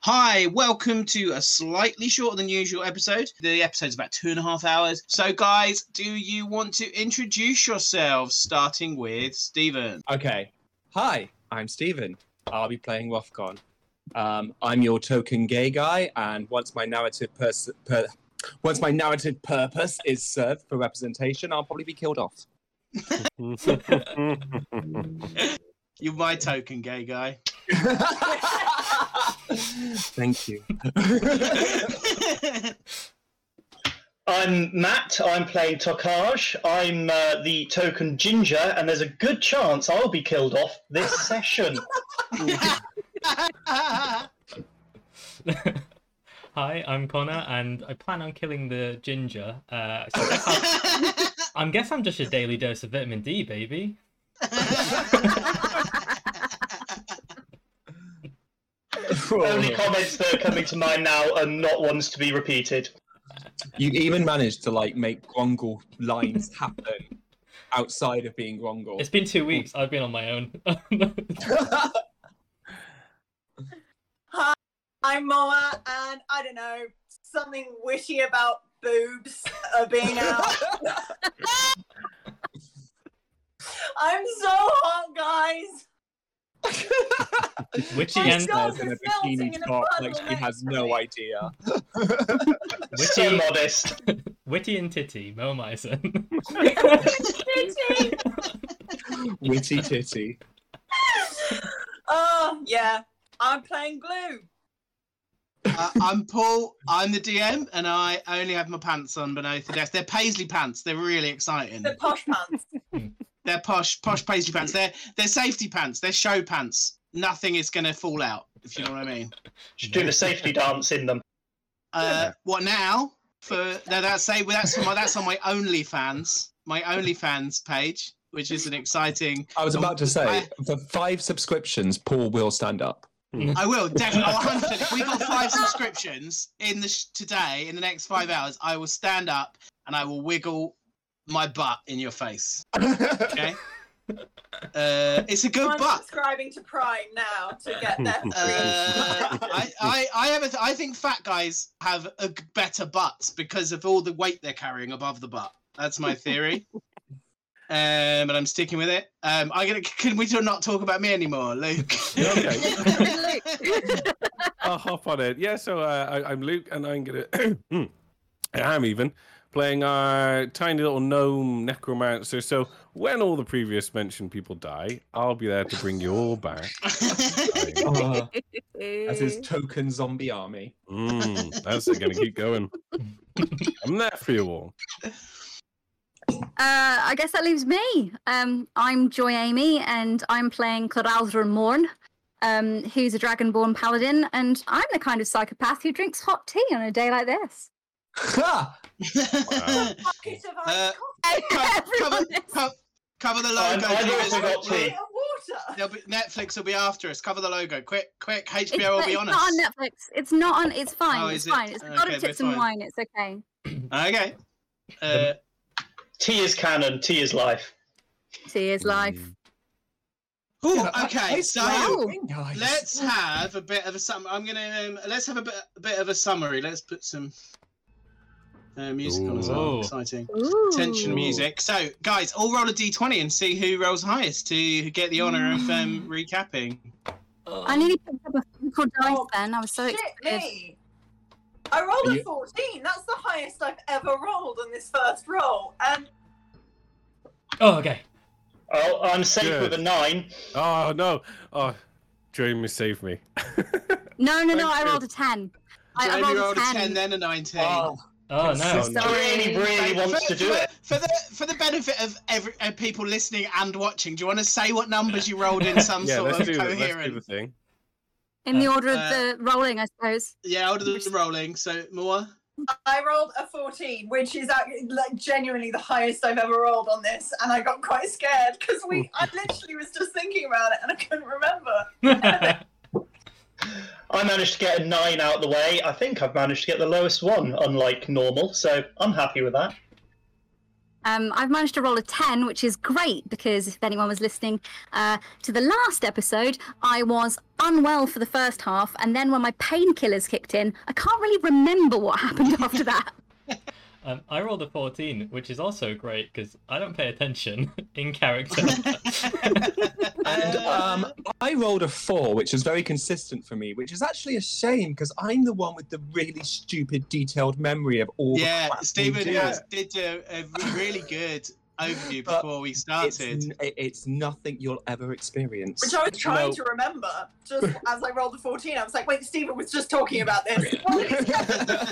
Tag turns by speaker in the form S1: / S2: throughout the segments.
S1: Hi, welcome to a slightly shorter than usual episode. The episode's about two and a half hours. So, guys, do you want to introduce yourselves, starting with Stephen?
S2: Okay. Hi, I'm Steven. I'll be playing Rothcon. Um, I'm your token gay guy, and once my narrative pers- per- once my narrative purpose is served for representation, I'll probably be killed off.
S1: You're my token gay guy.
S2: Thank you.
S1: Uh,
S3: I'm Matt. I'm playing Tokaj. I'm uh, the token ginger, and there's a good chance I'll be killed off this session.
S4: Hi, I'm Connor, and I plan on killing the ginger. Uh, so I, guess I'm, I guess I'm just a daily dose of vitamin D, baby.
S2: Oh,
S3: Only comments that are coming to mind now are not ones to be repeated.
S2: you even managed to like make Grongle lines happen outside of being Grongle.
S4: It's been two weeks. I've been on my own.
S5: Hi, I'm Moa, and I don't know, something witty about boobs uh, being out. I'm so hot, guys.
S4: Witchy
S5: My
S4: and
S5: God.
S2: There's in a
S5: It's melting
S2: bikini
S5: in a
S2: top,
S5: puddle
S2: like she has
S5: next
S2: no
S5: to me.
S2: idea.
S3: So
S4: witty,
S3: modest.
S4: witty and titty, Mo Myson.
S5: Witty.
S2: Witty titty.
S5: oh, yeah. I'm playing glue.
S1: uh, I'm Paul. I'm the DM, and I only have my pants on beneath the desk. They're paisley pants. They're really exciting.
S5: The posh pants.
S1: They're posh, posh paisley pants. They're they're safety pants. They're show pants. Nothing is going to fall out. If you know what I mean.
S3: Should do the safety dance in them.
S1: Uh, what now? For no, that's say well, that's for my, that's on my OnlyFans, my OnlyFans page, which is an exciting.
S2: I was about to say,
S1: I-
S2: for five subscriptions, Paul will stand up.
S1: I will definitely. Oh, 100%. If we got five subscriptions in the sh- today, in the next five hours, I will stand up and I will wiggle my butt in your face. Okay. Uh, it's a good
S5: I'm
S1: butt.
S5: subscribing to Prime now to get their free.
S1: Uh, I, I, I have a, I think fat guys have a g- better butts because of all the weight they're carrying above the butt. That's my theory. um, but I'm sticking with it. Um, I gonna, can we do not talk about me anymore, Luke?
S6: Okay. I'll hop on it. Yeah, so uh, I, I'm Luke, and I'm gonna. I am even playing our tiny little gnome necromancer. So when all the previous mentioned people die, I'll be there to bring you all back.
S5: Uh,
S2: as his token zombie army.
S6: Mm, that's it, gonna keep going. I'm there for you all.
S7: Uh, I guess that leaves me. Um, I'm Joy Amy, and I'm playing Claraldra Morn, um, who's a dragonborn paladin, and I'm the kind of psychopath who drinks hot tea on a day like this.
S2: Ha!
S6: Wow.
S5: Pocket of
S1: Uh,
S5: ice
S7: Everyone
S1: cover-
S7: is-
S1: co- cover the
S3: Um,
S1: logo.
S3: I've
S1: Judas.
S3: also got
S5: coffee
S3: tea.
S5: and water.
S1: They'll be, Netflix will be after us. Cover the logo, quick, quick. HBO
S7: It's,
S1: will
S7: but
S1: be
S7: it's
S1: on
S7: not
S1: us.
S7: on Netflix. It's not on. It's fine.
S1: Oh,
S7: it's
S1: is it?
S7: fine. It's a lot
S1: Okay,
S7: of tips
S1: we're
S7: and
S1: fine.
S7: wine. It's okay.
S1: Okay. Uh,
S3: Tea is canon. Tea is life.
S7: Tea
S4: Mm.
S7: is life.
S6: Mm.
S1: ooh,
S2: Yeah, that
S1: okay,
S2: tastes
S1: so.
S2: like
S7: Wow.
S2: green guys.
S1: Let's have a bit of a sum. I'm gonna um, let's have a bit, a bit of a summary. Let's put some uh, music on as well.
S4: Ooh.
S1: Exciting
S7: Ooh.
S1: tension music. So, guys, all roll a d20 and see who rolls highest to get the honor of um, recapping.
S7: I nearly picked up a phone called dice
S1: Oh,
S7: then. I was so
S5: Shit
S7: excited.
S5: me. I rolled
S2: You-
S5: a 14. That's the highest I've ever rolled on this first roll. And
S4: Oh, okay.
S3: Oh, I'm safe
S6: Good.
S3: with a nine.
S6: Oh no! Oh, Jamie saved me.
S7: No, no, no.
S6: Thank
S7: I
S6: you.
S7: rolled a ten. I, I
S1: Jamie
S7: rolled a ten.
S1: then a 19.
S4: Oh no.
S6: Consistent.
S7: Sorry.
S3: Really, really wants to do it.
S1: for the for the benefit of every uh, people listening and watching. Do you want to say what numbers you rolled in some
S6: Yeah,
S1: sort
S6: let's
S1: of
S6: do, the, let's do
S1: coherent?
S6: the thing.
S7: In the
S4: Uh,
S7: order of
S1: uh,
S7: the rolling, I suppose.
S1: Yeah, older than rolling. So more.
S5: I rolled a 14, which is ac- like genuinely the highest I've ever rolled on this. And I got quite scared because we, I literally was just thinking about it and I couldn't remember.
S3: I managed to get a nine out of the way. I think I've managed to get the lowest one, unlike normal. So I'm happy with that.
S7: Um, I've managed to roll a 10, which is great because if anyone was listening uh, to the last episode, I was unwell for the first half. And then when my painkillers kicked in, I can't really remember what happened after that.
S4: Um, I rolled a 14, which is also great because I don't pay attention in character.
S2: And
S1: uh,
S2: um, I rolled a four, which is very consistent for me, which is actually a shame because I'm the one with the really stupid, detailed memory of all. the
S1: yeah,
S2: crap we
S1: Stephen
S2: do.
S1: has- did do a re- really good overview
S2: But
S1: before we
S2: It's,
S1: started.
S2: n- it- it's nothing you'll ever experience.
S5: Which I was trying
S2: No.
S5: to remember just as I rolled the 14. I was like, wait, Stephen was just talking about this. What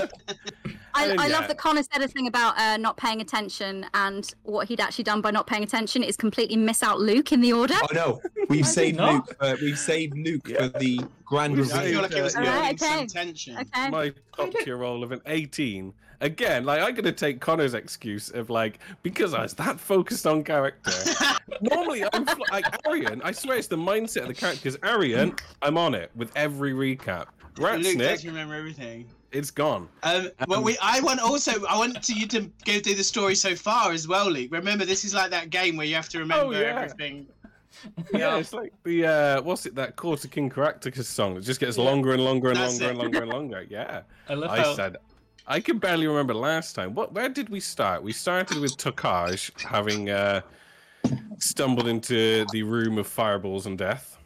S5: is
S7: I,
S6: Oh,
S7: I
S6: yeah.
S7: love that Connor said a thing about uh, not paying attention, and what he'd actually done by not paying attention is completely miss out Luke in the order.
S2: Oh no, we've
S4: I did
S2: saved
S4: not.
S2: Luke. Uh, we've saved Luke for the grand
S6: We've
S2: reveal.
S1: I feel like it was
S7: Yeah.
S1: building
S7: Alright,
S1: some
S7: okay.
S1: tension.
S7: Okay.
S6: my top tier roll of an 18 again like i'm gonna take connor's excuse of like because i was that focused on character normally i'm fl- like arian i swear it's the mindset of the character because arian i'm on it with every recap
S1: Luke does
S6: Ratsnick,
S1: remember everything.
S6: it's gone
S1: Um, well,
S2: Mm.
S1: we, I want also, I want to, you to go through the story so far as well, Luke. Remember, this is like that game where you have to remember
S6: Oh, yeah.
S1: everything.
S6: yeah it's like the uh what's it that court of king caractacus song it just gets longer and longer and
S1: That's
S6: longer
S1: it.
S6: and longer and longer yeah
S4: I love
S6: i
S4: how
S6: said i can barely remember last time what where did we start we started with tokaj having uh stumbled into the room of fireballs and death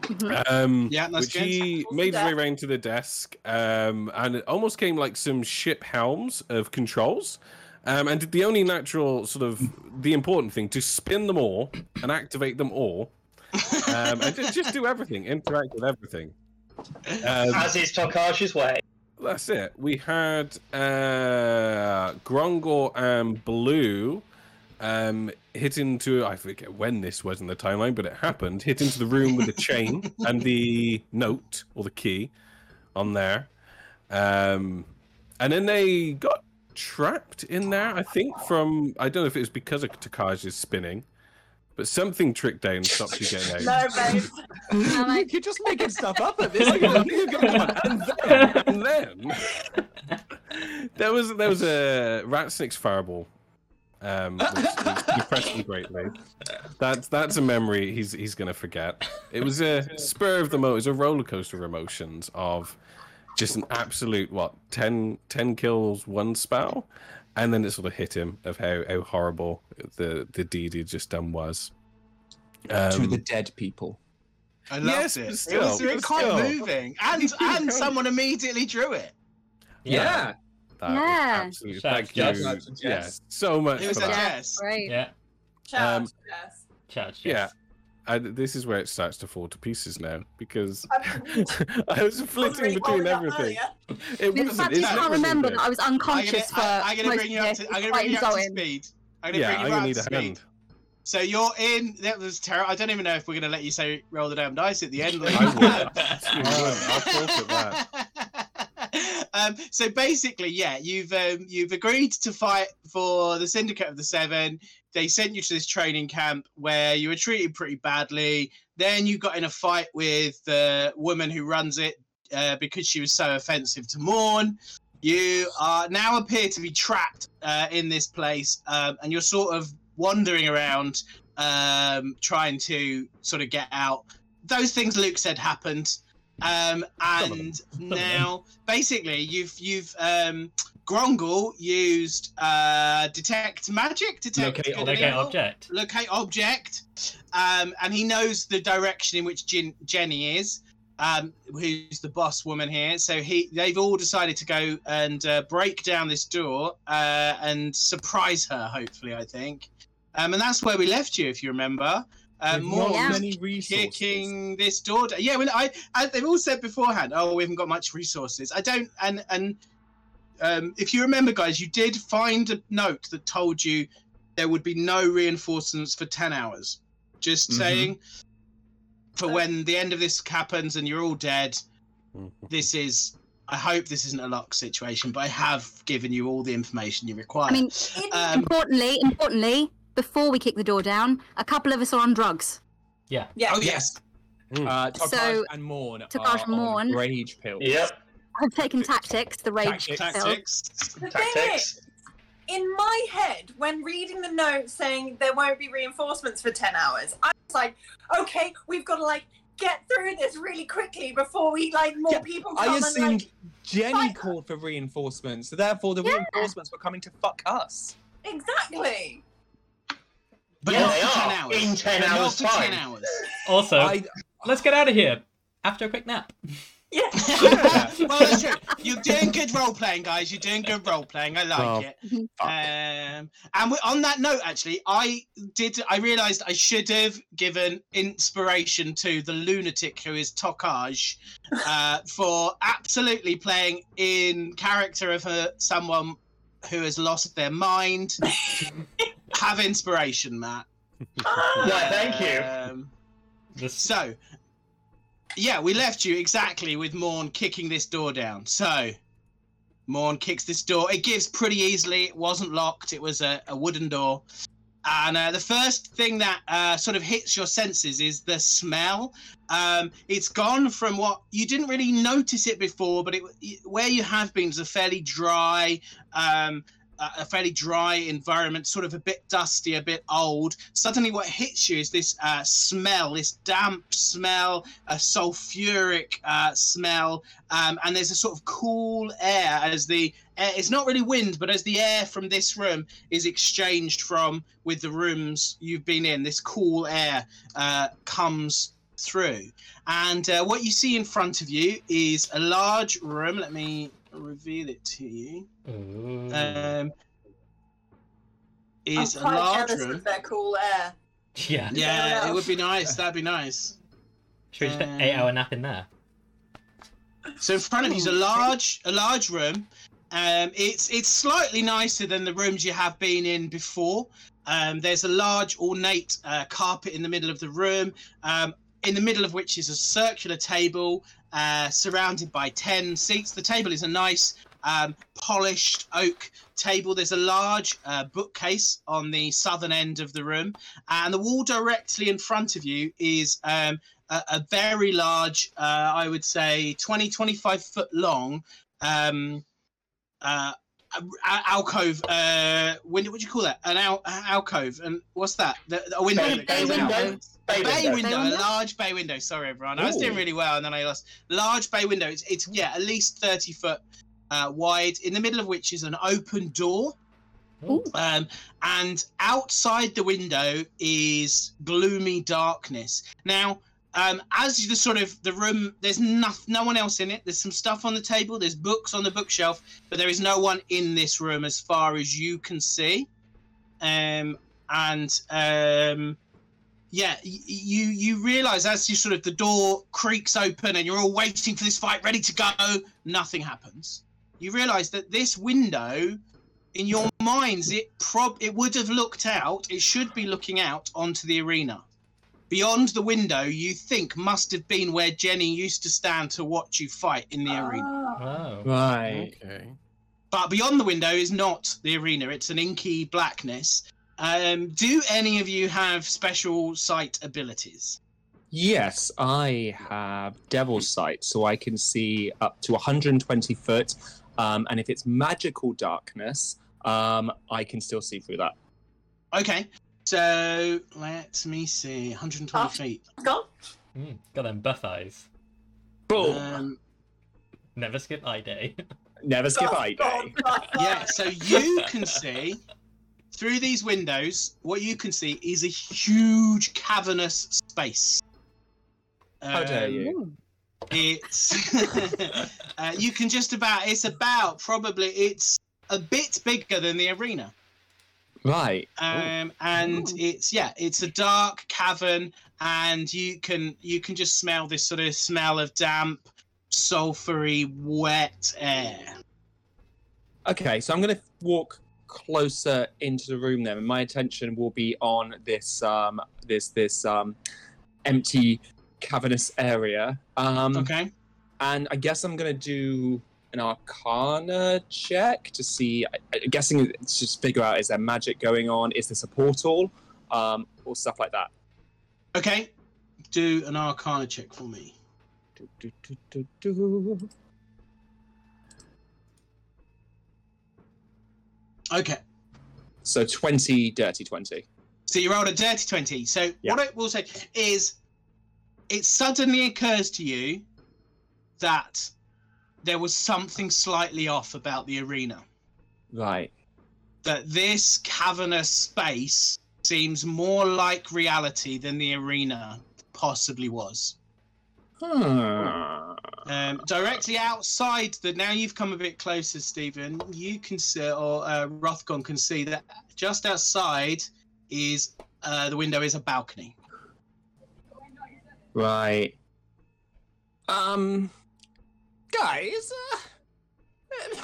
S7: Mhm.
S6: um
S1: Yeah, that's
S6: which
S1: good.
S6: he
S5: Fireballs
S6: made
S5: and
S6: his way
S5: Death.
S6: around to the desk um and it almost came like some ship helms of controls um, and did the only natural sort of the important thing to spin them all and activate them all um, and just, just do everything, interact with everything. Um,
S3: As is Tokash's way.
S6: that's it. We had uh, Grongor and Blue um, hit into, I forget when this was in the timeline, but it happened, hit into the room with the chain and the note or the key on there. Um, and then they got trapped in there, I think, from, I don't know if it was because of Takaj's spinning. But something tricked down and stopped you getting out.
S5: No, babe.
S7: I'm like,
S2: Luke, you're just making stuff up at this
S6: Well,
S2: point.
S6: you go on, and then, and then there was there was a Ratsnick's fireball, um, which, which depressed him greatly. That's that's a memory he's he's gonna forget. It was a spur of the moment. It was a roller coaster of emotions of just an absolute what 10, 10 kills one spell, and then it sort of hit him of how how horrible the the deed he'd just done was.
S2: to the
S6: Um,
S2: dead people.
S1: I loved
S6: Yes,
S1: it.
S6: but
S1: it was
S6: still,
S1: really
S6: but
S1: quite
S6: still.
S1: moving, and and someone immediately drew it.
S2: Yeah.
S6: Um, that was
S7: Yeah.
S6: absolutely-
S4: Shout
S6: Thank you.
S4: out to
S2: Jess. Shout out to Jess.
S6: Yeah, so much.
S1: It was
S6: for
S1: a
S6: that.
S1: yes.
S7: great.
S4: yeah,
S5: Chad,
S6: Um,
S5: yes.
S4: Chad,
S6: Yeah.
S4: yes.
S6: I, this is where it starts to fall to pieces now because
S5: I'm-
S6: I was flitting between
S5: Well, not
S6: everything.
S5: earlier.
S6: It
S7: The
S6: wasn't.
S7: fact you
S6: It's
S7: can't
S6: not
S7: remember that I was
S1: I'm gonna,
S7: unconscious
S1: I,
S7: for
S1: I'm gonna
S7: most
S1: bring you
S7: of
S1: up
S7: this
S1: to,
S7: is
S1: I'm gonna
S7: quite
S1: bring you up to
S7: insulting.
S1: speed. I'm gonna
S6: Yeah,
S1: bring
S6: I'm
S1: you up
S6: gonna need
S1: to
S6: a
S1: speed.
S6: hand.
S1: So you're in. That was terrible. I don't even know if we're gonna let you say roll the damn dice at the end. Luke.
S6: I would. Absolutely would. Um, I'll forfeit that.
S1: um, so basically, yeah, you've um, you've agreed to fight for the Syndicate of the Seven. They sent you to this training camp where you were treated pretty badly. Then you got in a fight with the woman who runs it uh, because she was so offensive to Morn. You are now appear to be trapped uh, in this place, um, and you're sort of wandering around, um, trying to sort of get out. Those things Luke said happened. Um,
S6: of them.
S1: and
S4: them.
S1: now, basically, you've you've um, Grongul used uh, detect magic, detect
S2: Locate
S1: good and
S4: Locate
S1: evil,
S4: object.
S1: locate object, um, and he knows the direction in which Jin, Jenny is, um, who's the boss woman here. So he they've all decided to go and uh, break down this door uh, and surprise her. Hopefully, I think, um, and that's where we left you, if you remember. Um,
S2: With
S1: more
S2: not
S7: Yeah.
S2: many resources.
S1: kicking this door down. Yeah, well, I, I they've all said beforehand. Oh, we haven't got much resources. I don't. And and um, if you remember, guys, you did find a note that told you there would be no reinforcements for ten hours. Just
S2: Mhm.
S3: Mm-hmm.
S1: saying, for when the end of this happens and you're all dead, this is. I hope this isn't a lock situation, but I have given you all the information you require.
S7: I mean,
S1: um,
S7: importantly, importantly, before we kick the door down, a couple of us are on drugs.
S5: Yeah.
S1: oh yes,
S2: Uh, Tokaj
S7: So,
S2: and Morn.
S7: Tokaj
S2: are
S7: and Morn-
S2: On rage pills.
S3: Yep.
S7: I've taken tactics, the rage
S2: Tactics.
S7: pill.
S1: tactics.
S5: The thing is,
S3: Tactics.
S5: in my head, when reading the note saying there won't be reinforcements for 10 hours, I was like, okay, we've got to like get through this really quickly before we like more
S2: Yeah,
S5: people come
S2: I
S5: and
S2: assumed
S5: like
S2: Jenny
S5: fight
S2: called for reinforcements, so therefore the
S7: Yeah.
S2: reinforcements were coming to fuck us.
S5: exactly.
S1: But
S3: Yeah,
S1: not
S3: they
S1: for
S3: are.
S1: 10 hours.
S3: In 10
S1: But
S3: hours'
S1: Not for 10
S3: time.
S1: hours.
S4: Also,
S2: I,
S4: let's get out of here after a quick nap.
S5: Yeah.
S1: well, that's true. You're doing good role playing, guys. You're doing good role playing. I like
S6: Oh,
S1: it. Um, and we on that note, actually, I did. I realised I should have given inspiration to the lunatic who is Tokaj uh, for absolutely playing in character of her, someone who has lost their mind. have inspiration, Matt.
S5: Oh,
S3: Right, thank you.
S1: Um,
S4: This,
S1: so, yeah, we left you exactly with Morn kicking this door down. So, Morn kicks this door. It gives pretty easily. It wasn't locked. It was a, a wooden door. And uh, the first thing that uh, sort of hits your senses is the smell. Um, it's gone from what you didn't really notice it before, but it where you have been is a fairly dry, um, a a fairly dry environment, sort of a bit dusty, a bit old. Suddenly, what hits you is this uh, smell, this damp smell, a sulfuric uh, smell, um, and there's a sort of cool air as the air, it's not really wind, but as the air from this room is exchanged from with the rooms you've been in, this cool air uh, comes through. And uh, what you see in front of you is a large room. Let me reveal it to you
S4: Ooh.
S1: um,
S5: I'm
S1: is a
S5: quite
S1: large
S5: jealous
S1: room.
S5: of their cool air.
S4: yeah.
S1: Yeah, it would be nice. That'd be nice.
S4: Should we just take
S1: uh,
S4: an eight-hour nap in there?
S1: So in front of you is a large, a large room. Um, it's it's slightly nicer than the rooms you have been in before. Um, there's a large ornate uh, carpet in the middle of the room, um, in the middle of which is a circular table uh, surrounded by ten seats. The table is a nice um, polished oak table. There's a large uh, bookcase on the southern end of the room, and the wall directly in front of you is um, a, a very large, uh, I would say 20, 25 foot long um, uh, a- a- alcove. Uh, window, what do you call that? An al- a- alcove. And what's that? The, the- a window.
S3: Bay-
S1: that
S7: bay
S1: goes out.
S7: window.
S1: Bay
S3: Bay window.
S1: window, a
S7: window?
S1: large bay window. Sorry, everyone. I was doing
S2: Ooh.
S1: really well and then I lost. Large bay window. It's, it's yeah, at least 30 foot uh, wide, in the middle of which is an open door.
S4: Ooh.
S1: Um, and outside the window is gloomy darkness. Now, um, as the sort of the room, there's no, no one else in it. There's some stuff on the table. There's books on the bookshelf, but there is no one in this room as far as you can see. Um, and um, yeah, y- y- you you realise as you sort of the door creaks open and you're all waiting for this fight, ready to go. Nothing happens. You realise that this window in your minds it prob it would have looked out it should be looking out onto the arena beyond the window you think must have been where jenny used to stand to watch you fight in the arena
S5: Ah.
S4: Oh.
S2: Right.
S6: Okay.
S1: but beyond the window is not the arena it's an inky blackness um, do any of you have special sight abilities
S2: Yes, I have Devil's Sight, so I can see up to 120 foot. Um, and if it's magical darkness, um, I can still see through that.
S1: okay so let me see 120
S5: Oh.
S1: feet
S5: Gone.
S4: Mm, got them buff eyes.
S1: Um,
S4: Never skip eye day.
S2: Never skip eye day.
S5: Gone, gone, gone.
S1: yeah, so you can see through these windows, what you can see is a huge cavernous space.
S2: How dare
S1: Um,
S2: you?
S1: It's uh, you can just about it's about probably it's a bit bigger than the arena.
S2: Right.
S1: Um, and
S7: Ooh.
S1: it's yeah, it's a dark cavern, and you can you can just smell this sort of smell of damp, sulfury, wet air.
S2: Okay, so I'm going to walk closer into the room then, and my attention will be on this um, this this um, empty cavernous area. Um,
S1: Okay.
S2: and I guess I'm gonna do an Arcana check to see. I- I'm guessing it's just figure out is there magic going on? Is this a portal? Um, or stuff like that.
S1: Okay. Do an arcana check for me.
S2: Do, do, do, do, do.
S1: Okay.
S2: So 20 dirty 20.
S1: So you rolled a dirty 20. So
S2: Yeah.
S1: what I will say is it suddenly occurs to you that there was something slightly off about the arena.
S2: Right.
S1: That this cavernous space seems more like reality than the arena possibly was.
S2: Hmm.
S1: Um, directly outside the now you've come a bit closer, Stephen. You can see, or uh, Rothgon can see that just outside is uh, the window is a balcony.
S2: Right. Um, guys, uh, it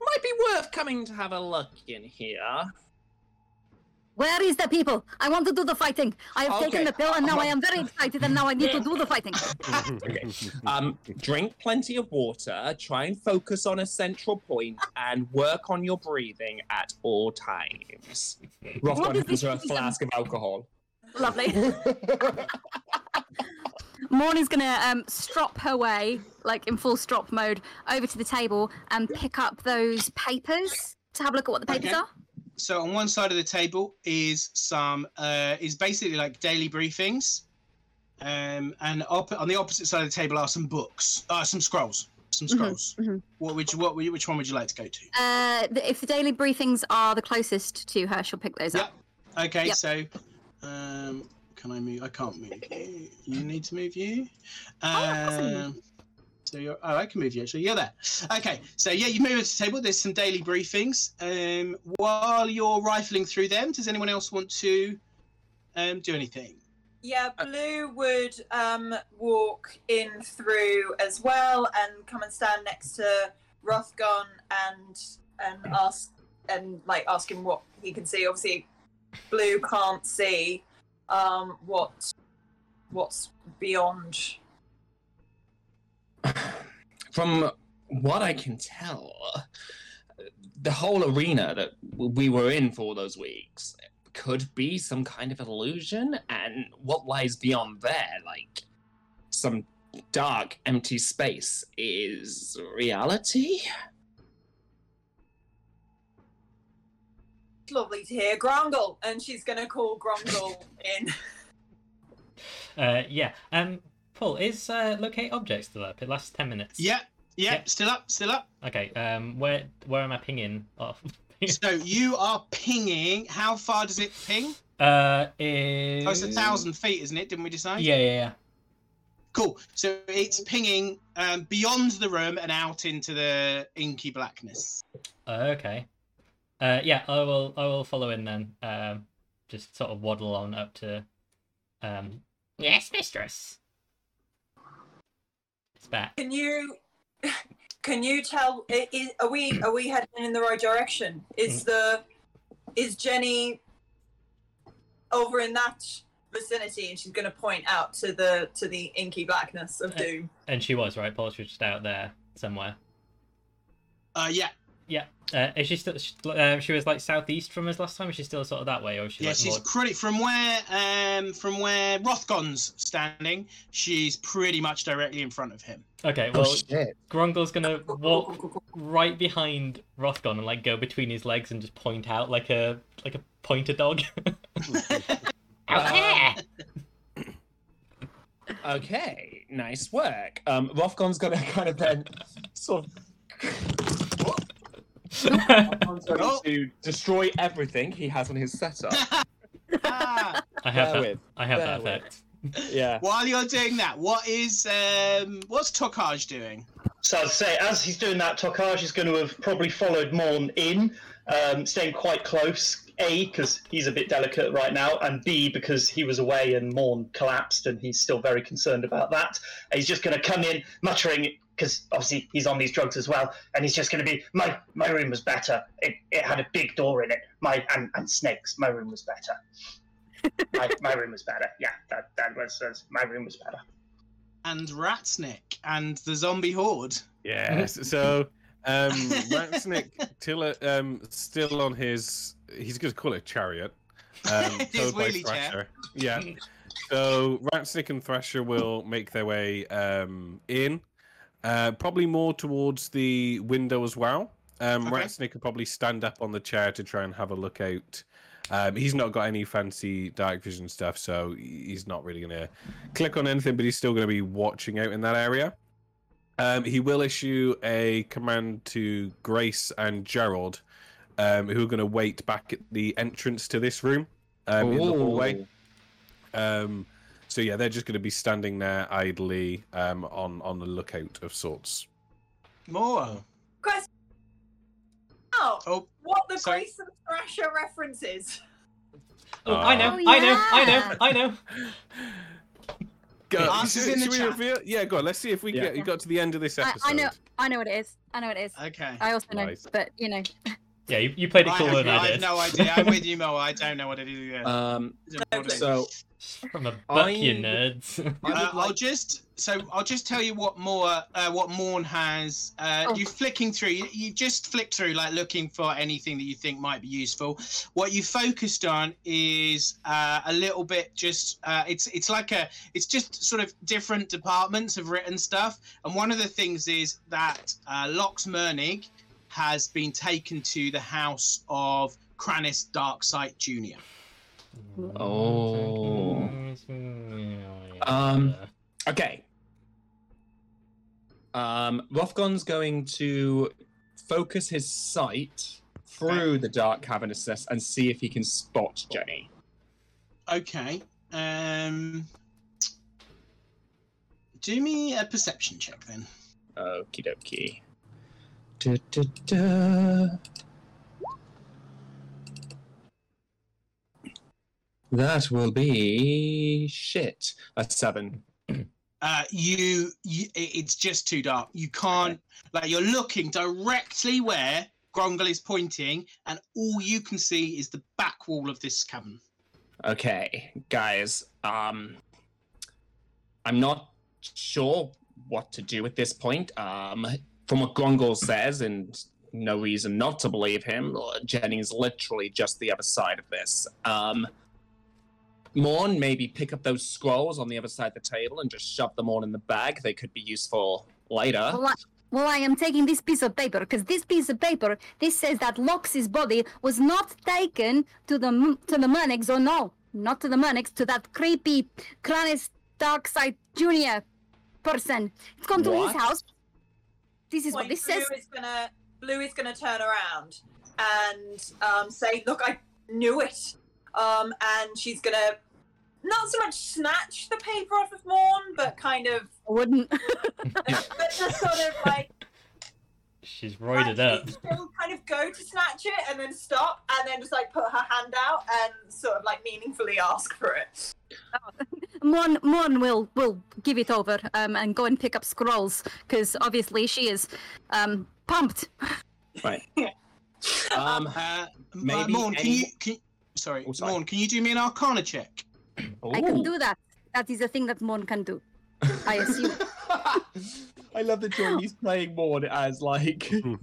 S2: might be worth coming to have a look in here.
S7: Where is the people? I want to do the fighting. I have
S2: Okay.
S7: taken the pill and now I am very excited and now I need to do the fighting.
S2: Um, drink plenty of water, try and focus on a central point, and work on your breathing at all times.
S7: What
S2: Rothgon hands
S7: is
S2: her a
S7: this?
S2: flask of alcohol.
S7: Lovely. Morn is gonna um, strop her way, like in full strop mode, over to the table and pick up those papers to have a look at what the papers
S1: Okay.
S7: are.
S1: So on one side of the table is some uh, is basically like daily briefings, um, and op- on the opposite side of the table are some books, uh, some scrolls, some scrolls.
S7: mhm.
S1: What would you, what would you- which one would you like to go to?
S7: Uh, the, if the daily briefings are the closest to her, she'll pick those
S1: Yeah.
S7: up.
S1: Okay,
S7: Yep.
S1: so um, can I move? I can't move you. You need to move you.
S7: Oh, that's a move.
S1: Um, so you're. Oh, I can move you actually. You're there. Okay, so yeah, you move to the table. There's some daily briefings. Um, while you're rifling through them, does anyone else want to um, do anything?
S5: Yeah, Blue would um, walk in through as well and come and stand next to Rothgon and and ask and like ask him what he can see. Obviously, Blue can't see um, what what's beyond.
S2: From what I can tell, the whole arena that we were in for all those weeks could be some kind of illusion, and what lies beyond there, like some dark, empty space, is reality.
S5: It's Lovely to hear Grongle, and she's going to call Grongle in.
S4: Uh, yeah. Um, Paul, is uh, locate object still up? It lasts ten minutes.
S1: Yeah, yeah,
S4: Yeah.
S1: still up, still up.
S4: Okay. Um, where where am I pinging off?
S1: so you are pinging. How far does it ping?
S4: uh, is...
S1: Oh, it's a
S4: Uh,
S1: thousand feet, isn't it? Didn't we decide?
S4: Yeah, yeah, yeah.
S1: Cool. So it's pinging um, beyond the room and out into the inky blackness.
S4: Uh, okay. Uh, yeah, I will. I will follow in then. Um, just sort of waddle on up to. Um, yes, mistress. It's back.
S5: Can you can you tell? i- i- are we are we heading in the right direction? Is the is Jenny over in that vicinity, and she's going to point out to the to the inky blackness of
S4: Uh,
S5: doom?
S4: And she was right. Paul, she was just out there somewhere.
S1: Uh, yeah,
S4: Uh, is she still? sh- Uh, she was like southeast from us last time. Is she still sort of that way, or is she
S1: yeah.
S4: like
S1: She's
S4: more?
S1: pretty from where um, from where Rothgon's standing. She's pretty much directly in front of him.
S4: Okay, well,
S2: shit.
S4: Grongle's gonna walk right behind Rothgon and like go between his legs and just point out like a like a pointer dog.
S2: Out Okay, nice work. Um, Rothgon's gonna kind of then sort of. Rothgon's going
S1: Oh.
S2: to destroy everything he has on his setup.
S1: Ah,
S4: I have that.
S2: Bear
S4: I have that
S2: bear
S4: effect.
S2: with. Yeah.
S1: while you're doing that, what is um, what's Tokaj doing?
S3: So I'd say as he's doing that, Tokaj is going to have probably followed Morn in, um, staying quite close. A because he's a bit delicate right now, and B because he was away and Morn collapsed, and he's still very concerned about that. And he's just going to come in muttering because obviously he's on these drugs as well, and he's just going to be my my room was better. It, it had a big door in it. My and, and snakes. My room was better. my, my room was better. Yeah, that that was that's- my room was better.
S1: And Ratsnick and the zombie horde.
S6: Yes. So um Ratsnick Tiller um still on his he's gonna call it a chariot. Um
S1: His
S6: towed by
S1: wheelie chair.
S6: Thrasher. Yeah. So Ratsnick and Thrasher will make their way um in. Uh probably more towards the window as well. Um,
S1: Okay.
S6: Ratsnick could probably stand up on the chair to try and have a look out. Um, he's not got any fancy dark vision stuff, so he- he's not really going to click on anything, but he's still going to be watching out in that area. Um, he will issue a command to Grace and Gerald, um, who are going to wait back at the entrance to this room um, in the
S2: Oh.
S6: hallway. Um, so yeah, they're just going to be standing there idly um, on on the lookout of sorts.
S1: More.
S5: Question. Oh,
S1: Oh,
S5: what the
S1: Sorry.
S5: Grace and Thrasher reference is?
S4: Oh, I know,
S7: Oh,
S4: I know, I
S7: yeah.
S4: know, I know.
S6: Go,
S1: The answer's
S6: should-
S1: in the
S6: should we
S1: chat.
S6: reveal? Yeah, go on. Let's see if we
S2: Yeah.
S6: get we got to the end of this
S7: I,
S6: episode.
S7: I know. I know what it is. I know what it is.
S1: okay.
S7: I also know,
S6: Nice.
S7: but you know,
S4: Yeah, you, you played it
S1: I
S4: cooler
S1: have,
S4: than I
S1: I
S4: did. Uh,
S1: have no idea. I'm with you, Mo. I don't know what it is. Either.
S2: Um, so
S4: From a buck,
S2: I-
S4: you nerds.
S2: I would
S1: Uh, I'll
S2: like-
S1: just so I'll just tell you what more uh, what Morn has. Uh,
S7: Oh.
S1: You flicking through, you, you just flick through, like looking for anything that you think might be useful. What you focused on is uh, a little bit just. Uh, it's it's like a it's just sort of different departments have written stuff, and one of the things is that uh, Lox Mernig has been taken to the house of Cranis Darksight Junior.
S2: Oh. Um, Okay. Um, Rothgon's going to focus his sight through the dark cavernousness and see if he can spot Jenny.
S1: Okay. Um. Do me a perception check then.
S2: Okie dokie. Da, da, da. That will be shit. A seven.
S1: Uh, you, you, i- it's just too dark. You can't, like, you're looking directly where Grongle is pointing, and all you can see is the back wall of this cavern.
S2: Okay, guys. Um, I'm not sure what to do at this point. Um, from what Grongol says, and no reason not to believe him, Jenny's literally just the other side of this. Um, Morn, maybe pick up those scrolls on the other side of the table and just shove them all in the bag. They could be useful later.
S7: well, I, well, I am taking this piece of paper because this piece of paper this says that Lox's body was not taken to the m- to the Murnix, or no, not to the Murnix, to that creepy Cranis Darkside Junior person. It's gone to his
S2: What?
S7: house. This is
S5: Point
S7: what this
S5: Blue
S7: says.
S5: is gonna Blue is gonna turn around and um, say, "Look, I knew it." Um, and she's gonna not so much snatch the paper off of Morn, but kind of,
S7: I wouldn't.
S5: but just sort of like
S4: She's roided up.
S5: actually She'll kind of go to snatch it and then stop, and then just like put her hand out and sort of like meaningfully ask for it.
S7: Mon Mon will will give it over um, and go and pick up scrolls because obviously she is um, pumped.
S2: Um,
S1: Uh, m- uh,
S2: Maybe
S1: Morn, can
S2: any-
S1: you, can, sorry,
S2: Oh, sorry.
S1: Morn, can you do me an Arcana check?
S7: um, I can
S2: ooh.
S7: do that. That is a thing that Mon can do. I assume.
S2: I love that you're he's playing Morn as like
S7: well,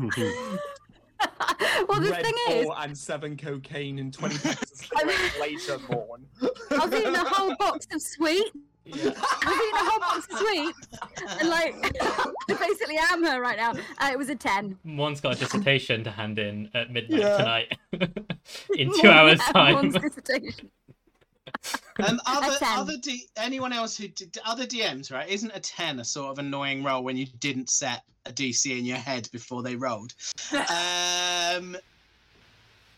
S7: the
S2: Red
S7: thing
S2: Bull
S7: is,
S2: and seven cocaine and 20 boxes of
S7: I mean-
S2: cigarettes later born.
S7: I was eating a whole box of sweet. I was eating a whole box of sweet, and like, I basically am her right now. Uh, it was a ten.
S4: One's got a dissertation to hand in at midnight
S2: Yeah.
S4: tonight. in two
S7: Mon-
S4: hours'
S7: uh,
S4: time.
S7: Mon's dissertation.
S1: Um, other,
S7: ten.
S1: other, D, anyone else who did other DMs, right? Isn't a ten a sort of annoying roll when you didn't set a DC in your head before they rolled? um,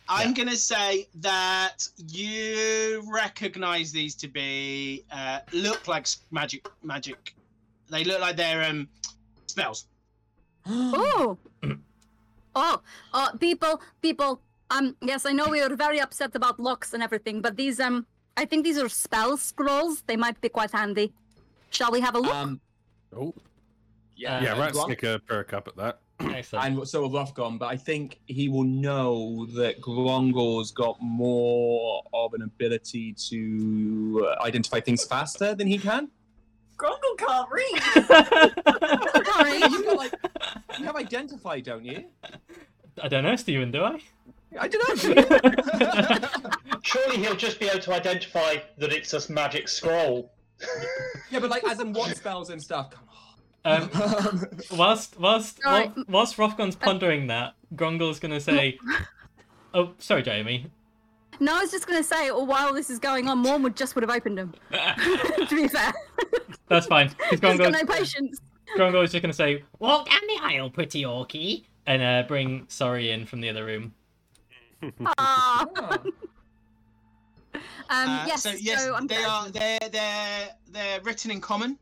S1: I'm gonna say that you recognise these to be uh, look like s- magic, magic. They look like they're um spells.
S7: Oh, oh, oh, people, people. Um, yes, I know we are very upset about locks and everything, but these, um, I think these are spell scrolls. They might be quite handy. Shall we have a look?
S2: Um,
S6: Oh,
S4: Uh,
S6: yeah,
S2: and
S6: Ratsnick
S2: Gron-
S6: uh, perk up at that.
S4: Excellent.
S2: And so will Rothgon, but I think he will know that Grongor's got more of an ability to uh, identify things faster than he can.
S5: Grungle can't read.
S7: Sorry.
S2: you, got, like, you have identify, don't you?
S4: I don't know, Stephen, do I?
S2: I don't know.
S3: Surely he'll just be able to identify that it's a magic scroll.
S2: yeah, but like, as in what spells and stuff. Come on.
S4: Um, whilst whilst
S7: Sorry.
S4: whil- whilst Rothgon's pondering that, Grongle's gonna say, "Oh, sorry, Jamie."
S7: No, I was just gonna say, or while this is going on, Morn would just would have opened him. to be fair,
S4: That's fine. 'cause
S7: he's got
S4: Grongle's-
S7: no patience.
S4: Grongo is just gonna say, "Walk down the aisle, pretty orky," and uh, bring Sorry in from the other room.
S7: Ah.
S5: Oh.
S7: Um,
S1: Uh,
S7: yes,
S1: so yes,
S7: I'm
S1: they
S7: gonna
S1: are they're they're they're written in common.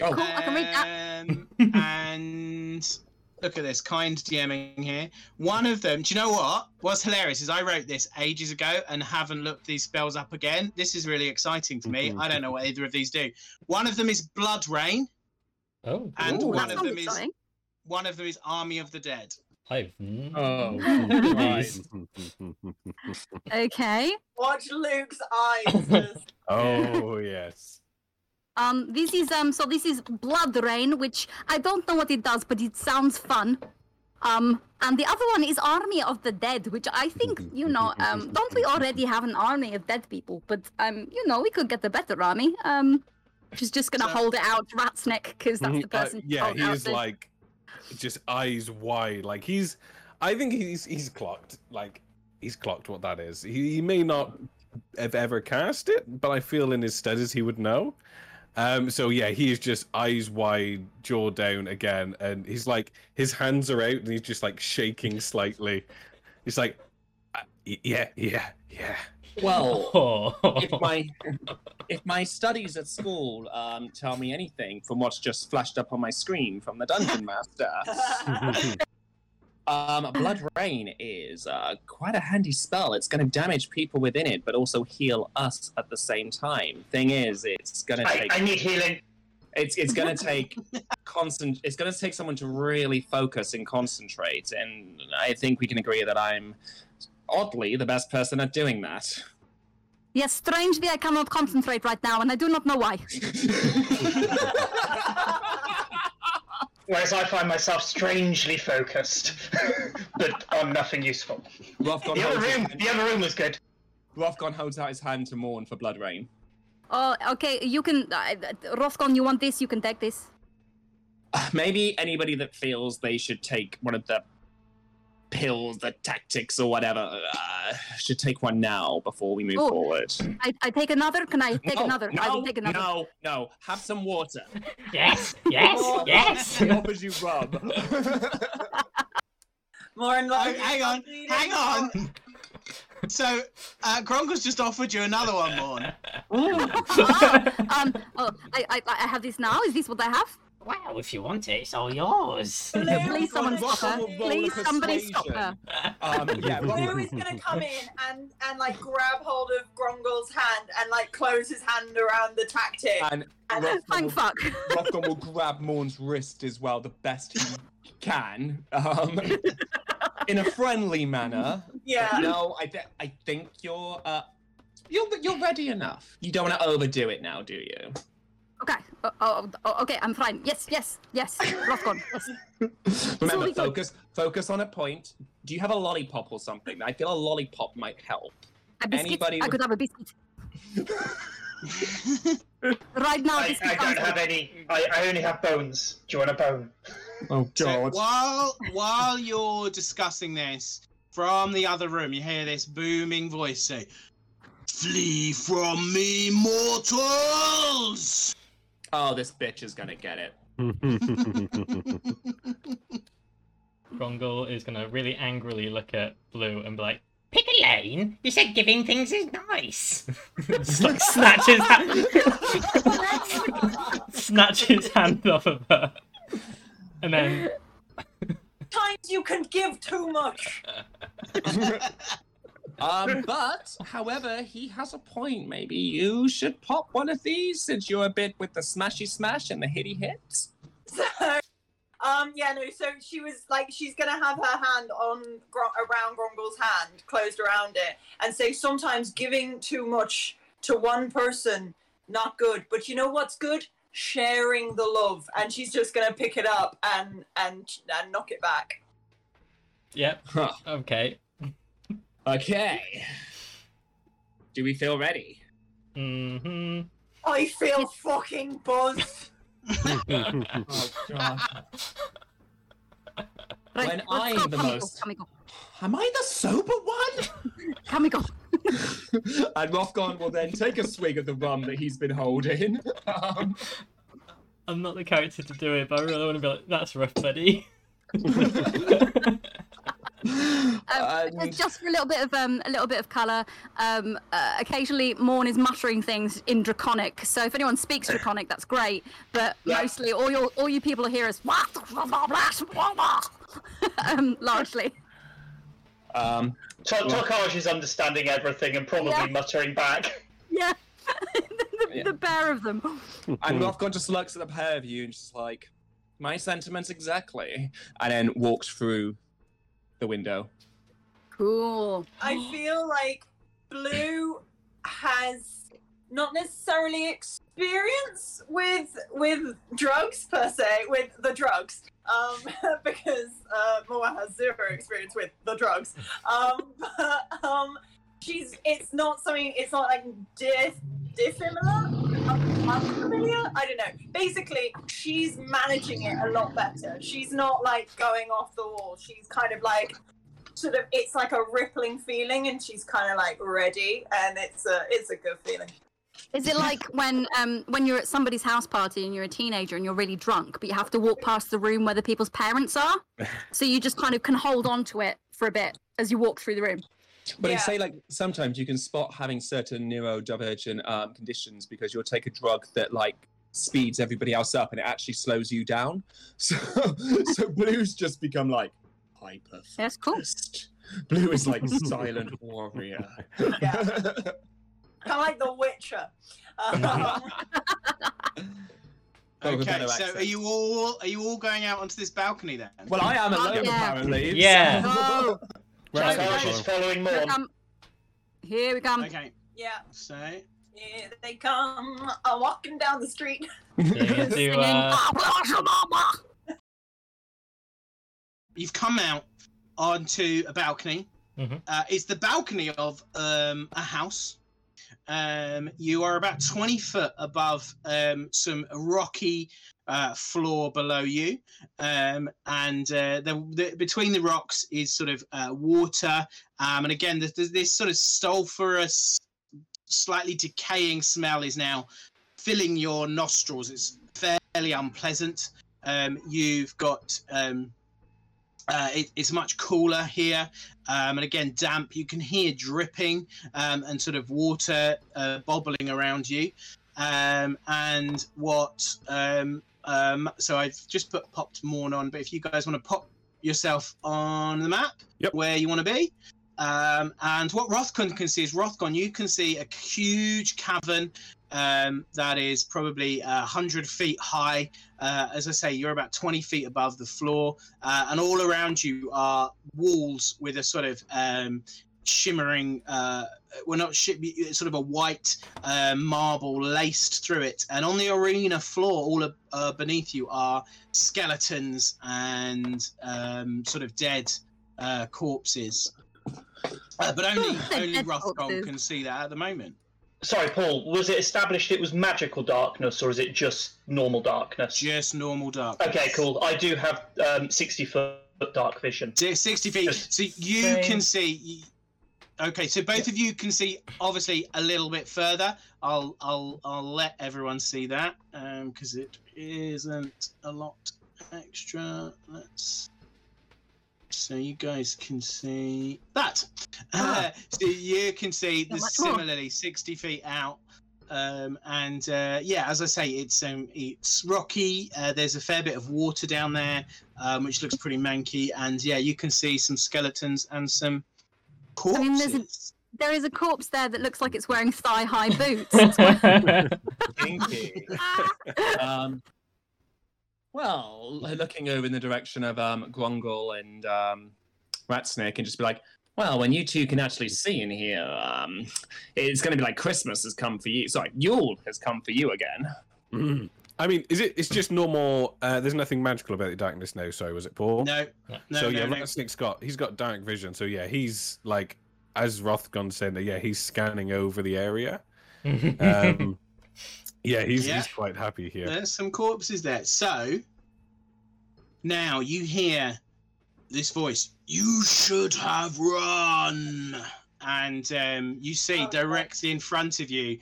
S2: Oh.
S7: Cool, I can read
S1: Um,
S7: that.
S1: and look at this kind DMing here. One of them, do you know what? What's hilarious is I wrote this ages ago and haven't looked these spells up again. This is really exciting to me. I don't know what either of these do. One of them is Blood Rain,
S4: Oh,
S1: and
S2: Ooh.
S1: one
S7: That
S1: of
S7: sounds
S1: them is
S7: exciting.
S1: one of them is Army of the Dead.
S4: I've n-
S2: Oh,
S4: heard of
S2: right.
S4: these.
S7: Okay.
S5: Watch Luke's eyes. just-
S6: oh yes.
S7: Um, this is um, so this is Blood Rain, which I don't know what it does, but it sounds fun. Um, and the other one is Army of the Dead, which I think you know. Um, don't we already have an army of dead people? But um, you know, we could get a better army. Um, she's just gonna
S1: So- Mm-hmm,
S7: hold it out, rat's neck, because that's the
S6: Uh,
S7: person. who
S6: yeah,
S7: held
S6: he
S7: out
S6: is
S7: the-
S6: like just eyes wide. Like he's, I think he's he's clocked. Like he's clocked what that is. He, he may not have ever cast it, but I feel in his studies he would know. Um, so yeah, he is just eyes wide, jaw down again, and he's like his hands are out and he's just like shaking slightly. He's like, "Uh, y- yeah, yeah, yeah.
S2: Well, if
S4: Oh.
S2: my if my studies at school um, tell me anything from what's just flashed up on my screen from the dungeon master, um, blood rain is uh, quite a handy spell. It's going to damage people within it, but also heal us at the same time. Thing is, it's going to
S3: I,
S2: take
S3: I need healing.
S2: it's it's going to take constant. It's going to take someone to really focus and concentrate. And I think we can agree that I'm oddly the best person at doing that.
S7: Yes, strangely, I cannot concentrate right now, and I do not know why.
S3: Whereas I find myself strangely focused, but on nothing useful.
S2: Rothgon
S3: The other
S2: holds, his
S3: room,
S2: hand-
S3: the other room was good.
S2: Rothgon holds out his hand to Morn for blood rain.
S7: Oh, okay. You can, uh, Rothcon. You want this? You can take this.
S2: Uh, Maybe anybody that feels they should take one of the pills, the tactics, or whatever, uh, should take one now before we move
S7: Oh,
S2: forward.
S7: I, I take another. Can I take
S2: no,
S7: another?
S2: No,
S7: I will take another.
S2: no, no. Have some water.
S4: yes, yes, yes.
S2: He offers you rum.
S5: More in love.
S1: Oh, hang on, Hang on. So, uh, Gronkle's just offered you another one, Morn.
S7: um, oh, I, I, I have this now. Is this what I have?
S4: well, if you want it, it's all yours.
S7: Please, someone stop her.
S2: Roll a
S7: Please, somebody stop her.
S2: persuasion. Um, yeah, roll-
S5: Blue is gonna come in and and like grab hold of Grongle's hand and like close his hand around the tactic.
S2: and Rothgon
S7: Thank
S2: will,
S7: fuck.
S2: Rothgon will grab Morn's wrist as well, the best he can, um, in a friendly manner.
S5: yeah.
S2: No, I, th- I think you're uh, you're you're ready enough. You don't want to overdo it now, do you?
S7: Okay. Oh, oh, oh, okay. I'm fine. Yes, yes, yes. Rothcon. Yes. all
S2: Remember,
S7: we got.
S2: focus focus on a point. Do you have a lollipop or something? I feel a lollipop might help.
S7: A biscuit.
S2: Anybody
S7: I
S2: with-
S7: could have a biscuit. right now,
S3: I,
S7: biscuit
S3: I
S7: sounds
S3: don't have
S7: good.
S3: any. I, I only have bones. Do you want a bone?
S2: Oh
S1: So while while you're discussing this from the other room, you hear this booming voice say, "Flee from me, mortals!"
S2: Oh, this bitch is gonna get it.
S4: Grongle is gonna really angrily look at Blue and be like, "Pick a lane. You said giving things is nice." Just like snatches hand, snatches hand off of her, and then
S5: Times you can give too much.
S2: Um, but however, he has a point. Maybe you should pop one of these since you're a bit with the smashy smash and the hitty hits.
S5: So, um, yeah, no. So she was like, she's gonna have her hand on Gro- around Grongle's hand, closed around it, and say sometimes giving too much to one person not good. But you know what's good? Sharing the love, and she's just gonna pick it up and and and knock it back.
S4: yep.
S2: Huh.
S4: Okay.
S2: Okay. Do we feel ready?
S4: hmm
S5: I feel fucking buzzed.
S4: oh, God.
S7: Right,
S2: When
S7: let's
S2: I'm
S7: go,
S2: the
S7: Kamigo,
S2: most-
S7: Kamigo,
S2: Am I the sober one?
S7: Kamigo.
S2: and Rothgon will then take a swig of the rum that he's been holding. Um,
S4: I'm not the character to do it, but I really want to be like, that's rough, buddy.
S7: Um,
S2: and-
S7: Just for a little bit of um, a little bit of color. Um, uh, occasionally, Morn is muttering things in Draconic. So if anyone speaks Draconic, that's great. But
S1: Yeah.
S7: mostly, all your all you people hear is "Wah, wah, wah, wah, wah, wah," um, largely.
S2: um,
S3: To- Tokaj is understanding everything and probably
S7: Yeah.
S3: muttering back.
S7: Yeah, the, the,
S2: Yeah.
S7: the bear of them.
S2: and Rothgon just looks at the pair of you and just like, my sentiments exactly. And then walks through the window.
S7: Cool.
S5: I feel like Blue has not necessarily experience with with drugs per se, with the drugs, um, because uh, Moa has zero experience with the drugs. Um, but um, she's it's not something. It's not like diff dissimilar. un- Unfamiliar? I don't know. Basically, she's managing it a lot better. She's not like going off the wall. She's kind of like sort of it's like a rippling feeling and she's kind of like ready and it's a it's a good feeling
S7: Is it like when um, when you're at somebody's house party and you're a teenager and you're really drunk, but you have to walk past the room where the people's parents are, so you just kind of can hold on to it for a bit as you walk through the room.
S2: But
S5: Yeah.
S2: they say like sometimes you can spot having certain neurodivergent um, conditions because you'll take a drug that like speeds everybody else up and it actually slows you down. So so blues just become like hyper
S7: That's cool.
S2: focused. Blue is like silent warrior.
S5: yeah kind of like the witcher um,
S2: Got Oh, a better
S1: Okay, so
S2: accent.
S1: are you all are you all going out onto this balcony then?
S2: Well, I am alone
S7: Yeah.
S2: apparently.
S4: Yeah.
S5: Oh.
S2: so-
S7: Right.
S3: Tokaj is following
S7: Here we
S3: Morn.
S7: come. Here we come.
S1: okay,
S5: yeah
S1: so
S5: here they come uh, walking down the street
S4: Yeah, you have to,
S7: Singing,
S4: uh,
S7: "Ah, blah, blah, blah, blah."
S1: you've come out onto a balcony.
S4: Mhm.
S1: Uh, it's the balcony of um, a house. Um, you are about twenty foot above um, some rocky uh, floor below you, um, and uh, the, the, between the rocks is sort of uh, water. Um, and again, there's, there's this sort of sulfurous, slightly decaying smell is now filling your nostrils. It's fairly unpleasant. Um, you've got um, uh, it, it's much cooler here, um, and again damp. You can hear dripping um, and sort of water uh, bobbling around you. Um, and what? Um, um, so I've just put popped Morn on, but if you guys want to pop yourself on the map
S6: Yep.
S1: where you want to be. Um, and what Rothcon can see is Rothcon, you can see a huge cavern um, that is probably uh, 100 feet high. Uh, as I say, you're about 20 feet above the floor, uh, and all around you are walls with a sort of um, shimmering, uh, well, not shi- it's sort of a white uh, marble laced through it. And on the arena floor, all ab- uh, beneath you are skeletons and um, sort of dead uh, corpses. Uh, but only only
S7: Dead
S1: Rothgon
S7: corpses.
S1: can see that at the moment.
S3: Sorry, Paul, was it established it was magical darkness or is it just normal darkness?
S1: Just normal dark.
S3: Okay, cool. I do have um, 60 foot dark vision.
S1: Si- 60 feet.
S3: Just
S1: So you
S3: saying.
S1: can see. Okay, so both of you can see obviously a little bit further. I'll I'll I'll let everyone see that because it isn't a lot extra. Let's. So you guys can see that. Uh,
S2: Ah.
S1: so you can see the
S7: Not much more.
S1: similarly 60 feet out. Um, and uh, yeah, as I say, it's um, it's rocky. Uh, there's a fair bit of water down there um, which looks pretty manky. And yeah, you can see some skeletons and some corpses.
S7: mean, there's a- There is a corpse there that looks like it's wearing thigh-high boots.
S2: Kinky.
S7: Ah,
S2: um, well, looking over in the direction of um, Grongol and um, Ratsnake, and just be like, well, when you two can actually see in here, um, it's going to be like Christmas has come for you. Sorry, Yule has come for you again.
S6: Mm. I mean, is it? It's just normal. Uh, there's nothing magical about the darkness now. Sorry, was it Paul?
S1: No, no, no,
S6: so yeah,
S1: no.
S6: Ratnick's got he's got dark vision. So yeah, he's like as Rothgon said. Yeah, he's scanning over the area. Um, Yeah, he's,
S1: Yeah.
S6: he's quite happy here.
S1: There's some corpses there. So now you hear this voice. You should have run. And um, you see
S5: Oh,
S1: directly in front of you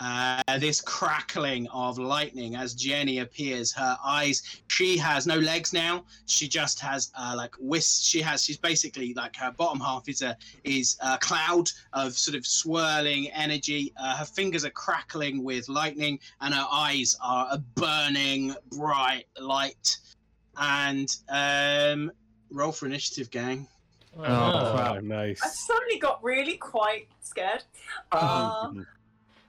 S1: uh, this crackling of lightning as Jenny appears. Her eyes. She has no legs now. She just has uh, like wisps. She has. She's basically like her bottom half is a is a cloud of sort of swirling energy. Uh, her fingers are crackling with lightning, and her eyes are a burning bright light. And um, roll for initiative, gang.
S4: Oh,
S2: Oh, crap.
S6: Oh, nice.
S5: I suddenly got really quite scared. Uh,
S6: Mhm.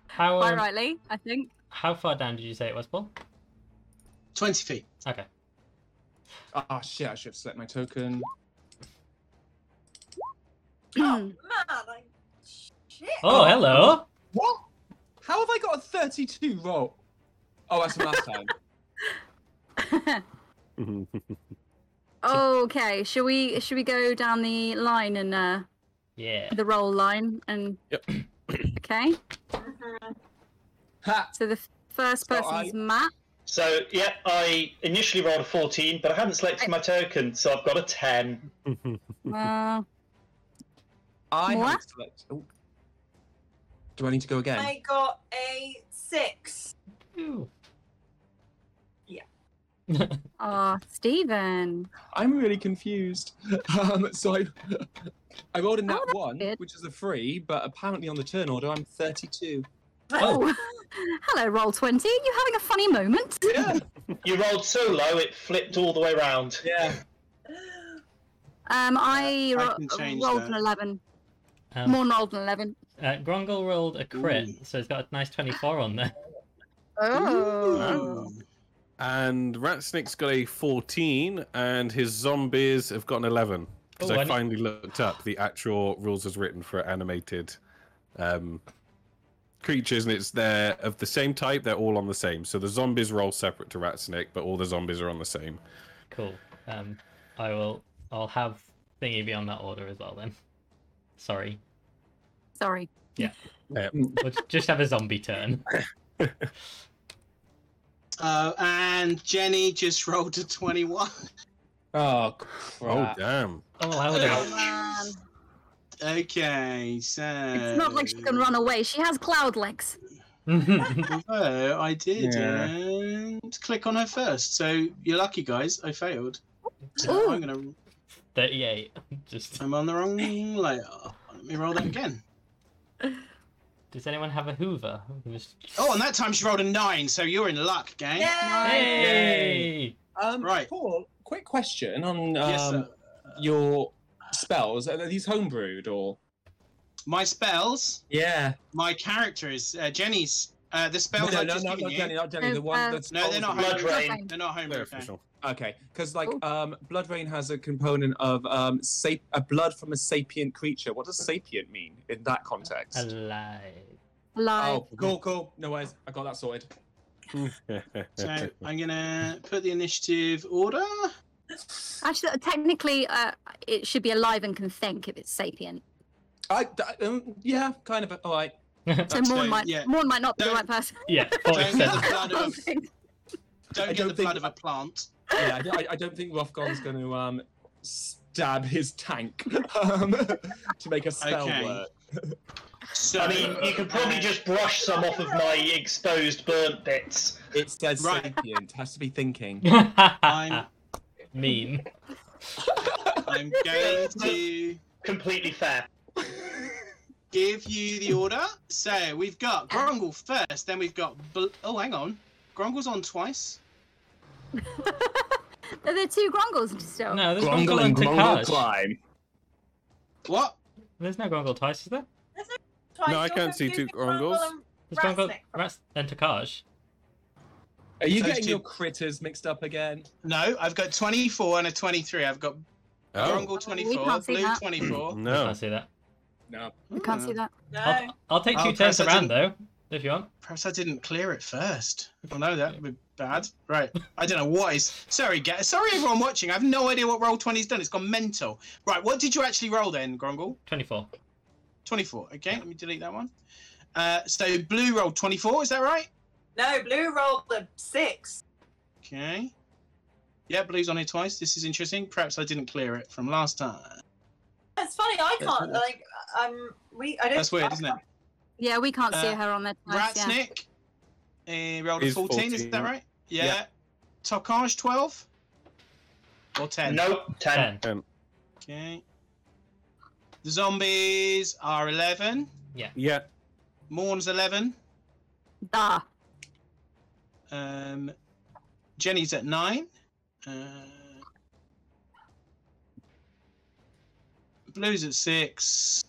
S4: How
S7: Quite
S4: um,
S7: rightly, I think.
S4: how far down did you say it was, Paul?
S1: Twenty feet.
S4: Okay.
S2: Ah, shit, I should have selected my token.
S5: oh man, I shit.
S4: Oh, hello.
S2: What? How have I got a 32 roll? Oh, that's from last time.
S6: Mhm.
S7: okay, should we should we go down the line and uh,
S4: Yeah.
S7: the roll line and?
S6: Yep.
S7: okay,
S5: Mhm.
S2: Ha!
S7: so the f- first
S2: So
S7: person's
S2: I-
S7: Matt.
S3: So, yeah, I initially rolled a 14, but I haven't selected my token, so I've got a 10.
S7: Uh,
S2: I
S7: What?
S2: haven't selected. Oh. Do I need to go again?
S5: I got a six.
S4: Ooh.
S7: oh, Stephen.
S2: I'm really confused. Um, so I, I rolled a nat
S7: Oh, that's
S2: one,
S7: good.
S2: which is a three, but apparently on the turn order I'm 32.
S4: Oh.
S7: hello, roll twenty. You having a funny moment?
S2: Yeah,
S3: You rolled so low, it flipped all the way round.
S2: yeah.
S7: Um, I,
S1: I
S7: ro-
S1: can change
S7: rolled
S1: that.
S7: an eleven.
S4: Um,
S7: More rolled an eleven.
S4: uh, Grongel rolled a crit,
S1: Ooh.
S4: so it's got a nice 24 on there.
S7: Oh.
S6: and Ratsnick's got a 14, and his zombies have got an 11. Because
S4: Oh, I
S6: I
S4: ne-
S6: finally looked up the actual rules as written for animated um, creatures, and it's they're of the same type, they're all on the same. So the zombies roll separate to Ratsnick, but all the zombies are on the same.
S4: Cool. Um, I will. I'll have thingy be on that order as well then. Sorry.
S7: Sorry.
S4: We'll j- just have a zombie turn.
S1: Uh, and Jenny just rolled a twenty-one.
S2: Oh,
S6: Oh,
S2: crap.
S6: damn.
S4: Oh, how would I?
S7: man.
S1: Okay, so Uh,
S7: It's not like she can run away. She has cloud legs.
S1: Although I did
S2: Yeah.
S1: and click on her first. So you're lucky, guys. I failed. So
S7: Ooh.
S1: I'm gonna.
S4: 38. Just.
S1: I'm on the wrong layer. Let me roll that again.
S4: Does anyone have a Hoover? Just-
S1: Oh, and that time she rolled a nine. So you're in luck, gang.
S5: Yay!
S4: Hey!
S2: Um,
S1: Right.
S2: Paul, quick question on um,
S1: yes, sir.
S2: your spells. Are these homebrewed or?
S1: My spells.
S2: Yeah.
S1: My character is uh, Jenny's. Uh, the
S2: No,
S1: spells
S2: no,
S1: I've
S2: no,
S1: just
S2: no,
S1: given
S2: not
S1: you.
S2: Jenny, not Jenny. The
S7: Um,
S2: one
S7: uh,
S2: that's
S1: No, they're not
S2: homebrewed.
S1: homebrew.
S3: Blood rain.
S7: Nothing.
S1: They're not homebrew.
S6: They're
S1: no.
S6: official.
S2: Okay, because like
S7: Ooh.
S2: um, blood rain has a component of um, sap- a blood from a sapient creature. What does sapient mean in that context?
S4: Alive.
S7: Like,
S2: Oh, cool, cool. No worries. I got that sorted.
S1: So I'm gonna put the initiative order.
S7: actually, technically, uh, it should be alive and can think if it's sapient.
S2: I, I- um, yeah, kind of. All right.
S7: So
S1: That's
S7: Morn
S1: fine,
S7: might,
S1: yeah.
S7: Morn might not be the
S1: Don't-
S7: right person.
S4: Yeah,
S1: Don't get the
S4: 40%.
S1: blood of a,
S2: I
S1: don't get
S2: don't
S1: the
S2: think-
S1: blood of a plant.
S2: Yeah, I don't- I, I don't think Rothgon's going to um, stab his tank um, to make a spell
S1: Okay.
S2: work.
S1: So um,
S3: I mean, you could probably just brush some off of my exposed burnt bits.
S2: It says
S1: Right.
S2: sapient. Has to be thinking.
S1: I'm
S4: mean.
S1: I'm going to
S3: Completely fair.
S1: give you the order. So we've got Grongle first, then we've got. Bl- oh, hang on. Grongle's on twice.
S7: Are there two Grongles still?
S4: Oh. No, there's Grongel and Takaj.
S2: climb.
S1: What?
S4: There's no Grongel twice, is there?
S5: Twice
S6: No, I
S5: you're
S6: can't see two
S5: confusing Grumble
S6: Grongles.
S5: and
S4: There's Grongel
S5: Ratsnick.
S4: Rats and Takaj.
S2: Are you
S1: Those
S2: getting
S1: two-
S2: your critters mixed up again?
S1: No, I've got 24 and a 23. I've got
S6: Oh.
S1: Grongle 24,
S7: can't see
S1: Blue
S7: that.
S1: 24.
S4: I
S6: No.
S4: can't see that.
S2: No.
S7: I can't
S2: Mm-hmm.
S7: see that.
S5: No.
S4: I'll take two
S1: Oh,
S4: turns
S1: Chris, I
S4: around though, if you want.
S1: Perhaps I didn't clear it first. Well, no, that would be bad. Right. I don't know what is. Sorry, ga- sorry everyone watching. I have no idea what roll 20's done. It's gone mental. Right. What did you actually roll then, Grongle?
S4: 24.
S1: 24. Okay. Let me delete that one. Uh, so blue rolled 24. Is that right?
S5: No, blue rolled the six.
S1: Okay. Yeah, blue's on here twice. This is interesting. Perhaps I didn't clear it from last time.
S5: It's funny. I
S1: That's
S5: can't.
S1: weird.
S5: Like, um, we. I don't.
S1: That's weird,
S5: I
S1: isn't it?
S7: Yeah, we can't see
S1: Uh,
S7: her on the dice, yeah.
S1: Ratsnick eh, rolled a
S6: Is
S1: 14, is that
S6: 14.
S1: right? Yeah.
S2: Yeah.
S1: Tokaj 12 or 10.
S3: Nope, ten.
S4: Ten.
S1: Okay. The zombies are 11.
S6: Yeah.
S1: Morn's 11.
S7: Ah,
S1: Um, Jenny's at 9. Uh, Blue's at 6.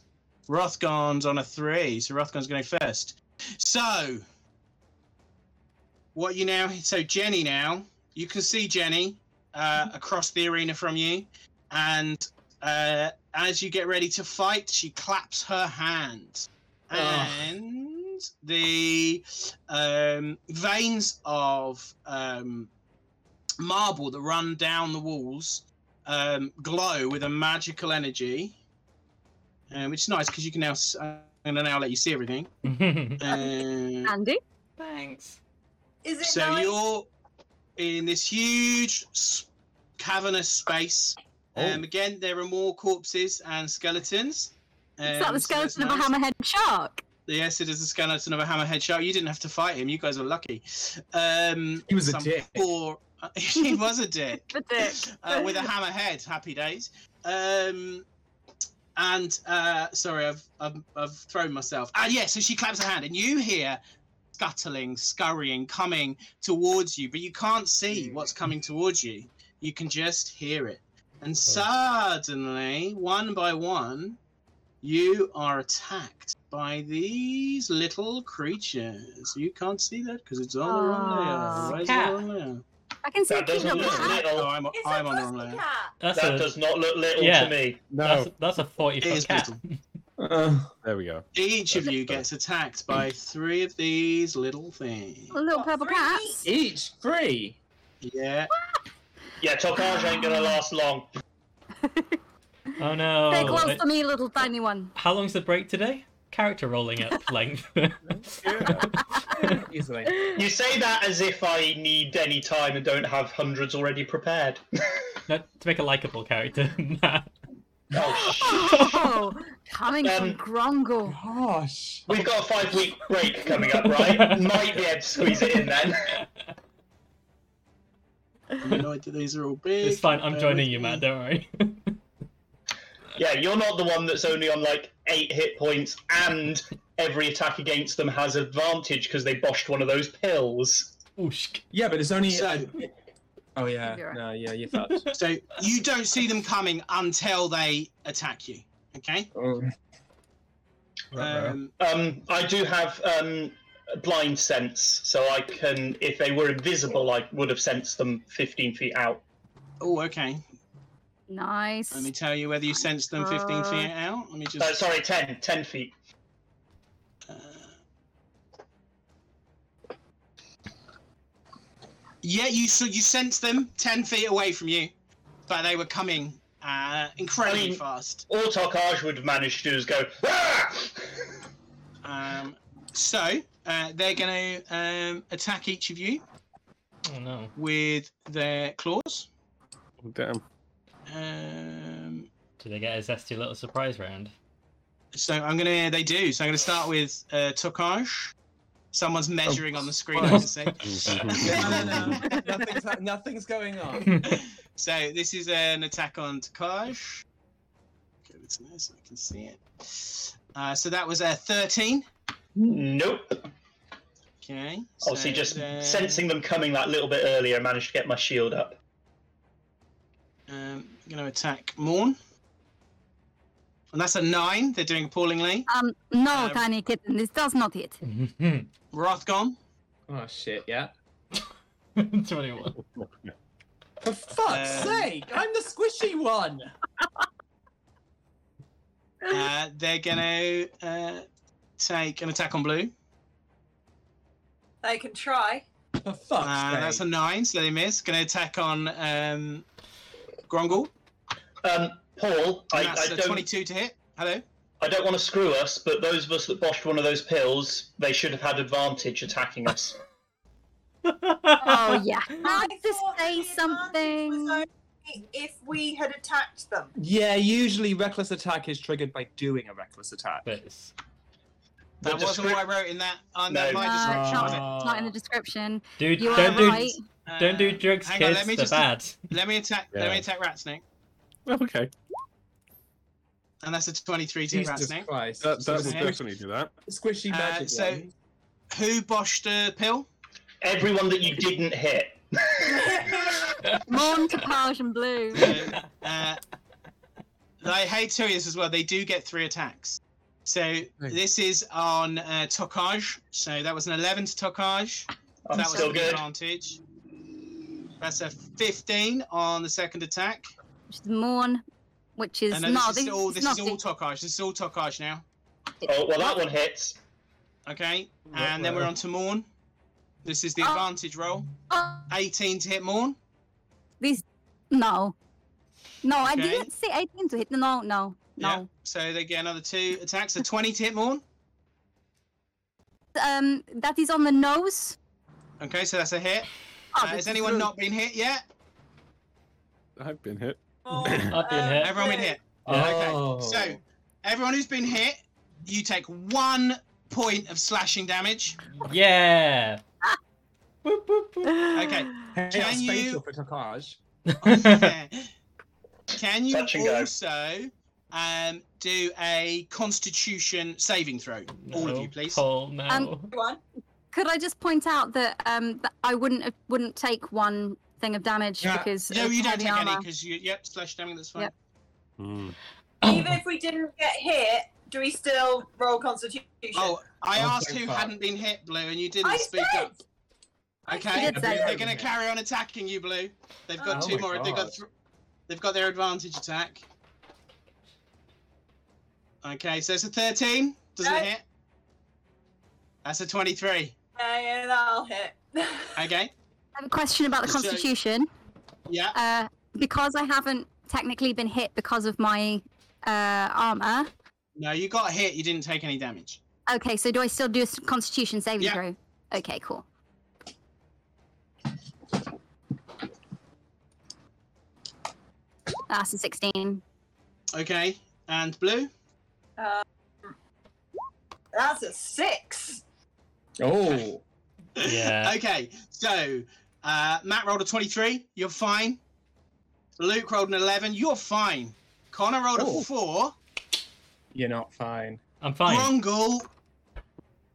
S1: Rothgon's on a 3. So Rothgon's going first. So, what you now. So, Jenny now. You can see Jenny uh, across the arena from you. And uh, as you get ready to fight, she claps her hands.
S4: Oh.
S1: And the um, veins of um, marble that run down the walls um, glow with a magical energy, um, which is nice because you can now. s- I'm gonna now let you see everything. Um,
S7: Andy.
S4: Thanks.
S5: Is it
S1: so
S5: nice?
S1: you're in this huge s- cavernous space.
S2: Oh.
S1: Um, again, there are more corpses and skeletons.
S7: Is that
S1: Um,
S7: the
S1: so that's
S7: skeleton of a
S1: nice.
S7: hammerhead shark?
S1: Yes, it is the skeleton of a hammerhead shark. You didn't have to fight him. You guys were lucky. Um,
S2: He was a
S1: some
S2: dick.
S1: poor- he was a dick.
S7: The dick.
S1: Uh, with a hammerhead. Happy days. Um, and uh, sorry, I've, I've I've thrown myself. And yeah, so she claps her hand, and you hear scuttling, scurrying, coming towards you, but you can't see what's coming towards you. You can just hear it. And suddenly, one by one, you are attacked by these little creatures. You can't see that because it's on the wrong
S7: Aw.
S1: layer. Why is it
S4: Cat.
S1: on the wrong layer?
S7: I can see a
S3: That doesn't
S7: kingdom
S3: look
S7: cat.
S1: Oh,
S3: little.
S1: I'm,
S5: It's a
S1: I'm on the wrong layer.
S5: pussycat.
S4: That's
S3: That
S4: a
S3: does not look little
S4: Yeah.
S3: to me.
S4: that's,
S6: No.
S4: that's a forty
S1: It is
S4: foot cat.
S1: brutal.
S4: Uh.
S6: There we go.
S1: Each of
S6: That's
S1: you
S6: fair.
S1: gets attacked by three of these little things.
S7: Little
S5: What,
S7: purple
S5: three?
S7: cats.
S2: Each three.
S1: Yeah.
S3: Yeah, Tokaj ain't gonna last long.
S4: Oh no.
S7: They're close
S4: I-
S7: to me, little tiny one.
S4: How long's the break today? Character rolling at length.
S2: Easily.
S3: You say that as if I need any time and don't have hundreds already prepared.
S4: no, to make a likable character. Nah.
S3: oh, sh-
S7: Oh, coming from
S3: Um,
S7: Grongle.
S2: Oh, Gosh.
S3: We've got a five week break coming up, right? Might be able to squeeze it in then.
S1: I'm annoyed that these are all big.
S4: it's fine. I'm
S1: Bear
S4: joining
S1: with
S4: you,
S1: me.
S4: Matt. Don't worry.
S3: Yeah, you're not the one that's only on like eight hit points and every attack against them has advantage because they boshed one of those pills.
S4: Oosh.
S2: Yeah, but it's only. uh,
S1: So-
S2: oh yeah.
S7: You're right.
S2: No, yeah, you fucked.
S1: So you don't see them coming until they attack you. Okay.
S2: Oh.
S1: Um,
S3: Um, I do have um, blind sense, so I can, if they were invisible, I would have sensed them 15 feet out.
S1: oh, okay.
S7: Nice.
S1: Let me tell you whether you sense them 15 feet out. Let me
S3: Uh,
S1: just.
S3: sorry, 10, 10 feet.
S1: Uh, yeah, you so you sense them 10 feet away from you, but they were coming uh, incredibly
S3: I mean-
S1: fast.
S3: All Tokaj would manage to do is go, "Ah!" "Rah!"
S1: Um, so uh, they're going to um, attack each of you
S4: Oh no.
S1: with their claws.
S6: Oh, damn.
S1: Um,
S4: Do they get a zesty little surprise round?
S1: so I'm gonna. They do. So I'm gonna start with uh, Tokaj. Someone's measuring on the screen. I can see.
S2: no,
S1: Um,
S2: no, no. nothing's, ha- nothing's going on.
S1: So this is an attack on Tokaj. Go to there so I can see it. Uh, so that was a 13.
S3: nope.
S1: Okay.
S3: Obviously,
S1: so
S3: Oh, just
S1: then-
S3: sensing them coming that little bit earlier, I managed to get my shield up.
S1: Um, going to attack Morn. And that's a nine. They're doing appallingly.
S7: Um, no,
S1: Um,
S7: tiny kitten, this does not hit.
S1: Rothgon.
S2: Oh shit, yeah.
S4: Twenty-one.
S2: For
S1: Um,
S2: fuck's sake, I'm the squishy one.
S1: Uh, they're going to uh, take an attack on blue.
S5: They can try.
S2: For fuck's
S1: Uh, that's a
S2: sake.
S1: nine, so they miss. Going to attack on um, Grongle.
S3: Um, Paul, I,
S1: And that's
S3: I
S1: a
S3: don't
S1: 22 to hit. Hello.
S3: I don't want to screw us, but those of us that boshed one of those pills, they should have had advantage attacking us.
S7: Oh yeah. I had to
S5: thought the
S7: say
S5: advantage was
S7: something.
S5: only If we had attacked them,
S2: Yeah, usually reckless attack is triggered by doing a reckless attack.
S4: This.
S1: That
S3: The
S1: wasn't what I wrote in that under
S3: No.
S1: my
S7: No, it's
S1: description.
S7: not,
S1: was it?
S4: Oh.
S7: Uh, it's not in the description.
S4: Dude,
S7: You
S4: don't
S7: are
S4: do
S7: right.
S4: don't do
S1: Uh,
S4: drugs,
S1: hang on,
S4: kids.
S1: let me
S4: They're
S1: just-
S4: bad.
S1: Let me attack. Let me
S2: Yeah.
S1: attack rat snake,
S6: Okay,
S1: and that's a twenty-three to hit rat
S2: Jesus
S1: snake.
S2: Christ.
S6: that, that
S2: Some
S6: would
S1: was
S2: squishy,
S6: definitely do that.
S2: squishy
S1: Uh,
S2: magic.
S1: so-
S2: one.
S1: Who boshed the pill?
S3: Everyone that you didn't hit.
S7: Morn to Page and Blue.
S1: So, uh, I hate Sirius as well. They do get three attacks. So
S2: Right.
S1: this is on uh, Tokaj. So that was an eleven to Tokaj.
S3: I'm
S1: that was
S3: still
S1: an
S3: good.
S1: advantage. That's a fifteen on the second attack.
S7: Which is Morn, which is
S1: and no,
S7: not.
S1: this is all
S7: it's
S1: this
S7: not
S1: is all Tokaj. This is all Tokaj now.
S3: Oh well, that one hits.
S1: Okay.
S2: Right,
S1: And then we're
S2: well.
S1: on to Morn. This is the
S7: Oh.
S1: advantage roll.
S7: Oh,
S1: Eighteen to hit Morn.
S7: no. No, I
S1: Okay.
S7: didn't see 18 to hit. No, no,
S1: Yeah.
S7: no.
S1: So they get another two attacks. A twenty to hit Morn.
S7: Um, that is on the nose.
S1: Okay, so that's a hit.
S7: Oh,
S1: Uh,
S7: this
S1: has
S7: is
S1: anyone
S7: rude.
S1: not been hit yet?
S6: I've been hit.
S5: Or,
S4: I've been hit.
S1: Everyone been hit. okay.
S2: Oh.
S1: So everyone who's been hit, you take one point of slashing damage.
S4: Yeah.
S2: Boop, boop, boop.
S1: Okay.
S2: Hey,
S1: Can
S2: that's
S1: you-
S2: fatal Oh. for Tokaj.
S1: Oh, Can you
S3: Touch and go.
S1: also um, do a Constitution saving throw? All of
S4: No,
S1: you, please.
S4: Paul, no.
S7: Um,
S5: One.
S7: Could I just point out that um that I wouldn't have- wouldn't take one thing of damage
S2: Yeah.
S7: because
S1: No,
S7: of
S1: you don't
S7: heavy
S1: take any
S7: armor.
S1: because you. Yep, slash damage. That's fine.
S7: Yep.
S6: Hmm.
S5: Even if we didn't get hit, do we still roll Constitution?
S1: Oh, I
S2: Oh,
S1: asked
S2: thank
S1: who
S2: God.
S1: hadn't been hit, Blue, and you didn't
S5: I
S1: speak
S5: said.
S1: up. Okay,
S7: did say
S1: they're
S2: that.
S1: going to carry on attacking you, Blue. They've got
S5: Oh
S1: two
S2: my
S1: more. They've
S2: God.
S1: got, th- they've got their advantage attack. Okay, so it's a thirteen. Doesn't
S5: No.
S1: hit. That's a twenty-three.
S5: Yeah, yeah, that'll hit.
S1: Okay.
S7: I have a question about the
S1: So-
S7: constitution.
S1: Yeah.
S7: Uh, because I haven't technically been hit because of my uh armor.
S1: No, you got hit. You didn't take any damage.
S7: Okay, so do I still do a s- constitution saving
S1: Yeah.
S7: throw? Okay, cool. That's a 16.
S1: Okay. And Blue.
S5: Um, That's a six.
S2: Oh.
S4: Yeah.
S1: okay. So uh, Matt rolled a twenty-three. You're fine. Luke rolled an eleven. You're fine. Connor rolled
S2: Oh.
S1: a four.
S2: You're not fine.
S4: I'm fine.
S1: Grongul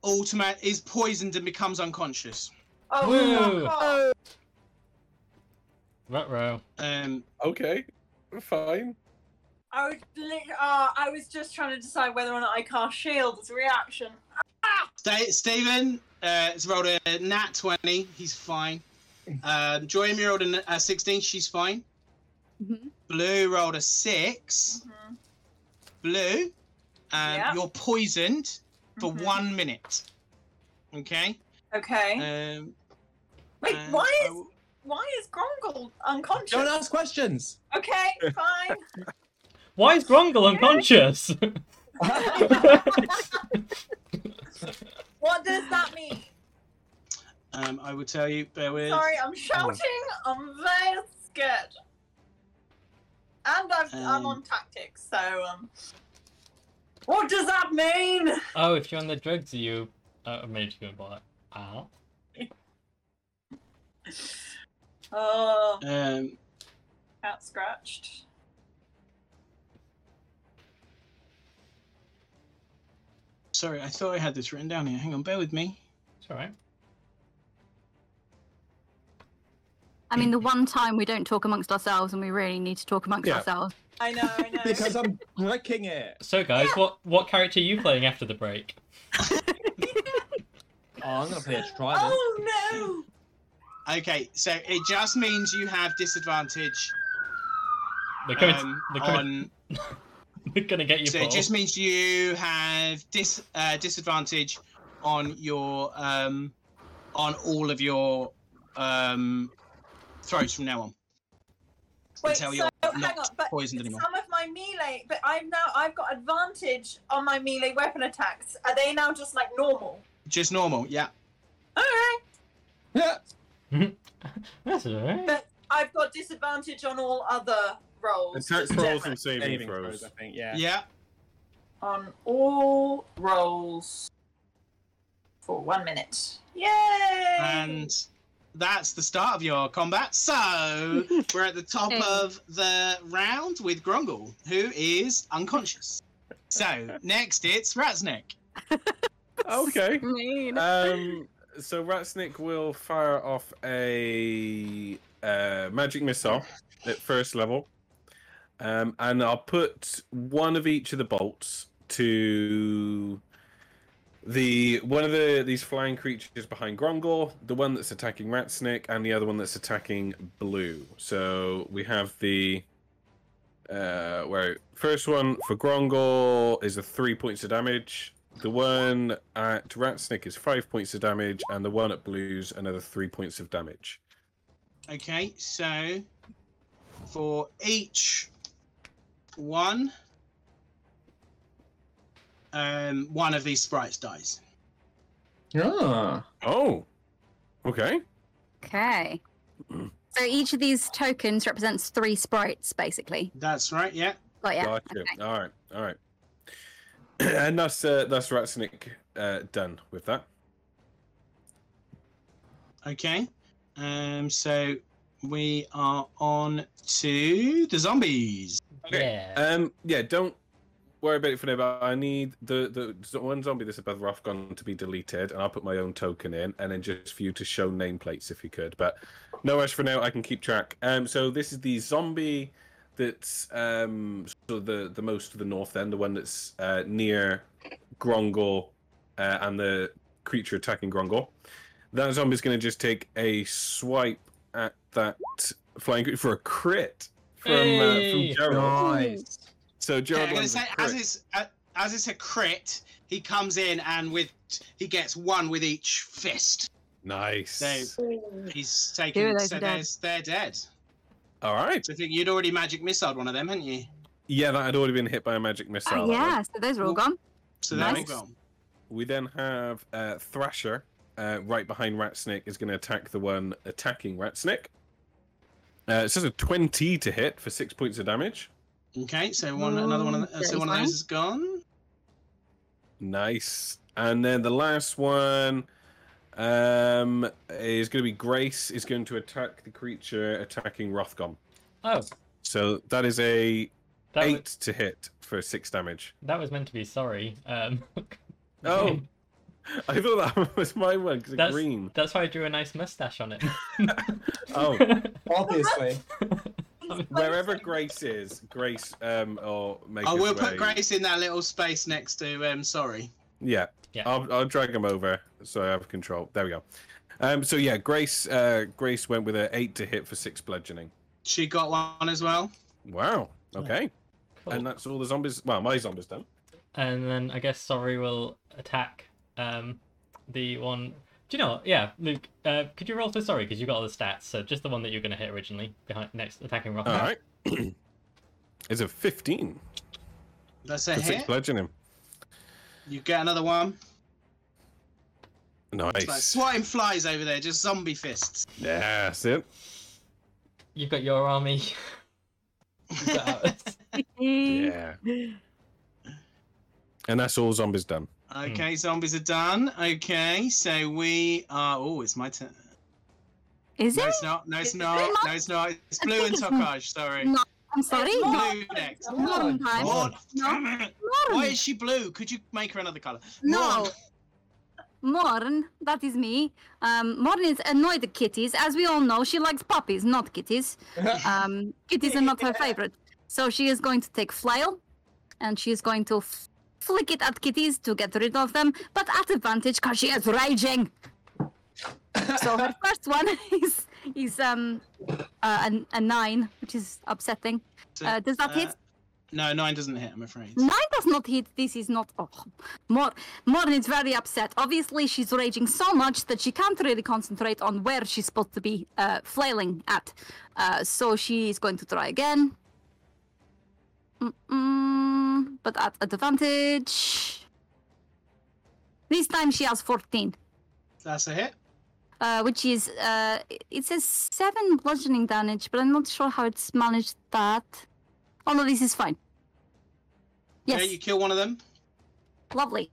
S1: ultimate is poisoned and becomes unconscious.
S5: Oh,
S4: Woo.
S5: fuck off.
S4: Rut row.
S1: Um,
S6: Okay, fine.
S5: I was, li- uh, I was just trying to decide whether or not I cast shield as a reaction.
S1: Sta- Stephen uh, has rolled a nat 20. He's fine. Um, Joy Amy rolled a, n- a 16. She's fine.
S7: Mhm.
S1: Blue rolled a 6.
S5: Mhm.
S1: Blue, um,
S5: Yeah.
S1: you're poisoned for
S5: Mhm.
S1: one minute. Okay?
S5: Okay.
S1: Um,
S5: Wait,
S1: and
S5: why
S1: I
S5: is
S1: will-
S5: why is Grongol unconscious?
S2: Don't ask questions.
S5: Okay, fine.
S4: Why is Grongel unconscious?
S5: What does that mean?
S1: um, I will tell you, bear with.
S5: Sorry, I'm shouting. I'm very scared. And I've, I'm on
S1: Um.
S5: tactics, so um. What does that mean?
S4: oh, if you're on the drugs, you. Uh, I'm just gonna buy it. Ah.
S5: Oh,
S1: Um,
S5: cat scratched.
S1: sorry, I thought I had this written down here. Hang on, bear with me.
S4: It's alright.
S7: I mean, the one time we don't talk amongst ourselves and we really need to talk amongst
S6: Yeah.
S7: ourselves.
S5: I know,
S1: Uh,
S5: I know.
S2: because I'm breaking it.
S4: So, guys, what what character are you playing after the break?
S2: Oh, I'm gonna play a trident.
S5: oh
S1: Okay, so it just means you have disadvantage
S4: They're coming. to-
S1: um,
S4: they're, coming
S1: on.
S4: they're gonna get you.
S1: So
S4: Paul.
S1: it just means you have dis uh, disadvantage on your um, on all of your um, throws from now on.
S5: Wait,
S1: until
S5: so
S1: you're
S5: hang
S1: not
S5: on, but
S1: poisoned anymore.
S5: some of my melee, but I'm now I've got advantage on my melee weapon attacks. Are they now just like normal?
S1: Just normal, yeah.
S5: All right.
S2: Yeah.
S4: That's all right.
S5: I've got disadvantage on all other rolls.
S6: Attack
S5: just
S6: rolls
S5: generally.
S6: and saving
S2: throws,
S6: throws.
S2: I think. Yeah.
S1: Yeah.
S5: on all rolls for one minute. Yay!
S1: And that's the start of your combat. So we're at the top
S7: Hey.
S1: of the round with Grongle, who is unconscious. So next it's Raznik.
S6: Okay.
S7: Mean.
S6: Um, so Ratsnick will fire off a uh, magic missile at first level, um, and I'll put one of each of the bolts to the one of the these flying creatures behind Grongor, the one that's attacking Ratsnick, and the other one that's attacking Blue. So we have the uh, where first one for Grongor is a three points of damage. The one at Ratsnick is five points of damage, and the one at Blue's another three points of damage.
S1: Okay, so for each one, um, one of these sprites dies.
S2: Ah.
S6: Oh, okay.
S7: Okay. So each of these tokens represents three sprites, basically.
S1: That's right. Yeah.
S7: Got ya?
S6: gotcha. All right, all right. and that's uh, that's Ratsnick uh, done with that.
S1: Okay. Um. So we are on to the zombies.
S4: Yeah.
S6: Um, yeah, don't worry about it for now. But I need the the z- one zombie that's above Rothgon to be deleted, and I'll put my own token in, and then just for you to show nameplates if you could. But no rush for now. I can keep track. Um, so this is the zombie that's um so the the most to the north end, the one that's uh, near Grongor, uh, and the creature attacking Grongor. That zombie's going to just take a swipe at that flying cre- for a crit from
S4: Hey!
S6: uh, from Gerald.
S2: Nice.
S6: So
S1: Yeah,
S6: Gerald
S1: I'm gonna
S6: lands a
S1: say as
S6: crit.
S1: it's uh, as it's a crit, he comes in and with he gets one with each fist.
S6: nice.
S1: So- He's
S7: Two
S1: taking
S7: of those
S1: so
S7: are dead.
S1: there's they're dead.
S6: All right.
S1: So I think you'd already magic missiled one of them, hadn't you?
S6: Yeah, that had already been hit by a magic
S7: Oh,
S6: missile. that one.
S7: yeah, so those are all gone.
S1: So they're all
S6: Nice.
S1: gone.
S6: We then have uh, Thrasher uh, right behind Ratsnick is going to attack the one attacking Ratsnick. Uh, it's just a 20 to hit for six points of damage.
S1: Okay, so one another one of
S7: Mm,
S1: the, so
S7: that
S1: one
S7: is
S1: of those
S7: fine.
S1: is gone.
S6: Nice. And then the last one um, is going to be Grace is going to attack the creature attacking Rothgon.
S4: Oh,
S6: So that is a
S4: that,
S6: eight
S4: was,
S6: to hit for six damage.
S4: that was meant to be sorry. Um,
S6: Oh, I thought that was my one because
S4: That's-
S6: green.
S4: that's why I drew a nice mustache on it.
S6: Oh,
S2: Obviously.
S6: wherever Grace is, Grace um or make.
S1: I
S6: his
S1: will Oh, put
S6: way-
S1: Grace in that little space next to um sorry.
S6: Yeah,
S4: Yeah.
S6: I'll I'll drag him over so I have control. There we go. Um, so yeah, Grace uh Grace went with a eight to hit for six bludgeoning.
S1: She got one as well.
S6: Wow. Okay.
S4: Cool.
S6: And that's all the zombies. Well, my zombies done.
S4: and then I guess Sorry will attack um, the one. Do you know? What? Yeah, Luke. Uh, could you roll for Sorry because you got all the stats? So just the one that you're going to hit originally behind next attacking rock.
S6: All right. it's a fifteen
S1: That's a
S6: for six
S1: hit.
S6: bludgeoning.
S1: You get another one. It's like
S6: Nice.
S1: swatting flies over there, just zombie fists.
S6: Yeah, that's it.
S4: You've got your army. You've got ours.
S6: Yeah. And that's all zombies done.
S1: Okay, zombies are done. Okay, so we are. Oh, it's my turn.
S7: Is
S1: No,
S7: it?
S1: it's not. No, it's
S7: Is it
S1: not.
S7: mine?
S1: No, it's not. It's
S7: I
S1: blue
S7: think
S1: and
S7: it's mine.
S1: Tokaj. Sorry.
S7: No, I'm sorry.
S5: It's
S7: Not
S5: not.
S1: Blue next.
S5: Come
S7: not
S5: on.
S7: on time.
S1: Lord,
S7: No,
S1: damn it. Oh, Why
S7: Morn.
S1: is she blue? Could you make her another color?
S7: No.
S1: Morn.
S7: Morn, that is me. Um, Morn is annoyed at kitties. As we all know, she likes puppies, not kitties. Um, kitties are not her favorite. So she is going to take flail and she is going to f- flick it at kitties to get rid of them, but at advantage because she is raging. so her first one is is um uh, a, a nine, which is upsetting.
S1: So,
S7: Uh, does that hit?
S1: uh, No, nine doesn't hit. I'm afraid.
S7: Nine does not hit. This is not. Oh, Mor- Morn is very upset. Obviously, she's raging so much that she can't really concentrate on where she's supposed to be uh, flailing at. Uh, so she is going to try again. Mm-mm, but at advantage. This time she has 14.
S1: That's a hit.
S7: uh, which is uh, it says seven bludgeoning damage, but I'm not sure how it's managed that. Oh no, this is fine. Yes,
S1: Yeah, you kill one of them.
S7: lovely.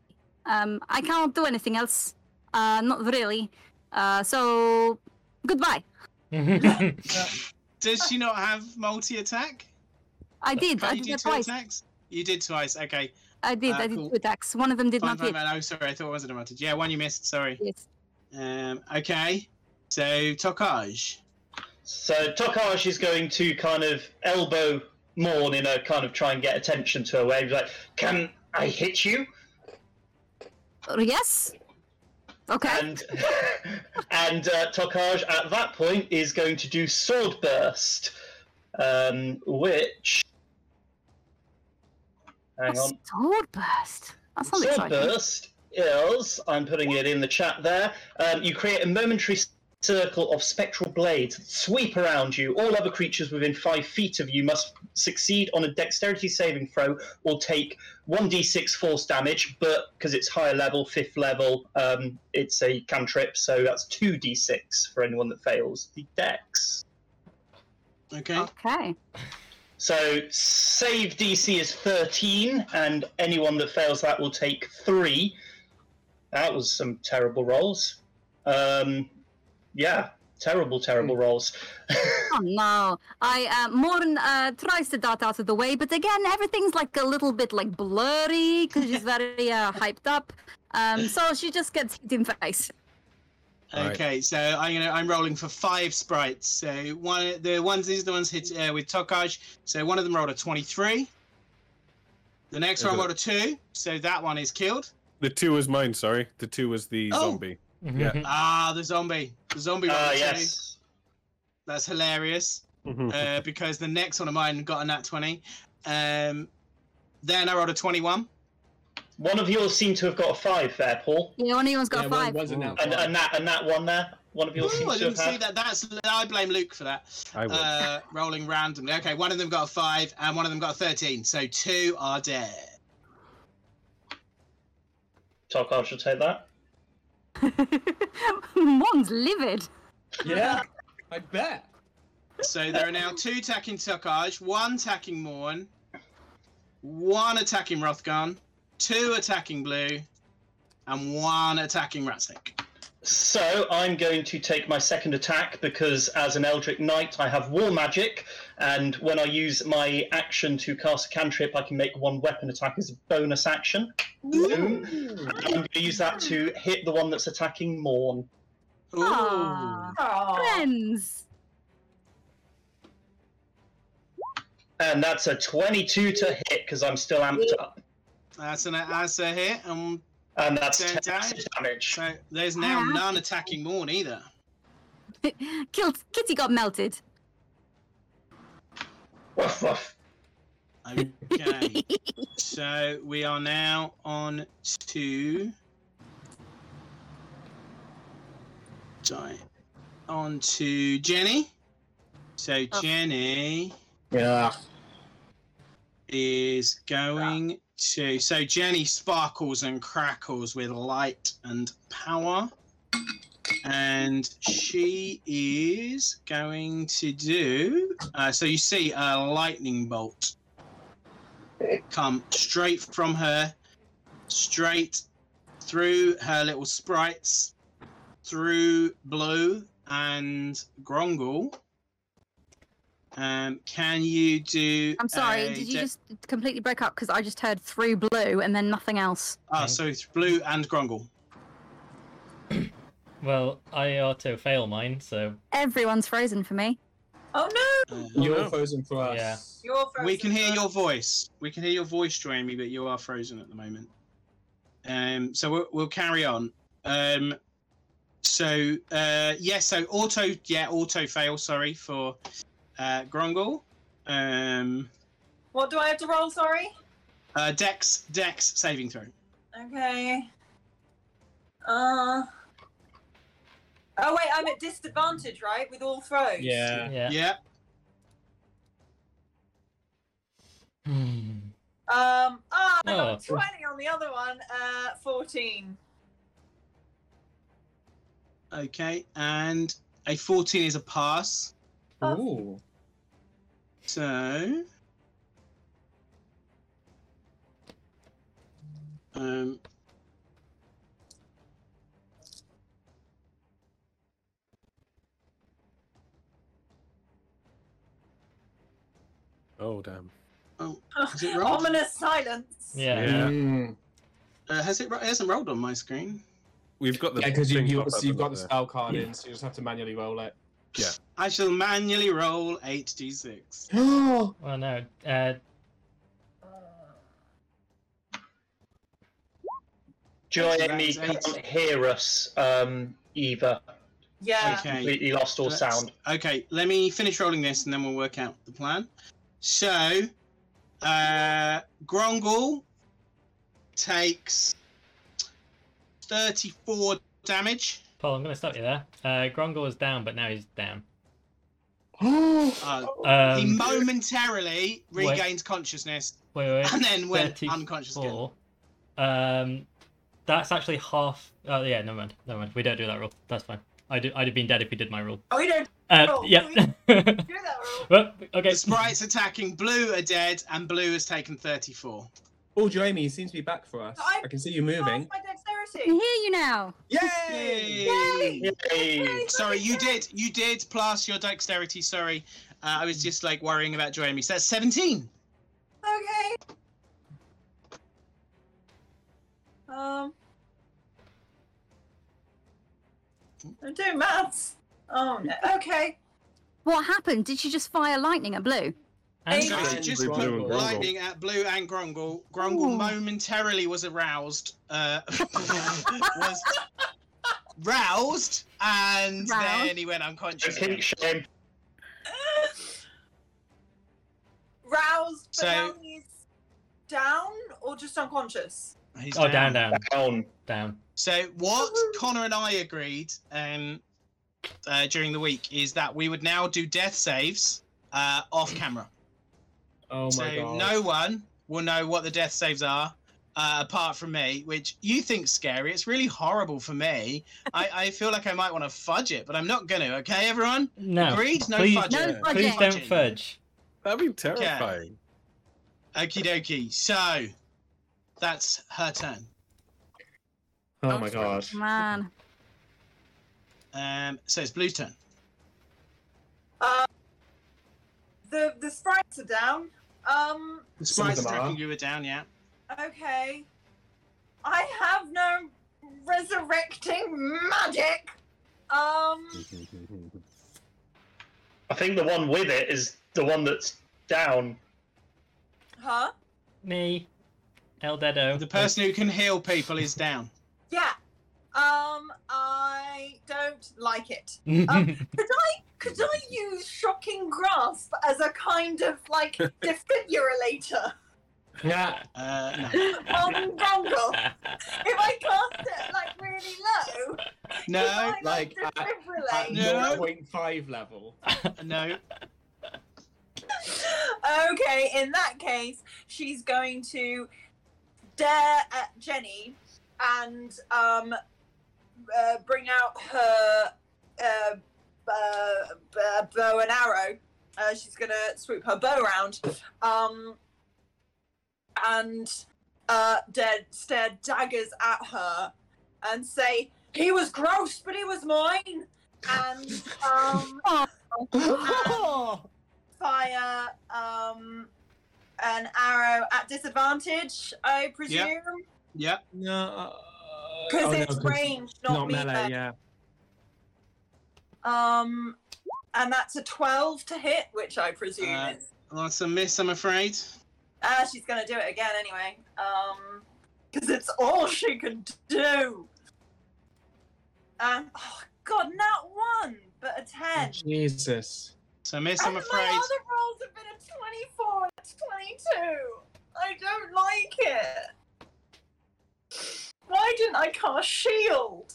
S7: Um, I cannot do anything else. Uh, not really. Uh, so goodbye.
S1: Does she not have multi attack?
S7: I did. I
S1: you
S7: did
S1: do
S7: it
S1: two
S7: twice.
S1: attacks. You did twice. Okay.
S7: I did.
S1: Ah,
S7: I did
S1: cool.
S7: two attacks. One of them did
S1: Fine,
S7: not
S1: fine,
S7: hit.
S1: fine. Oh, sorry. I thought it was an advantage. Yeah, one you missed. Sorry.
S7: Yes.
S1: Um. Okay. So Tokaj.
S3: So Tokaj is going to kind of elbow Morn in a kind of try and get attention to her way. He's like, "Can I hit you?"
S7: Uh, Yes. Okay.
S3: And and uh, Tokaj at that point is going to do Sword Burst, um, which hang on,
S7: Sword burst. That sounds
S3: Sword
S7: exciting.
S3: Burst is I'm putting it in the chat there. Um, you create a momentary circle of spectral blades that sweep around you. All other creatures within five feet of you must succeed on a dexterity saving throw or take 1d6 force damage, but because it's higher level, fifth level, um, it's a cantrip, so that's 2d6 for anyone that fails the dex.
S7: Oh.
S1: Okay.
S7: Okay.
S3: So save DC is 13, and anyone that fails that will take three. That was some terrible rolls. Um, yeah, terrible, terrible
S1: Hmm.
S3: rolls.
S7: Oh no! I uh, Morn uh, tries to dart out of the way, but again, everything's like a little bit like blurry because she's very uh, hyped up. Um, so she just gets hit in face.
S6: Right.
S1: Okay. So I'm gonna I'm rolling for five sprites. So one the ones these are the ones hit uh, with Tokaj. So one of them rolled a 23. The next one
S6: Okay.
S1: rolled a two. So that one is killed.
S6: The two was mine. Sorry, the two was the
S1: Oh.
S6: zombie. Yeah.
S1: Ah, the zombie. The zombie rolled
S3: Ah,
S1: a two.
S3: yes.
S1: That's hilarious. uh, because the next one of mine got a nat 20. Um, then I rolled a 21.
S3: One of yours seemed to have got a five there, Paul.
S7: Yeah, only one's got
S2: Yeah, one-
S7: five.
S2: one's an out-
S3: And, and that and that one there. One of yours
S1: Ooh,
S3: seems
S1: I
S3: to
S1: didn't
S3: have
S1: see
S3: had.
S1: that. That's I blame Luke for that.
S6: I will.
S1: Uh, rolling randomly. Okay, one of them got a five and one of them got a 13. So two are dead.
S3: Tokar should take that.
S7: Morn's livid.
S2: yeah, I bet.
S1: So there are now two attacking Tokaj, one attacking Morn, one attacking Rothgun, two attacking Blue, and one attacking Ratsnick.
S3: So I'm going to take my second attack because, as an Eldritch Knight, I have War Magic, and when I use my action to cast a cantrip, I can make one weapon attack as a bonus action. Boom. And I'm going to use that to hit the one that's attacking Morn.
S1: Ooh.
S7: Aw.
S5: Aw.
S7: Friends.
S3: And that's a 22 to hit because I'm still amped up.
S1: That's an that's a hit, and
S3: And that's
S1: Ten
S3: 10 damage.
S1: so there's now
S7: Ah.
S1: none attacking Morn either.
S7: Kilt- Kitty got melted.
S3: Woof, woof.
S1: Okay. so we are now on to sorry, on to Jenny. So
S7: Oh.
S1: Jenny
S2: Yeah.
S1: is going to so Jenny sparkles and crackles with light and power. And she is going to do. Uh, so you see a lightning bolt come straight from her, straight through her little sprites, through Blue and Grongle. Um, can you do?
S7: I'm sorry.
S1: a
S7: did you
S1: de-
S7: just completely break up? Because I just heard through blue and then nothing else.
S1: Ah, so it's blue and Grongle.
S4: Well, I auto fail mine, so
S7: Everyone's frozen for me.
S5: Oh no!
S1: Uh,
S2: You're
S6: no.
S2: frozen for us.
S4: Yeah.
S5: You're frozen.
S1: we can hear your voice. We can hear your voice, Jamie, but you are frozen at the moment. Um, so we'll, we'll carry on. Um, so uh, yeah, so auto, yeah, auto fail. Sorry for uh, Grongle. Um,
S5: What do I have to roll? Sorry.
S1: uh, Dex, Dex saving throw.
S5: Okay. Uh. Oh wait, I'm at disadvantage, right? With all throws.
S2: Yeah.
S4: yeah.
S1: Yeah.
S4: Hmm.
S5: Um. Oh, I got
S4: Oh,
S5: a twenty on the other one. Uh, fourteen.
S1: Okay, and a 14 is a pass.
S2: Ooh.
S1: So. Um.
S6: Oh damn.
S1: Oh,
S5: Oh,
S1: is it rolled?
S5: Ominous silence.
S4: Yeah.
S6: Yeah.
S2: Mm.
S1: Uh, has it? It hasn't rolled on my screen.
S6: We've got the
S2: Yeah, because you,
S6: thing
S2: you
S6: pop up
S2: obviously you've got
S6: up
S2: the
S6: there.
S2: spell card
S6: Yeah.
S2: in, so you just have to manually roll it.
S1: I shall manually roll 8d6.
S2: oh,
S4: Well, no. Uh,
S3: Joy
S1: So
S3: Amy
S1: that is
S3: can't hear us um, either.
S5: Yeah.
S1: Okay.
S3: Completely lost all
S1: Let's-
S3: sound.
S1: Okay, let me finish rolling this and then we'll work out the plan. So, uh, Grongul takes 34 damage.
S4: Paul, I'm going to stop you there. Uh, Grongor was down, but now he's down.
S1: Uh, he
S4: Um,
S1: momentarily
S4: wait.
S1: regains consciousness
S4: wait, wait.
S1: and then went
S4: 34.
S1: unconscious again.
S4: Um, that's actually half. Oh yeah, never mind. Never mind. We don't do that rule. That's fine. I do, I'd have been dead if we did my rule.
S5: Oh, we don't
S4: Uh,
S5: Oh,
S4: yeah.
S5: do that rule.
S4: Well, okay.
S1: The sprites attacking blue are dead and blue has taken 34.
S2: Jamie, you seem to be back for us.
S5: I- Oh,
S2: I can see you
S5: Half
S2: moving.
S5: my
S7: I can
S5: dexterity.
S7: hear you now.
S1: Yay!
S3: Yay.
S1: Sorry, you did. You did plus your dexterity. Sorry. Uh, I was just like worrying about Jeremy. So that's 17.
S5: Okay. Um. I'm doing maths. Oh, no. okay.
S7: What happened? Did you just fire lightning at Blue?
S4: And-
S1: So
S5: Eight.
S1: she just
S6: Blue
S1: put
S6: and Grungle.
S1: lightning at Blue and Grungle. Grungle
S7: Ooh.
S1: momentarily was aroused. Uh, was roused, and
S7: Roused.
S1: then he went unconscious.
S3: Okay,
S1: again.
S3: shame.
S5: Roused, but
S1: So-
S5: now he's down or just unconscious?
S1: He's
S4: Oh, down, down,
S3: Down.
S4: down.
S1: So what Connor and I agreed um, uh, during the week is that we would now do death saves uh, off camera.
S2: Oh my
S1: so
S2: god.
S1: no one will know what the death saves are uh, apart from me, which you think's scary. It's really horrible for me. I, I feel like I might want to fudge it, but I'm not going to. Okay, everyone?
S4: No,
S1: Agreed? No
S4: please-
S1: fudging.
S7: No
S6: Yeah.
S7: fudging.
S4: please don't
S1: Fudging.
S4: fudge.
S6: That'd be terrifying.
S1: Okie dokie. So that's her turn.
S2: Oh my god.
S7: Man.
S1: Um, so it's Blue's turn.
S5: Uh, The the sprites are down. Um.
S1: The
S2: Some of
S1: sprites
S2: them are.
S1: attacking you are down, yeah.
S5: Okay. I have no resurrecting magic. Um.
S3: I think the one with it is the one that's down.
S5: Huh?
S4: Me, El Dedo.
S1: The person who can heal people is down.
S5: Yeah. Um. I don't like it. um, Could I could I use shocking grasp as a kind of like defibrillator
S2: Yeah.
S1: Uh, no.
S5: on Grumble? If I cast it like really low, could I,
S1: No,
S2: like, uh, At
S5: defibrillate.
S1: No.
S2: 0.5 level.
S1: no.
S5: Okay, in that case, she's going to dare at Jenny and um uh, bring out her uh, uh, b- uh, bow and arrow. Uh, she's gonna swoop her bow around, um, and uh, dare stare daggers at her and say, "He was gross, but he was mine." And um, fire um an arrow at disadvantage, I presume,
S1: Yep.
S2: no.
S5: because
S2: oh, no,
S5: it's
S2: 'cause
S5: range, not,
S2: Not
S5: melee.
S2: melee, yeah.
S5: Um, and that's a twelve to hit, which I presume
S1: Uh,
S5: is.
S1: That's a miss, I'm afraid.
S5: Ah, she's gonna do it again anyway. Um, because it's all she can do. And oh god, not one, but a ten.
S2: Jesus.
S1: So miss, I'm
S5: And
S1: afraid.
S5: Oh My other rolls have been a 24 and a 22. I don't like it. Why didn't I cast shield?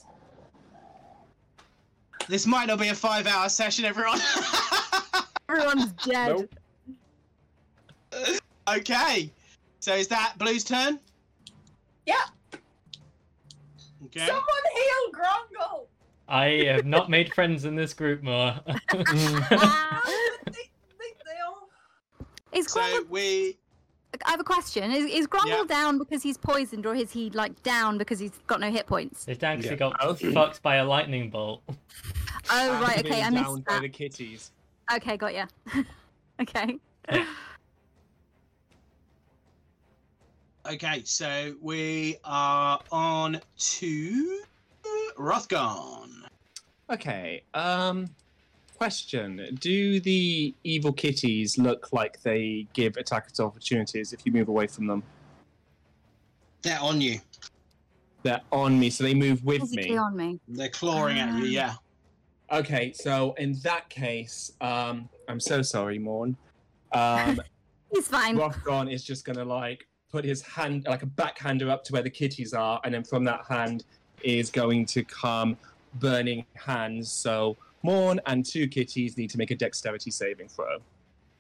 S1: This might not be a five hour session, everyone.
S7: Everyone's dead.
S6: Nope.
S1: okay. So is that Blue's turn?
S5: Yeah.
S1: Okay.
S5: Someone heal Grungle!
S4: I have not made friends in this group more.
S5: they, they, they all.
S7: Ah. Is Grumble,
S1: So we
S7: I have a question. Is, is Grumble
S1: Yeah.
S7: down because he's poisoned, or is he like down because he's got no hit points?
S4: They actually
S6: Yeah.
S4: got fucked by a lightning bolt.
S7: Oh
S2: After
S7: right, okay,
S2: being
S7: I
S2: downed
S7: missed
S2: by
S7: that.
S2: the kitties.
S7: Okay, got you. okay.
S1: okay. So we are on to Rothgon.
S2: Okay. Um, question: Do the evil kitties look like they give attackers opportunities if you move away from them?
S1: They're on you.
S2: They're on me, so they move with
S7: Physically
S2: me.
S7: on me.
S1: They're clawing at you.
S7: Um,
S1: Yeah.
S2: Okay, so in that case, um, I'm so sorry, Morn. Um,
S7: He's fine.
S2: Rothgon is just gonna like put his hand like a backhander up to where the kitties are, and then from that hand is going to come burning hands. So Morn and two kitties need to make a dexterity saving throw.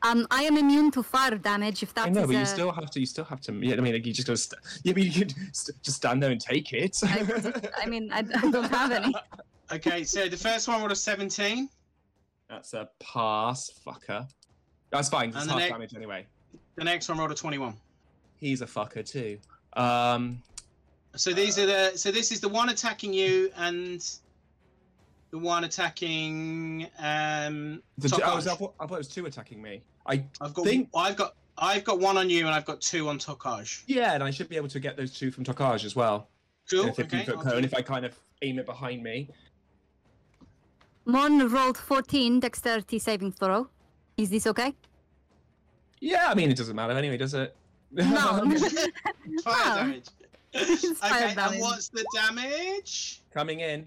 S7: Um, I am immune to fire damage. If that's
S2: I know, but you still have to. You still have to. Yeah, I mean, like, you just gotta. St- yeah, but you could st- just stand there and take it.
S7: I mean, I, I don't have any.
S1: Okay. So the first one rolled a seventeen,
S2: That's a pass, fucker. That's fine. 'cause It's
S1: And the
S2: half
S1: next-
S2: damage anyway.
S1: the next one rolled a twenty-one.
S2: He's a fucker too. Um,
S1: So these are the. So this is the one attacking you and the one attacking. Um,
S2: the,
S1: Top
S2: two- I, was, I,
S1: guys.
S2: thought, I thought it was two attacking me. I
S1: I've got.
S2: Think-
S1: I've got. I've got one on you, and I've got two on Tokaj.
S2: yeah, and I should be able to get those two from Tokaj as well.
S1: Cool.
S2: in a 15
S1: Okay.
S2: foot
S1: I'll
S2: cone.
S1: do-
S2: If I kind of aim it behind me,
S7: Mon rolled 14 dexterity saving throw. Is this okay?
S2: yeah, I mean it doesn't matter anyway, does it?
S7: No.
S1: Fire
S7: Wow.
S1: damage.
S7: It's fire
S1: okay,
S7: damage.
S1: and what's the damage?
S2: Coming in.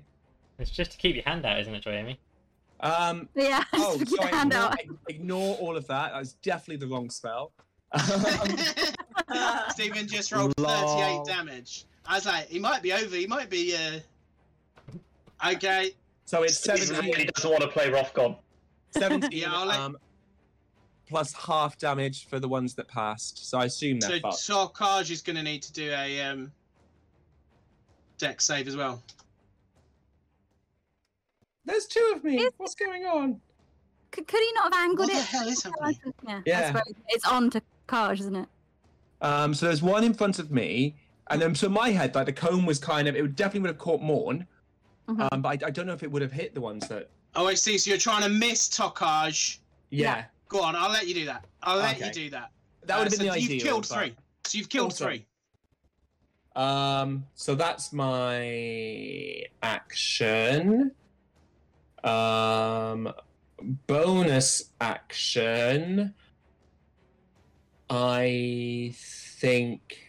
S4: It's just to keep your hand out, isn't it, Jamie?
S2: Um,
S7: yeah.
S2: oh,
S7: Just
S2: sorry,
S7: get the hand
S2: ignore,
S7: out.
S2: ignore all of that. That was definitely the wrong spell.
S5: Uh,
S1: Stephen just rolled 38
S2: Lol.
S1: damage. I was like, he might be over. He might be. uh Okay.
S2: so it's
S3: He
S2: 17,
S3: really doesn't want to play Rothgon.
S2: 17
S1: Yeah, I'll let-
S2: um, plus half damage for the ones that passed. So I assume
S1: So
S2: they're fucked.
S1: Sarkaj is going to need to do a um, deck save as well.
S2: There's two of me.
S7: Is-
S2: What's going on?
S7: Could, could he not have angled
S1: What the
S7: it?
S1: hell is happening?
S7: Yeah,
S2: Yeah.
S7: I suppose. It's on to Kaj, isn't it?
S2: Um, so there's one in front of me, and then so my head, like the cone was kind of, it would definitely would have caught Morn,
S7: Mhm.
S2: um, but I, I don't know if it would have hit the ones that.
S1: Oh, I see. So you're trying to miss Tokaj.
S2: Yeah,
S7: Yeah.
S1: Go on. I'll let you do that. I'll let
S2: Okay.
S1: you do that.
S2: that
S1: Uh,
S2: would have
S1: so
S2: been the
S1: You've
S2: ideal.
S1: killed
S2: but-
S1: three. So you've killed
S2: Awesome.
S1: three.
S2: Um, so that's my action. Um, bonus action. I think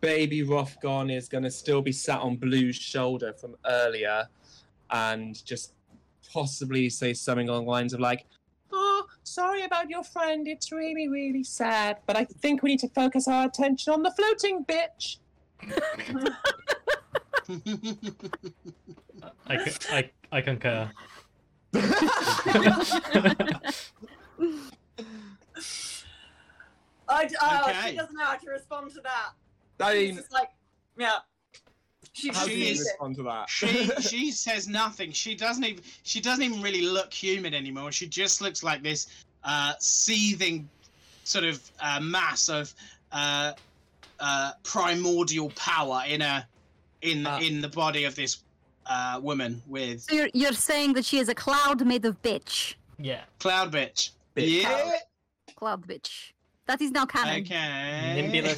S2: Baby Rothgon is going to still be sat on Blue's shoulder from earlier and just possibly say something along the lines of like, Oh, sorry about your friend. It's really, really sad. But I think we need to focus our attention on the floating bitch.
S4: I, co- I, I concur.
S5: I, d- oh,
S1: Okay.
S5: She doesn't know how to respond to that.
S2: I
S5: She's
S2: mean,
S5: just like, yeah. She,
S2: how do you
S5: she,
S1: She's-
S2: respond to that?
S1: she she says nothing. She doesn't even she doesn't even really look human anymore. She just looks like this uh, seething sort of uh, mass of uh, uh, primordial power in a in
S2: Uh.
S1: in the body of this uh, woman with
S7: So you're, you're saying that she is a cloud made of bitch.
S4: Yeah.
S1: cloud bitch.
S2: Bitch.
S1: Yeah.
S7: Cloud bitch. That is now canon.
S1: Okay.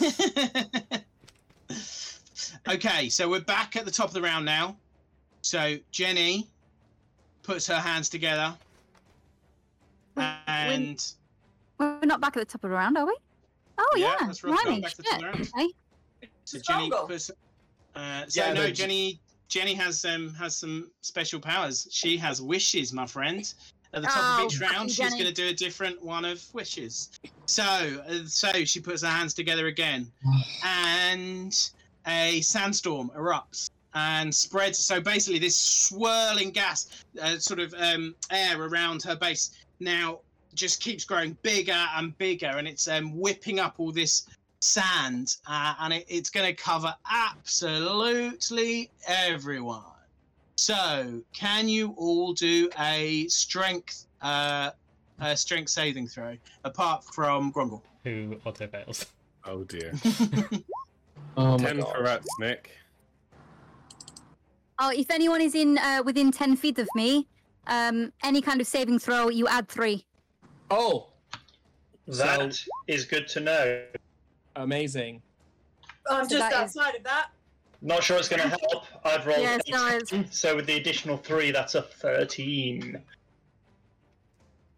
S1: okay, so we're back at the top of the round now. So Jenny puts her hands together
S7: We're-
S1: and.
S7: We're not back at the top of the round, are we? Oh, yeah.
S1: that's right.
S7: Blimey,
S1: Back to
S7: shit.
S1: the round.
S7: Okay.
S1: So
S5: It's
S1: Jenny,
S5: Bongo.
S1: puts- uh, so
S2: Yeah,
S1: no,
S2: but-
S1: Jenny. Jenny has um has some special powers. She has wishes, my friend. At the top
S7: Oh,
S1: of each round,
S7: fucking
S1: she's
S7: Jenny.
S1: going to do a different one of wishes. So, uh, so she puts her hands together again, and a sandstorm erupts and spreads. So basically, this swirling gas, uh, sort of um, air around her base, now just keeps growing bigger and bigger, and it's um, whipping up all this sand, uh, and it, it's going to cover absolutely everyone. So, can you all do a strength uh, a strength saving throw apart from Grumble?
S4: Who auto fails?
S6: Oh dear.
S2: Oh my
S6: Ten
S2: god.
S6: for rats, Nick.
S7: Oh, if anyone is in uh, within ten feet of me, um, any kind of saving throw, you add three.
S2: Oh,
S3: That is good to know.
S2: amazing.
S5: I'm
S7: So
S5: Um, just
S7: that is-
S5: outside of that.
S3: Not sure it's going to help. I've rolled
S7: Yes, no, it's-
S3: 18, so with the additional three, that's a 13.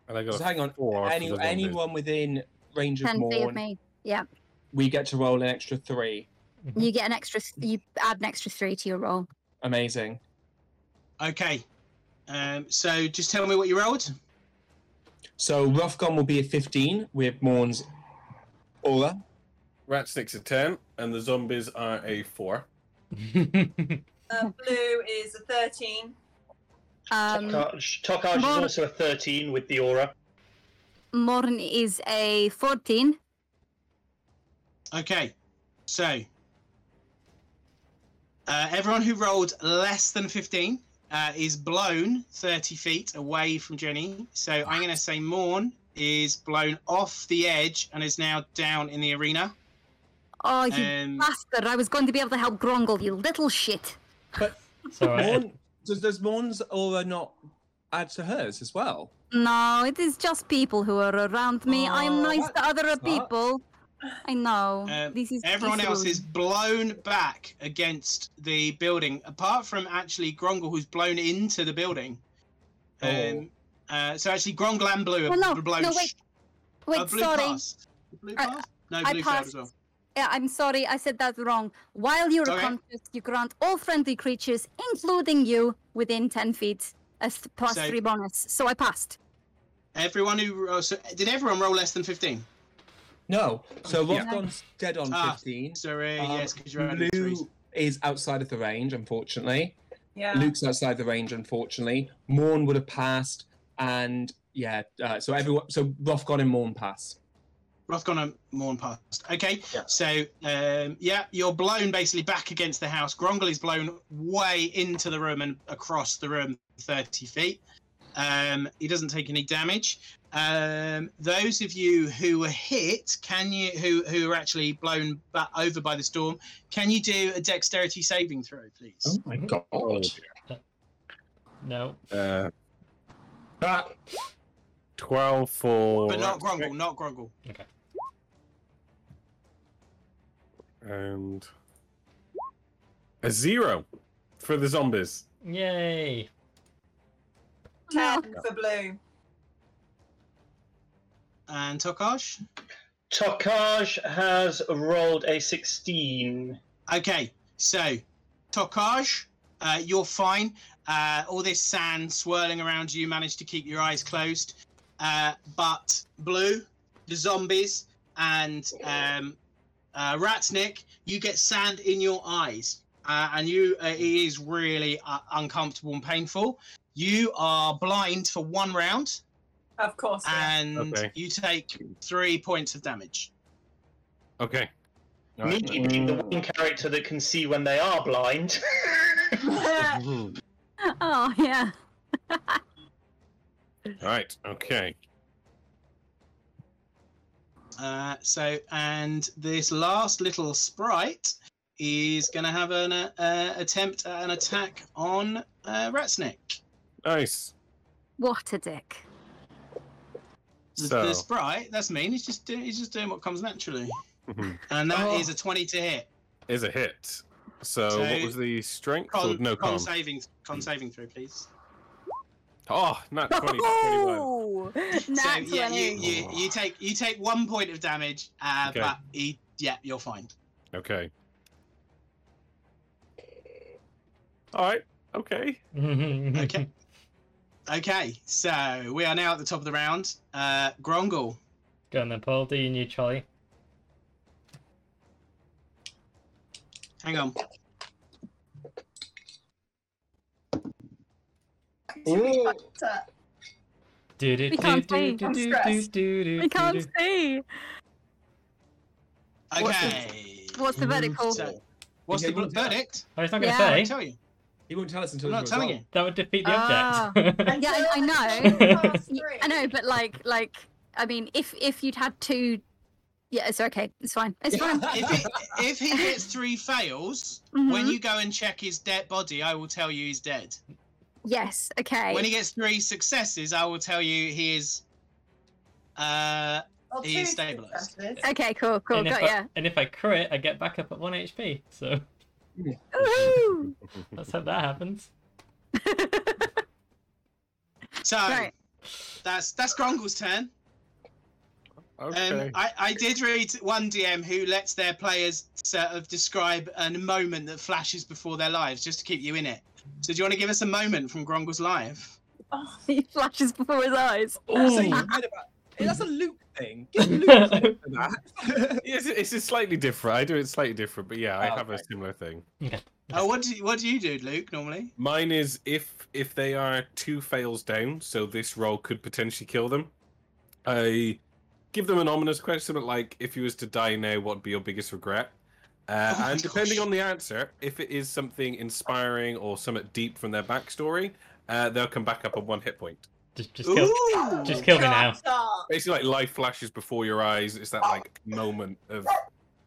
S6: And I got
S2: So
S6: a
S2: hang on.
S6: four.
S2: Any,
S6: for the zombies.
S2: anyone within range of
S7: Ten feet of
S2: Morn,
S7: me. Yeah,
S2: we get to roll an extra three.
S7: you get an extra. You add an extra three to your roll.
S2: Amazing.
S1: Okay. Um, so, just tell me what you rolled.
S2: So Roughgon will be a 15 with Morn's aura.
S6: Rats, Nick's a ten, and the zombies are a four.
S5: Uh, blue is a 13.
S7: Um,
S3: Tokaj Tokaj is
S7: Mor-
S3: also a 13 with the aura.
S7: Morn is a fourteen.
S1: Okay. So, uh, everyone who rolled less than 15 uh, is blown 30 feet away from Jenny. So, I'm going to say Morn is blown off the edge and is now down in the arena.
S7: Oh, you
S1: Um,
S7: bastard! I was going to be able to help Grongle, you little shit.
S4: Sorry.
S2: Morn, does, does Morn's aura not add to hers as well?
S7: No, it is just people who are around me. I
S2: Oh,
S7: am nice
S2: what
S7: to other
S2: sucks.
S7: people. I know.
S1: Um,
S7: this is
S1: Everyone
S7: this
S1: else is blown back against the building, apart from actually Grongle, who's blown into the building. Um, uh, so actually, Grongle and Blue are
S7: Oh, no,
S1: b- blown.
S7: no, wait,
S1: sh-
S7: Wait,
S1: uh, blue
S7: sorry.
S1: passed. Blue
S7: I-
S1: passed? No,
S7: I
S1: blue failed
S7: passed.
S1: as well.
S7: Yeah, I'm sorry, I said that wrong. While you're
S1: Okay.
S7: conscious, you grant all friendly creatures, including you, within 10 feet, a s- plus
S1: So-
S7: three bonus. So I passed.
S1: Everyone who ro- so did everyone roll less than fifteen?
S2: No. So
S6: Yeah.
S2: Roughgon's dead on
S1: Ah,
S2: 15.
S1: Sorry,
S2: Um,
S1: yes, because you're out of trees.
S2: Lou is outside of the range, unfortunately.
S5: Yeah.
S2: Luke's outside the range, unfortunately. Morn would have passed, and yeah, uh, so everyone, so Rothgon and Morn pass.
S1: Rothgon and Morn passed. Okay,
S3: Yeah.
S1: so um, yeah, you're blown basically back against the house. Grongle is blown way into the room and across the room 30 feet. Um, he doesn't take any damage. Um, those of you who were hit, can you who who are actually blown ba over by the storm, can you do a dexterity saving throw, please?
S2: Oh my god!
S4: no.
S6: Uh,
S2: Ah,
S6: twelve for.
S1: but not
S6: rats,
S1: Grongle, not Grongle.
S6: and a zero for the zombies.
S4: Yay.
S5: 10 for blue.
S1: And Tokash?
S3: Tokaj has rolled a 16.
S1: Okay, so Tokaj, uh, you're fine. Uh, all this sand swirling around you, you managed to keep your eyes closed. Uh, but Blue, the zombies, and um, uh, Ratsnick, you get sand in your eyes, uh, and you uh, it is really uh, uncomfortable and painful. You are blind for one round,
S5: Of course. yeah.
S1: and
S6: Okay.
S1: you take three points of damage.
S6: Okay.
S3: Me being the one character that can see when they are blind.
S6: Mhm.
S7: Oh, yeah.
S6: right. Okay.
S1: Uh, so, and this last little sprite is going to have an uh, uh, attempt at an attack on uh, Ratsnick.
S6: Nice.
S7: What a dick.
S1: The,
S6: So-
S1: the sprite, that's mean. He's just doing, he's just doing what comes naturally,
S6: Mhm.
S1: and that is
S2: Oh.
S1: a twenty to hit.
S6: Is a hit. So,
S1: So,
S6: what was the strength? or
S1: Con,
S6: no
S1: con
S6: con.
S1: saving, con saving through, please.
S6: Oh, not 20, 21.
S7: Oh,
S1: so
S7: Nat
S1: yeah, you,
S7: 20.
S1: you you take you take one point of damage, uh,
S6: Oh. Okay.
S1: but he, yeah, you're fine.
S6: Okay. All right. Okay.
S1: Okay. Okay, so we are now at the top of the round. Uh, Grongle,
S4: Go on then, Paul. Do you new trolley?
S1: hang on.
S4: Do do
S7: We
S4: do
S7: can't
S4: do
S7: see,
S4: do
S5: I'm
S4: do do
S5: stressed.
S4: do do.
S7: I
S4: do,
S7: can't
S4: do.
S7: see.
S1: Okay.
S7: What's the vertical?
S1: So, what's
S2: Yeah,
S1: the
S2: you wanna do that?
S1: verdict?
S4: Oh, it's not gonna
S7: Yeah.
S1: I
S4: say.
S1: tell you.
S2: He He won't tell us until
S1: I'm
S2: he's
S1: not telling
S2: rolled.
S1: you.
S4: That would defeat the
S7: Ah.
S4: object.
S7: Yeah, I- I
S5: Until
S4: know.
S5: past
S7: Y-
S5: three.
S7: I know, but like, like, I mean, if if you'd had two, yeah, it's okay. It's fine. It's fine.
S1: If, it, if he gets three fails, when
S7: Mhm.
S1: you go and check his dead body, I will tell you he's dead.
S7: Yes. Okay.
S1: When he gets three successes, I will tell you he is. Uh,
S5: Well,
S1: He
S5: two
S1: is stabilised.
S5: successes.
S7: Okay. Cool. Cool.
S4: and, if
S7: Got
S4: I,
S7: ya.
S4: and if I crit, I get back up at 1 HP. So
S7: Woohoo!
S4: let's hope that happens.
S1: so
S7: Right.
S1: that's that's Grongle's turn.
S6: Okay.
S1: Um, I, I did read one DM who lets their players sort of describe a moment that flashes before their lives just to keep you in it. So do you want to give us a moment from Grongle's life?
S5: Oh,
S7: He flashes before his eyes.
S2: Also,
S4: Ooh.
S2: you read about Hey, that's a Luke thing. Give Luke credit for that.
S6: Yes, it's, it's slightly different. I do it slightly different, but yeah, I
S2: Oh,
S6: have a
S2: okay.
S6: similar thing.
S1: Oh, what do you, what do you do, Luke? Normally,
S6: Mine is if if they are two fails down, so this roll could potentially kill them. I give them an ominous question, but like, if you was to die now, what'd be your biggest regret? Uh,
S1: Oh my
S6: and depending
S1: gosh.
S6: on the answer, if it is something inspiring or something deep from their backstory, uh, they'll come back up on one hit point.
S4: Just, just kill.
S1: Ooh!
S4: Just kill me now.
S5: God, stop.
S6: Basically, like life flashes before your eyes. It's that like moment of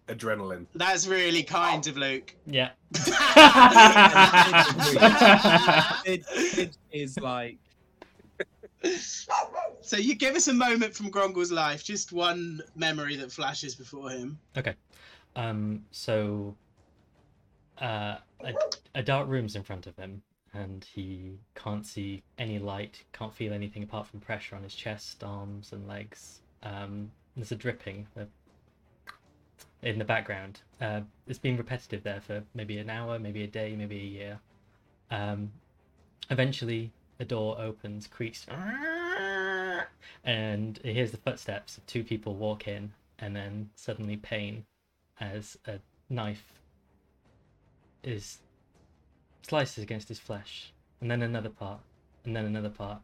S6: adrenaline.
S1: That's really kind of Luke.
S4: Yeah.
S2: it, it is like
S1: so you give us a moment from Grongle's life, just one memory that flashes before him.
S4: Um, so uh, a, a dark room's in front of him, and he can't see any light, can't feel anything apart from pressure on his chest, arms, and legs. Um, there's a dripping uh, in the background. Uh, it's been repetitive there for maybe an hour, maybe a day, maybe a year. Um, eventually, the door opens, creaks, and he hears the footsteps of two people walk in, and then suddenly pain as a knife is slices against his flesh, and then another part, and then another part,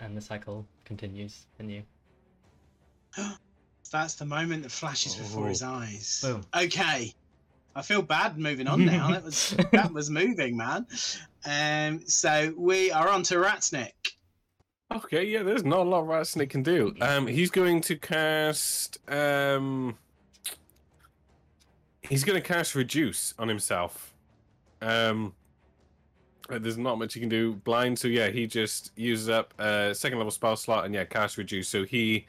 S4: and the cycle continues anew.
S1: That's the moment that flashes before his eyes.
S4: Boom.
S1: Okay. I feel bad moving on now. That was that was moving, man. Um, so we are on to Ratsnick.
S6: Okay, yeah, there's not a lot Rattlesnake can do. Um, he's going to cast. Um, he's going to cast Reduce on himself. Um, uh, there's not much he can do blind, so yeah, he just uses up a second level spell slot and yeah, cast Reduce. So he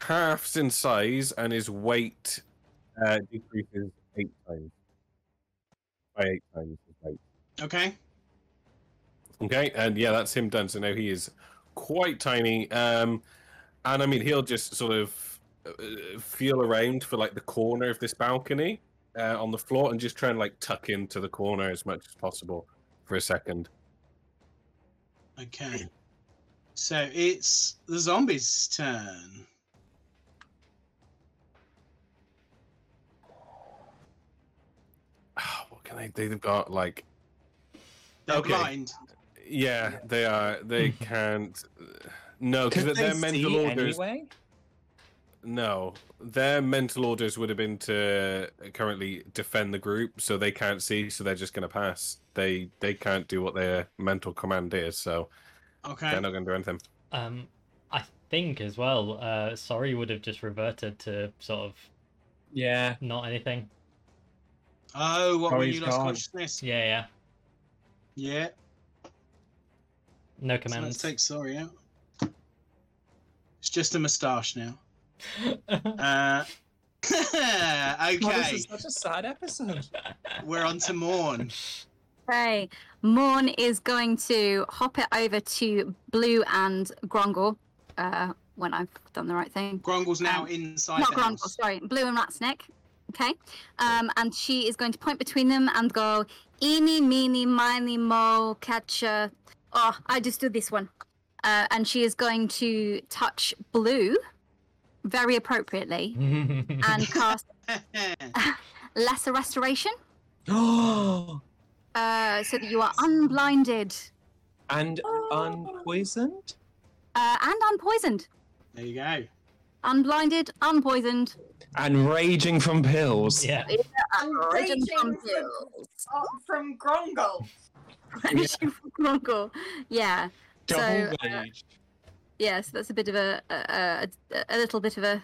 S6: halves in size and his weight uh, decreases eight times. By eight times. his weight.
S1: Okay.
S6: Okay, and yeah, that's him done. So now he is quite tiny. Um, and I mean, he'll just sort of uh, feel around for like the corner of this balcony uh, on the floor and just try and like tuck into the corner as much as possible for a second.
S1: Okay. So it's the zombies' turn.
S6: Ah, what can they do? They've got like,
S1: They're
S6: Okay.
S1: blind.
S6: yeah, they are, they can't. uh, No, because
S2: could
S6: their
S2: they
S6: mental
S2: see
S6: orders.
S2: anyway?
S6: No, their mental orders would have been to currently defend the group, so they can't see, so they're just going to pass. They they can't do what their mental command is, so
S1: Okay.
S6: they're not going to do anything.
S4: Um, I think as well, uh, sorry would have just reverted to sort of
S2: Yeah.
S4: not anything.
S1: Oh, what
S2: Oh,
S1: when
S2: he's
S1: you lost
S2: gone.
S1: consciousness?
S4: Yeah, yeah.
S1: Yeah. So
S4: No
S1: let's
S4: commands.
S1: take sorry out. It's just a moustache now. Uh,
S2: Oh, this
S1: okay,
S2: is such a sad episode.
S1: we're on to Morn.
S7: Okay. Morn is going to hop it over to Blue and Grongle uh, when I've done the right thing.
S1: Grongle's now
S7: Um,
S1: inside
S7: Not
S1: the
S7: Grongle,
S1: house.
S7: sorry. Blue and Ratsnick. Okay. Um, and she is going to point between them and go, Eeny, meeny, miny, mo, catcher. Oh, I just do this one. Uh, and she is going to touch Blue very appropriately and cast Lesser Restoration
S2: Oh,
S7: uh, so that you are unblinded
S2: and
S7: Oh.
S2: unpoisoned.
S7: uh, and unpoisoned.
S1: there you go.
S7: Unblinded, unpoisoned.
S2: And raging from pills.
S4: yeah.
S5: I'm
S7: Raging
S5: raging
S7: from
S5: from-
S7: pills.
S5: Oh, from Grongle.
S7: Banishing Fungal. Yeah.
S2: Double
S7: so, uh,
S2: rage.
S7: yeah, so that's a bit of a a, a, a little bit of a,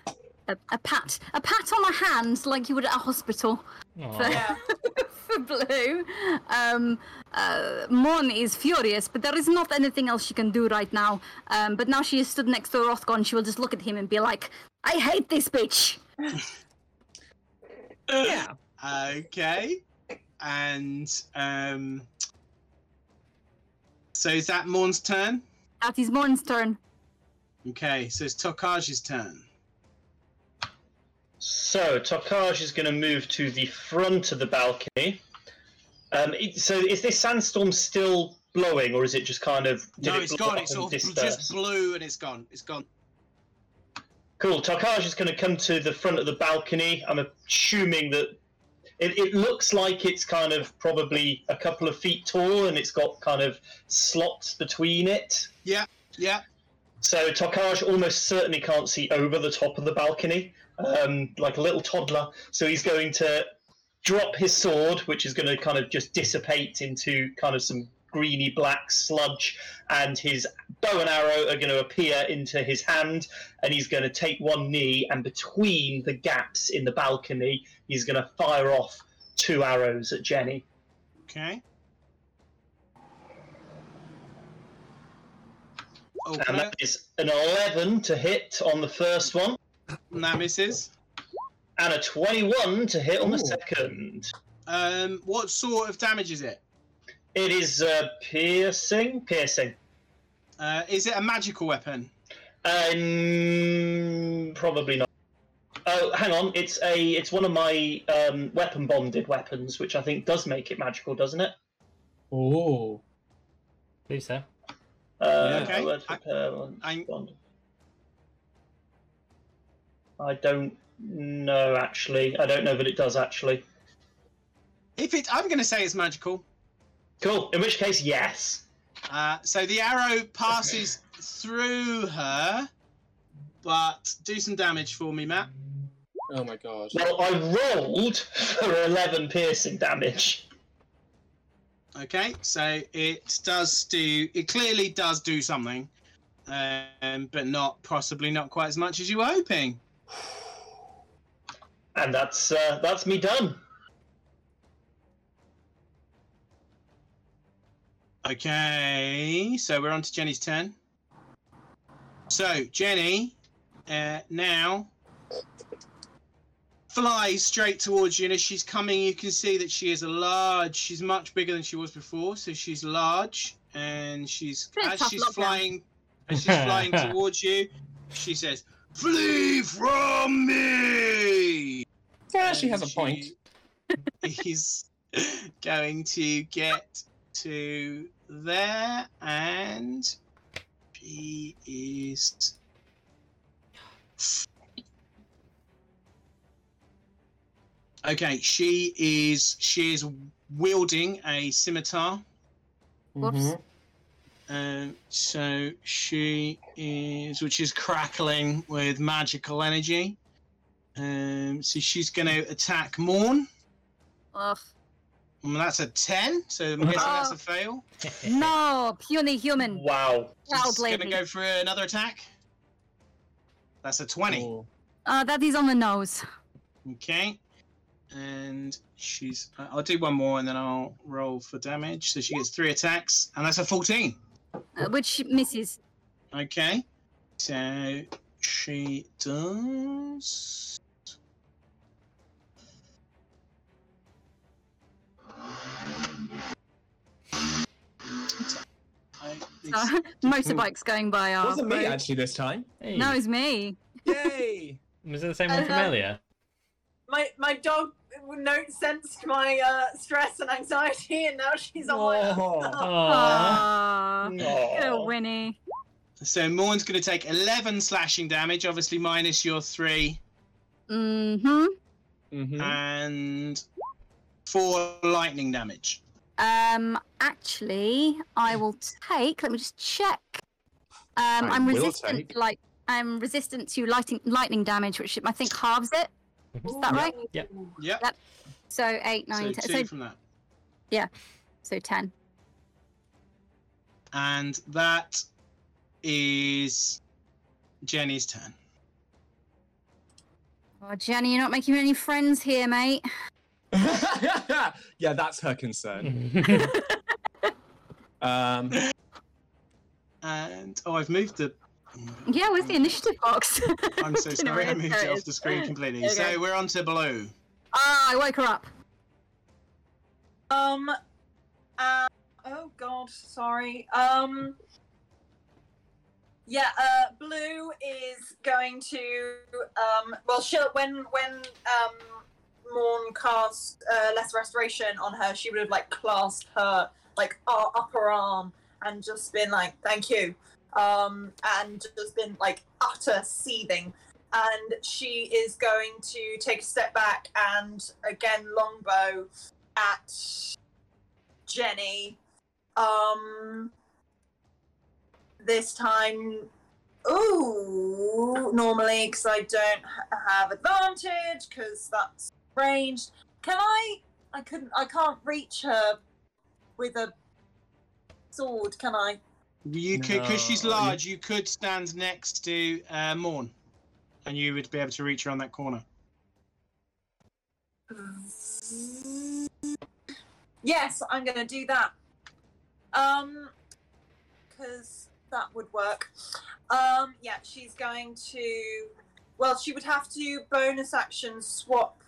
S7: a a pat a pat on the hand like you would at a hospital for,
S4: Aw.
S5: Yeah.
S7: for Blue. Um, uh, Mon is furious, but there is not anything else she can do right now. Um, but now she is stood next to Rothgon. She will just look at him and be like, "I hate this bitch."
S2: Yeah.
S1: Okay. And um So is that Morn's turn?
S7: That is Mon's turn.
S1: Okay, so it's Tokaj's turn.
S3: So Tokaj is going to move to the front of the balcony. Um, it- so is this sandstorm still blowing, or is it just kind of? did
S1: no,
S3: it
S1: it's
S3: blow
S1: gone.
S3: up
S1: It's
S3: and
S1: all
S3: disperse?
S1: just blue and it's gone. It's gone.
S3: Cool. Tarkaj is going to come to the front of the balcony. I'm assuming that it, it looks like it's kind of probably a couple of feet tall and it's got kind of slots between it.
S1: Yeah.
S3: So Tarkaj almost certainly can't see over the top of the balcony, um, like a little toddler. So he's going to drop his sword, which is going to kind of just dissipate into kind of some greeny black sludge, and his bow and arrow are going to appear into his hand, and he's going to take one knee, and between the gaps in the balcony, he's going to fire off two arrows at Jenny.
S1: Okay. Oh,
S3: And
S1: can I-
S3: that is an 11 to hit on the first one,
S1: and that misses.
S3: and a 21 to hit on the
S2: Ooh.
S3: second.
S1: Um, what sort of damage is it?
S3: It is uh, piercing. Piercing.
S1: Uh, is it a magical weapon?
S3: Um, probably not. Oh, hang on. It's a. It's one of my um, weapon bonded weapons, which I think does make it magical, doesn't it?
S2: Oh.
S4: Believe so.
S3: Uh,
S1: Yeah. Okay.
S3: word for per-
S1: I-
S3: bond. I don't know actually. I don't know that it does actually.
S1: If it, I'm going to say it's magical.
S3: Cool. In which case, yes.
S1: Uh, so the arrow passes through her, but do some damage for me, Matt.
S2: Oh my god.
S3: Well, I rolled for eleven piercing damage.
S1: Okay, so it does do. It clearly does do something, um, but not possibly not quite as much as you were hoping.
S3: And that's uh, that's me done.
S1: Okay, so we're on to Jenny's turn. So Jenny, uh, now flies straight towards you, and as she's coming, you can see that she is a large. She's much bigger than she was before, so she's large, and she's
S7: Bit of
S1: as
S7: tough
S1: she's
S7: lockdown.
S1: flying, as she's flying towards you, she says, "Flee from me!"
S2: She actually
S1: and
S2: has a point.
S1: she is going to get to there, and she is. Okay, she is she is wielding a scimitar.
S7: Whoops.
S2: Mhm.
S1: Um, so she is, which is crackling with magical energy. Um, so she's going to attack Morn.
S7: Ugh.
S1: Well, Mm, that's a 10, so I'm guessing that's
S7: Oh.
S1: a fail.
S7: No, puny human.
S3: Wow.
S1: She's
S7: Childblade
S1: going to
S7: me.
S1: go for another attack. That's a 20.
S2: Oh.
S7: Uh, that is on the nose.
S1: Okay. And she's. I- I'll do one more and then I'll roll for damage. So she gets three attacks, and that's a 14.
S7: Uh, which misses.
S1: Okay. So she does. I-
S7: Uh,
S1: it's-
S7: motorbikes going by are.
S2: Wasn't me actually this time.
S4: Hey.
S7: No, it's me.
S2: Yay!
S4: Was it the same one from
S5: Uh-huh.
S4: earlier?
S5: My my dog note sensed my uh, stress and anxiety, and now she's on my.
S2: Oh.
S4: Oh,
S7: Aww.
S3: Aw.
S7: Good Uh, Winnie.
S1: So Morn's going to take 11 slashing damage, obviously minus your 3,
S7: Mm-hmm.
S2: Mhm.
S1: and 4 lightning damage.
S7: Um, actually, I will take. Let me just check. Um,
S2: I
S7: I'm
S2: will
S7: resistant.
S2: take.
S7: Like I'm resistant to lighting lightning damage, which I think halves it. Is that right?
S1: Yep.
S7: So eight, nine,
S1: So
S7: ten.
S1: 2
S7: So,
S1: from that.
S7: so ten.
S1: And that is Jenny's turn.
S7: Oh, Jenny, you're not making any friends here, mate.
S2: yeah, that's her concern. Um,
S1: And oh, I've moved the.
S7: Yeah, where's the initiative box?
S1: I'm so
S7: Don't know
S1: sorry, I
S7: where
S1: moved
S7: that
S1: it off
S7: is.
S1: the screen completely.
S7: Okay.
S1: So we're on to Blue.
S7: Ah, I woke her up.
S5: Um. Uh, oh God, sorry. Um. Yeah. Uh, Blue is going to. Um. Well, she'll when when um. Morn cast uh, less restoration on her. She would have like clasped her like uh, upper arm and just been like, "Thank you," um, and just been like utter seething. And she is going to take a step back and again longbow at Jenny. Um, this time, ooh, normally because I don't ha- have advantage because that's ranged. Can I? I couldn't. I can't reach her with a sword, can I?
S1: You could, because she's
S2: No, you-
S1: large, you could stand next to uh, Morn, and you would be able to reach her on that corner.
S5: Um, Yes, I'm gonna do that. Um, because that would work. Um, yeah, she's going to. Well, she would have to bonus action swap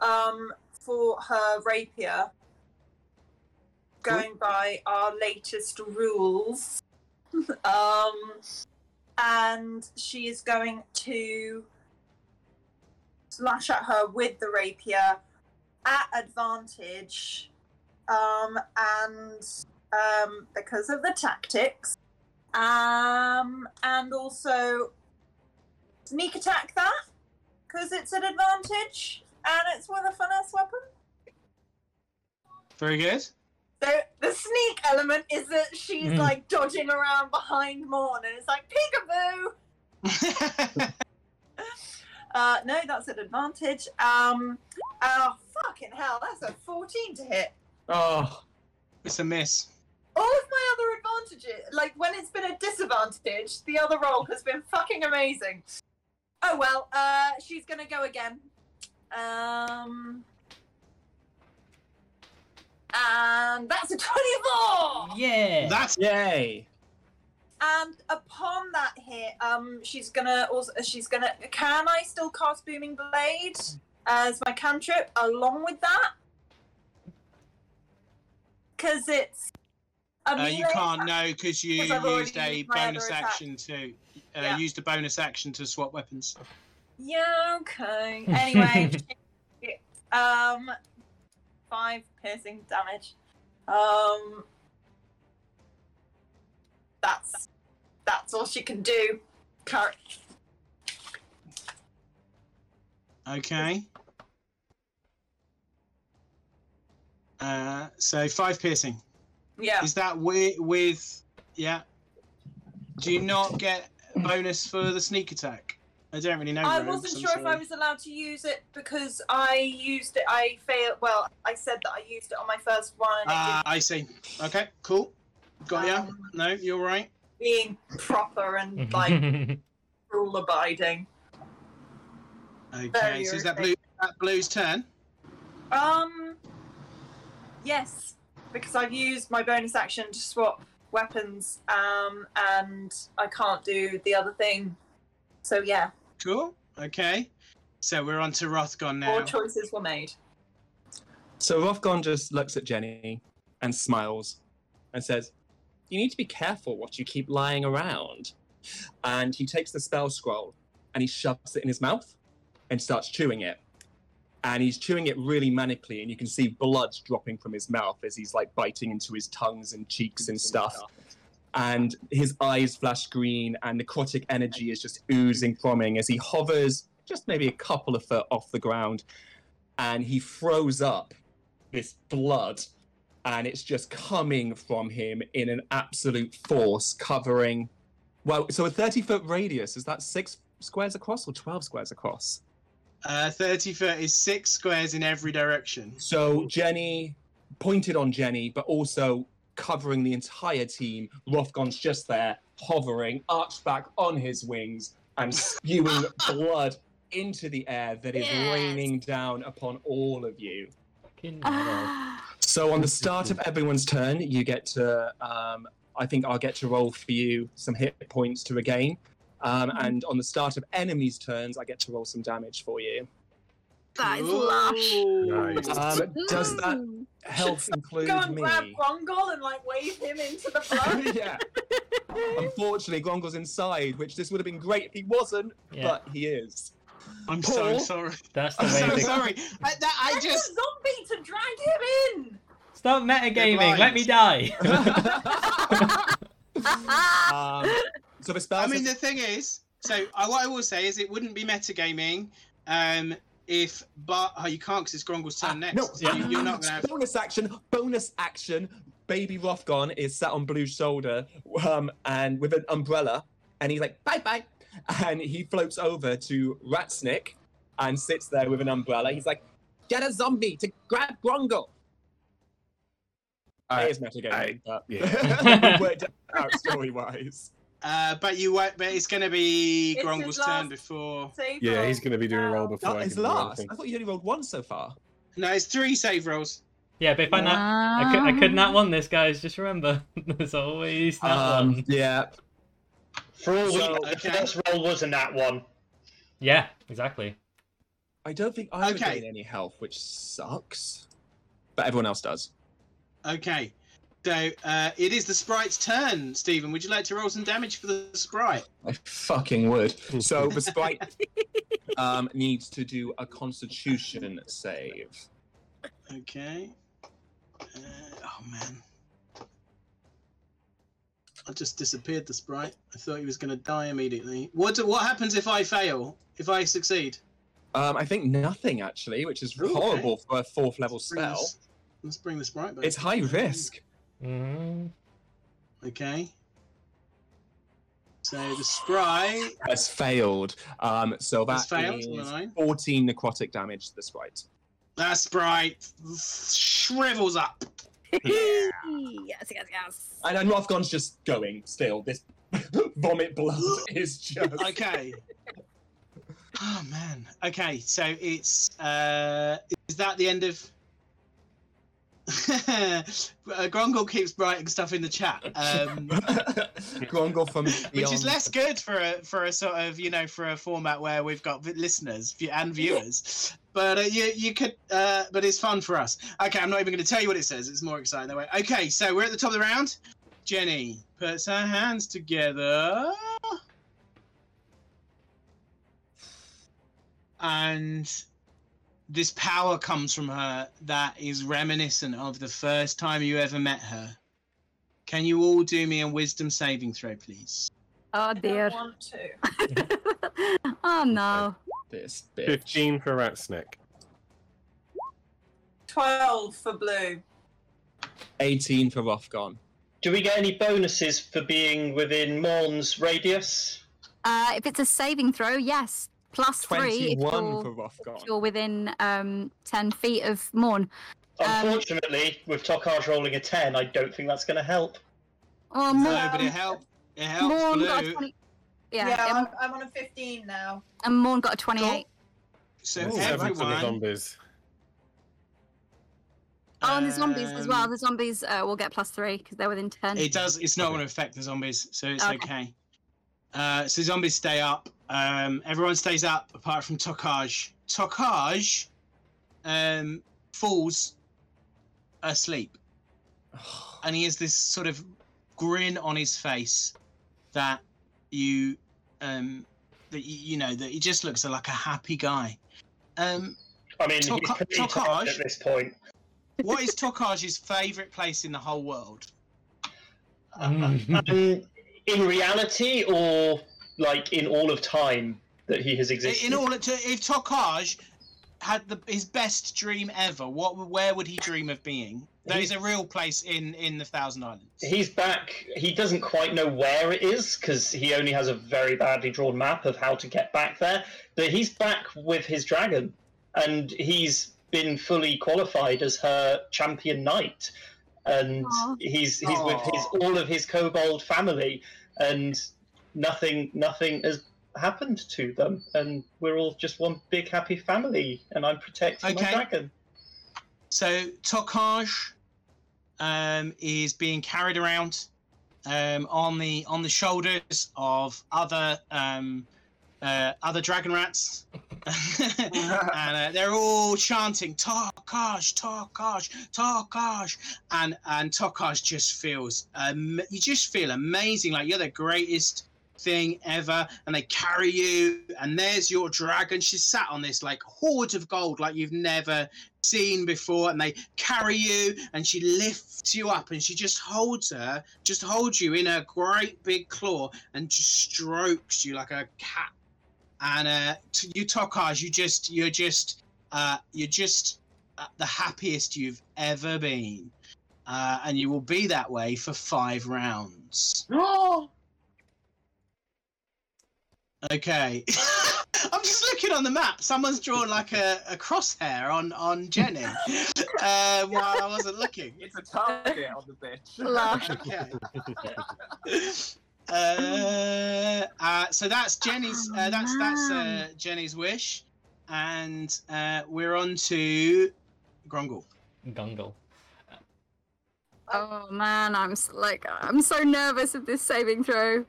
S5: um, for her rapier. Going by our latest rules. um, and she is going to slash at her with the rapier at advantage. Um, and um, because of the tactics. Um, and also sneak attack that because it's an advantage and it's with a finesse weapon.
S1: Very good.
S5: So the sneak element is that she's
S4: Mm.
S5: like dodging around behind Morn and it's like peekaboo. Uh, no, that's an advantage. Um, oh fucking hell, that's a 14 to hit.
S2: oh,
S1: it's a miss.
S5: All of my other advantages, like when it's been a disadvantage, the other roll has been fucking amazing. Oh well, uh, she's gonna go again. Um, and that's a 24!
S4: yeah.
S1: That's
S2: yay!
S5: And upon that hit, um, she's gonna also, she's gonna, can I still cast Booming Blade as my cantrip along with that? Because it's. a
S1: uh, you
S5: melee
S1: can't know because you
S5: Because I've already
S1: used a
S5: used my other
S1: bonus
S5: attack.
S1: action to uh,
S5: Yeah.
S1: used a bonus action to swap weapons.
S5: Yeah, okay. Anyway, um, five piercing damage. Um, that's that's all she can do. Cur-
S1: Okay. Uh, so five piercing.
S5: Yeah.
S1: Is that with, with yeah? Do you not get bonus for the sneak attack? I don't really know.
S5: I
S1: Rowan,
S5: wasn't
S1: 'cause I'm
S5: sure if I
S1: sorry.
S5: was allowed to use it because I used it. I failed. Well, I said that I used it on my first one. and it
S1: Ah, I see. Okay, cool. Got ya.
S5: Um,
S1: No, you're right.
S5: didn't- being proper and like rule abiding.
S1: Okay,
S5: very
S1: so is that blue?
S5: irritating.
S1: That blue's turn.
S5: Um. Yes, because I've used my bonus action to swap weapons, um, and I can't do the other thing. So yeah,
S1: Cool. Okay. So we're on to Rothgon now.
S5: more choices were made.
S2: So Rothgon just looks at Jenny and smiles and says, You need to be careful what you keep lying around. And he takes the spell scroll and he shoves it in his mouth and starts chewing it. And he's chewing it really manically, and you can see blood dropping from his mouth as he's like biting into his tongues and cheeks and stuff. And his eyes flash green, and necrotic energy is just oozing from him as he hovers just maybe a couple of foot off the ground. And he throws up this blood and it's just coming from him in an absolute force covering well so a 30 foot radius is that six squares across or 12 squares across
S1: Uh, 30 foot is six squares in every direction.
S2: so jenny pointed on jenny but also covering the entire team. Rothgon's just there, hovering, arched back on his wings, and spewing blood into the air that is
S7: Yes.
S2: raining down upon all of you.
S4: Fucking hell.
S7: Ah,
S2: So on the start of everyone's turn, you get to. Um, I think I'll get to roll for you some hit points to regain, um,
S5: Mm-hmm.
S2: and on the start of enemies' turns, I get to roll some damage for you.
S7: that is lush.
S6: Nice.
S2: Um, does that
S7: Ooh.
S2: help include
S5: Go and
S2: me?
S5: grab Grongol and like wave him into the front.
S2: yeah. Unfortunately, Grongle's inside, which this would have been great if he wasn't,
S4: Yeah,
S2: but he is.
S1: I'm so
S2: Paul?
S1: sorry.
S4: that's the
S1: I'm
S4: way.
S1: so
S4: they-
S1: sorry. I, that, I
S5: That's
S1: just
S5: a zombie to drag him in.
S4: Stop metagaming.
S1: blind.
S4: Let me die.
S7: Ah,
S2: Um, so the spell.
S1: I mean,
S2: says-
S1: the thing is, so I, what I will say is, it wouldn't be metagaming um, if, but oh, you can't because it's Grongle's turn next.
S2: Ah, No,
S1: so you, are not gonna have.
S2: bonus action. Bonus action. Baby Rothgon is sat on Blue's shoulder, um, and with an umbrella, and he's like, "Bye bye," and he floats over to Ratsnick, and sits there with an umbrella. He's like, "Get a zombie to grab Grongle."
S6: I-
S2: it is metagaming,
S6: I-
S2: but
S4: yeah.
S2: worked out story-wise.
S1: Uh, but you won't. But it's gonna be
S5: It's his
S1: Grongle's
S5: last-
S1: turn before.
S5: Save
S6: Yeah,
S5: roll.
S6: he's going to be doing a roll
S5: Wow.
S6: before
S2: Oh,
S6: I
S2: it's
S6: can do
S2: last.
S6: anything.
S2: I thought you only rolled one so far.
S1: No, it's three save rolls.
S4: Yeah, but if I not, I could, I could not won this, guys. Just remember, there's always
S6: Um,
S4: that
S1: Um,
S4: one.
S2: Um, yeah.
S3: For all we
S2: So,
S3: know, the
S1: okay.
S3: first roll was in that one.
S4: Yeah, exactly.
S2: I don't think I would
S1: Okay.
S2: gain any health, which sucks. But everyone else does.
S1: Okay. So uh, it is the sprite's turn, Stephen. Would you like to roll some damage for the sprite?
S2: I fucking would. So the sprite um, needs to do a Constitution save.
S1: Okay. Uh, oh man. I just disappeared the sprite. I thought he was going to die immediately. What do, what happens if I fail? If I succeed?
S2: Um, I think nothing actually, which is
S1: Ooh, okay.
S2: horrible for a fourth level
S1: Bring
S2: spell.
S1: this- Let's bring the sprite back.
S2: It's high risk.
S4: Mhm.
S1: Okay. So the sprite
S2: Has failed. Um, so that
S1: has failed.
S2: is
S1: Nine.
S2: 14 necrotic damage to the sprite.
S1: That sprite shrivels up.
S7: yes, yes, yes.
S2: And then Rothgon's just going still. This vomit blood is just.
S1: Okay. oh man. Okay, so it's uh is that the end of uh, Grongol keeps writing stuff in the chat. Um
S2: Grongor from
S1: Which
S2: beyond.
S1: is less good for a for a sort of you know for a format where we've got vi- listeners vi- and viewers, but uh, you you could uh, but it's fun for us. Okay, I'm not even going to tell you what it says. It's more exciting that way. Okay, so we're at the top of the round. Jenny puts her hands together and this power comes from her that is reminiscent of the first time you ever met her. Can you all do me a wisdom saving throw, please?
S7: Oh
S5: I don't
S7: dear.
S5: want to.
S7: oh no.
S2: This bitch.
S6: 15 for Ratsnick.
S5: 12 for blue.
S2: 18 for Rothgon.
S3: Do we get any bonuses for being within Morn's radius?
S7: Uh, if it's a saving throw, yes. Plus three if
S2: 21
S7: you're,
S2: for
S7: if
S2: Rothgon.
S7: you're within um, 10 feet of Morn. Um,
S3: Unfortunately, with Tokaj rolling a 10, I don't think that's going to help.
S7: Or Morn.
S1: No, but it helped. It helped
S7: Oh, Morn got a
S1: Blue.
S7: 20
S5: Yeah,
S7: yeah, and-
S5: I'm, I'm on a 15 now.
S7: and Morn got a 28.
S1: So
S2: Ooh,
S6: Seven for the
S1: everyone.
S6: zombies.
S7: Oh, and the zombies as well.
S1: um,
S7: The zombies uh, will get plus three because they're within 10.
S1: It does. It's not going to affect the zombies, so it's
S7: Okay.
S1: okay. Uh, so zombies stay up. Um, everyone stays up apart from Tokaj. Tokaj um, falls asleep, and he has this sort of grin on his face that you um, that you, you know that he just looks like a happy guy. Um,
S3: I mean,
S1: Toka-
S3: he's pretty tired
S1: Tokaj?
S3: at this point.
S1: what is Tokaj's favourite place in the whole world?
S4: Mm.
S3: Um, in reality, or like in all of time that he has existed?
S1: In order to, if Tokaj had the, his best dream ever, what where would he dream of being? There is a real place in in the Thousand Islands.
S3: He's back. He doesn't quite know where it is because he only has a very badly drawn map of how to get back there. But he's back with his dragon, and he's been fully qualified as her champion knight. and
S7: Aw.
S3: he's he's with his all of his kobold family, and nothing nothing has happened to them, and we're all just one big happy family, and I'm protecting my
S1: Okay.
S3: dragon.
S1: So Tokaj um, is being carried around um, on the on the shoulders of other um, uh, other dragon rats, and uh, they're all chanting Tokaj, Tokaj, Tokaj, and and Tokaj just feels um, you just feel amazing, like you're the greatest thing ever and they carry you and there's your dragon she's sat on this like hoard of gold like you've never seen before and they carry you and she lifts you up and she just holds her just holds you in her great big claw and just strokes you like a cat and uh to you tokaj you just you're just uh you're just uh, the happiest you've ever been uh and you will be that way for five rounds okay I'm just looking on the map. Someone's drawn like a, a crosshair on on Jenny uh, while I wasn't looking.
S8: It's a target on the bitch.
S7: Lush.
S1: Okay. Uh, uh, so that's Jenny's. Uh, that's that's uh, Jenny's wish, and uh, we're on to Grungle.
S4: Gungle.
S7: Oh man, I'm s- like I'm so nervous of this saving throw.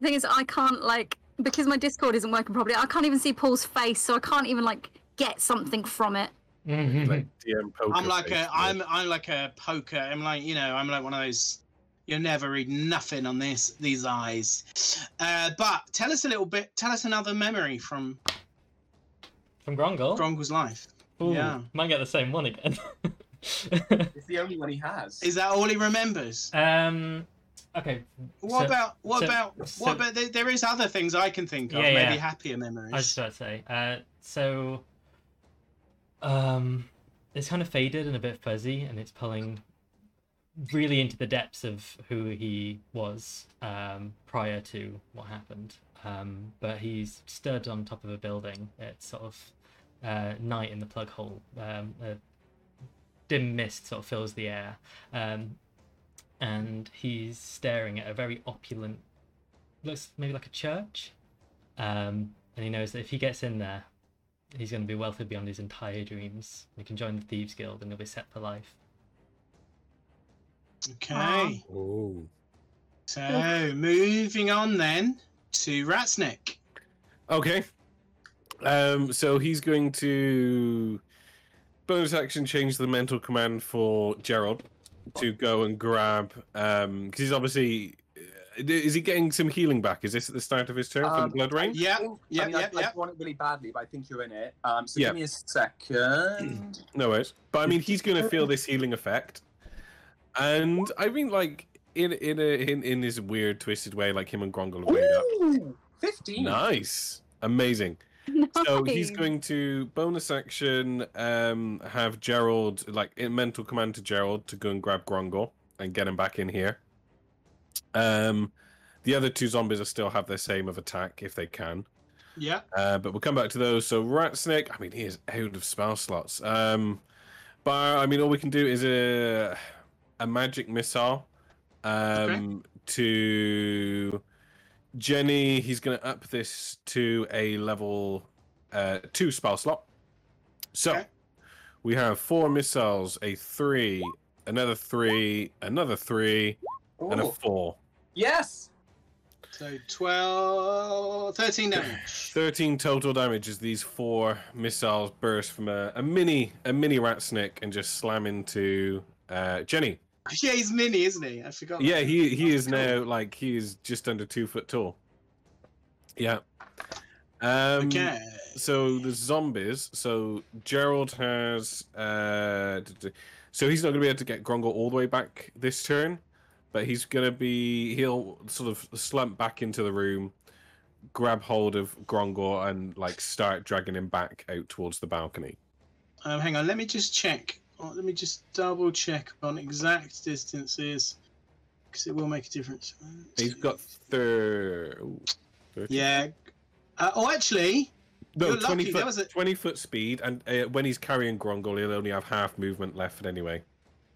S7: The thing is, I can't like because my Discord isn't working properly. I can't even see Paul's face, so I can't even like get something from it.
S4: Mm-hmm.
S6: Like DM poker
S1: I'm like
S6: face,
S1: a.
S6: mate.
S1: I'm I'm like a poker. I'm like you know. I'm like one of those. You'll never read nothing on this these eyes. Uh, but tell us a little bit. Tell us another memory from
S4: From
S6: Oh.
S4: Grongle?
S1: Grongle's life.
S4: Ooh,
S1: yeah.
S4: Might get the same one again.
S8: It's the only one he has.
S1: Is that all he remembers?
S4: um. Okay.
S1: What
S4: So-
S1: about what
S4: so-
S1: about
S4: so-
S1: what about? There, there is other things I can think of.
S4: Yeah,
S1: maybe
S4: yeah.
S1: happier
S4: I was just
S1: memories.
S4: about to say. Uh, so, um, it's kind of faded and a bit fuzzy, and it's pulling really into the depths of who he was um, prior to what happened. Um, but he's stood on top of a building at sort of uh, night in the plug hole. Um, a dim mist sort of fills the air, um, and he's staring at a very opulent, looks maybe like a church um, and he knows that if he gets in there, he's going to be wealthy beyond his entire dreams. He can join the Thieves Guild and he'll be set for life.
S1: okay.
S2: Oh.
S1: So moving on then to Ratsnick.
S6: Okay. Um, so he's going to bonus action change the mental command for Gerald to go and grab because he's obviously uh, is he getting some healing back? Is this at the start of his turn for
S8: Um,
S6: the blood rain?
S1: Yeah,
S8: I think-
S1: yeah,
S8: I, mean, I-
S1: yeah,
S8: I,
S1: yeah.
S8: want it really badly, but I think you're in it. Um, so
S6: Yeah.
S8: give me a second.
S6: No worries. But I mean, he's going to feel this healing effect, and I mean, like in in a in, in this weird twisted way, like him and Grongle have made up.
S8: Ooh, 15.
S6: Nice, amazing. So he's
S7: Nice.
S6: going to bonus action um have Gerald like in mental command to Gerald to go and grab Grongor and get him back in here. Um the other two zombies will still have their same of attack if they can.
S1: Yeah.
S6: Uh, but we'll come back to those. So Rat Snake, I mean he is out of spell slots. Um but I mean all we can do is a a magic missile um to Jenny, he's going to up this to a level uh, two spell slot. So
S1: Okay.
S6: we have four missiles, a three, another three, another three, and a
S8: Ooh.
S6: four.
S8: Yes.
S1: So 12, 13 damage.
S6: 13 total damage as these four missiles burst from a, a mini a mini rat snake and just slam into uh, Jenny.
S1: yeah, he's mini, isn't he? I forgot.
S6: Yeah, he he is
S1: Cool.
S6: now like he is just under two foot tall. Yeah. Um,
S1: Okay.
S6: so the zombies. So Gerald has. Uh, d- d- so he's not going to be able to get Grongle all the way back this turn, but he's going to be. He'll sort of slump back into the room, grab hold of Grongor, and like start dragging him back out towards the balcony.
S1: Um, hang on, let me just check. Oh, let me just double check on exact distances because it will make a difference.
S6: He's got thir.
S1: Yeah. Uh, oh, actually,
S6: No,
S1: You're
S6: 20
S1: lucky,
S6: foot,
S1: that was a-
S6: 20 foot speed, and uh, when he's carrying Grongol, he'll only have half movement left anyway.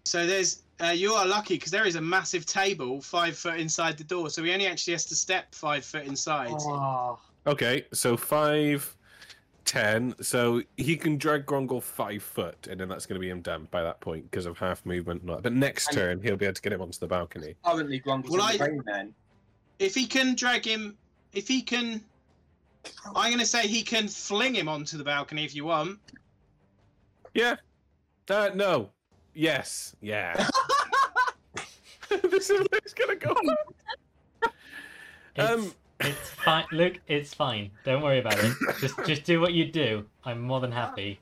S1: So there's uh, you are lucky because there is a massive table five foot inside the door, so he only actually has to step five foot inside.
S2: Oh,
S7: Ah.
S6: Okay, so five, ten. So he can drag Grongol five foot, and then that's going to be him done by that point because of half movement. and all that. But next
S8: And-
S6: turn, he'll be able to get him onto the balcony.
S8: Currently, Grongle's
S1: Well,
S8: in the
S1: I-
S8: rain then.
S1: If he can drag him, if he can, I'm going to say he can fling him onto the balcony if you want.
S6: Yeah. Uh, no. Yes. Yeah. this is where it's going to go.
S4: It's,
S6: Um.
S4: it's fine. Luke, it's fine. Don't worry about it. Just just do what you do. I'm more than happy.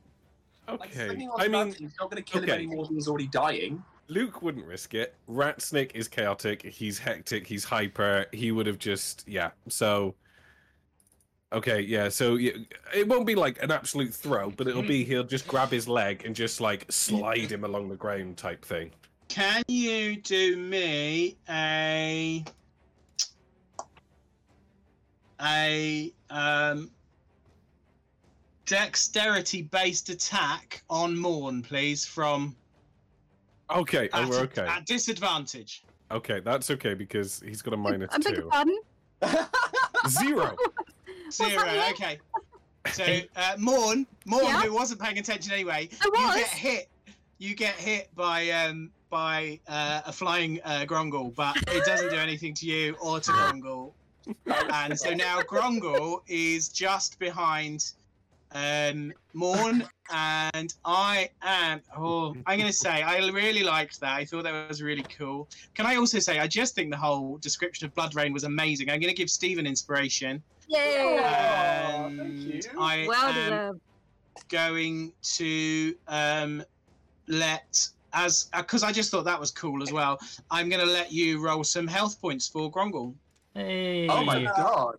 S8: Like,
S6: Okay.
S8: swinging on
S6: I
S8: the
S6: mean,
S8: balcony, he's not going to kill him
S6: okay.
S8: any more than he's already dying.
S6: Luke wouldn't risk it. Rat Snake is chaotic. He's hectic. He's hyper. He would have just yeah. So okay, yeah. So yeah, it won't be like an absolute throw, but it'll be he'll just grab his leg and just like slide him along the ground type thing.
S1: Can you do me a a um, dexterity based attack on Morn, please, from
S6: Okay, oh,
S1: at,
S6: we're okay.
S1: at disadvantage?
S6: Okay, that's okay because he's got a minus
S7: I beg your
S6: two.
S7: pardon.
S6: Zero.
S1: Zero.
S7: happening?
S1: Okay. So uh, Morn, Morn,
S7: Yeah?
S1: who wasn't paying attention anyway,
S7: I was.
S1: you get hit. You get hit by um, by uh, a flying uh, Grongol, but it doesn't do anything to you or to Grongol. And so now Grongol is just behind um, Morn, and I am. Oh, I'm going to say I really liked that. I thought that was really cool. Can I also say I just think the whole description of Blood Rain was amazing. I'm going to give Stephen inspiration.
S7: Yay!
S8: Aw,
S1: And
S8: thank you.
S1: I
S7: well
S1: am
S7: deserved.
S1: going to um, let as because I just thought that was cool as well. I'm going to let you roll some health points for Grongol.
S4: Hey.
S8: Oh my god.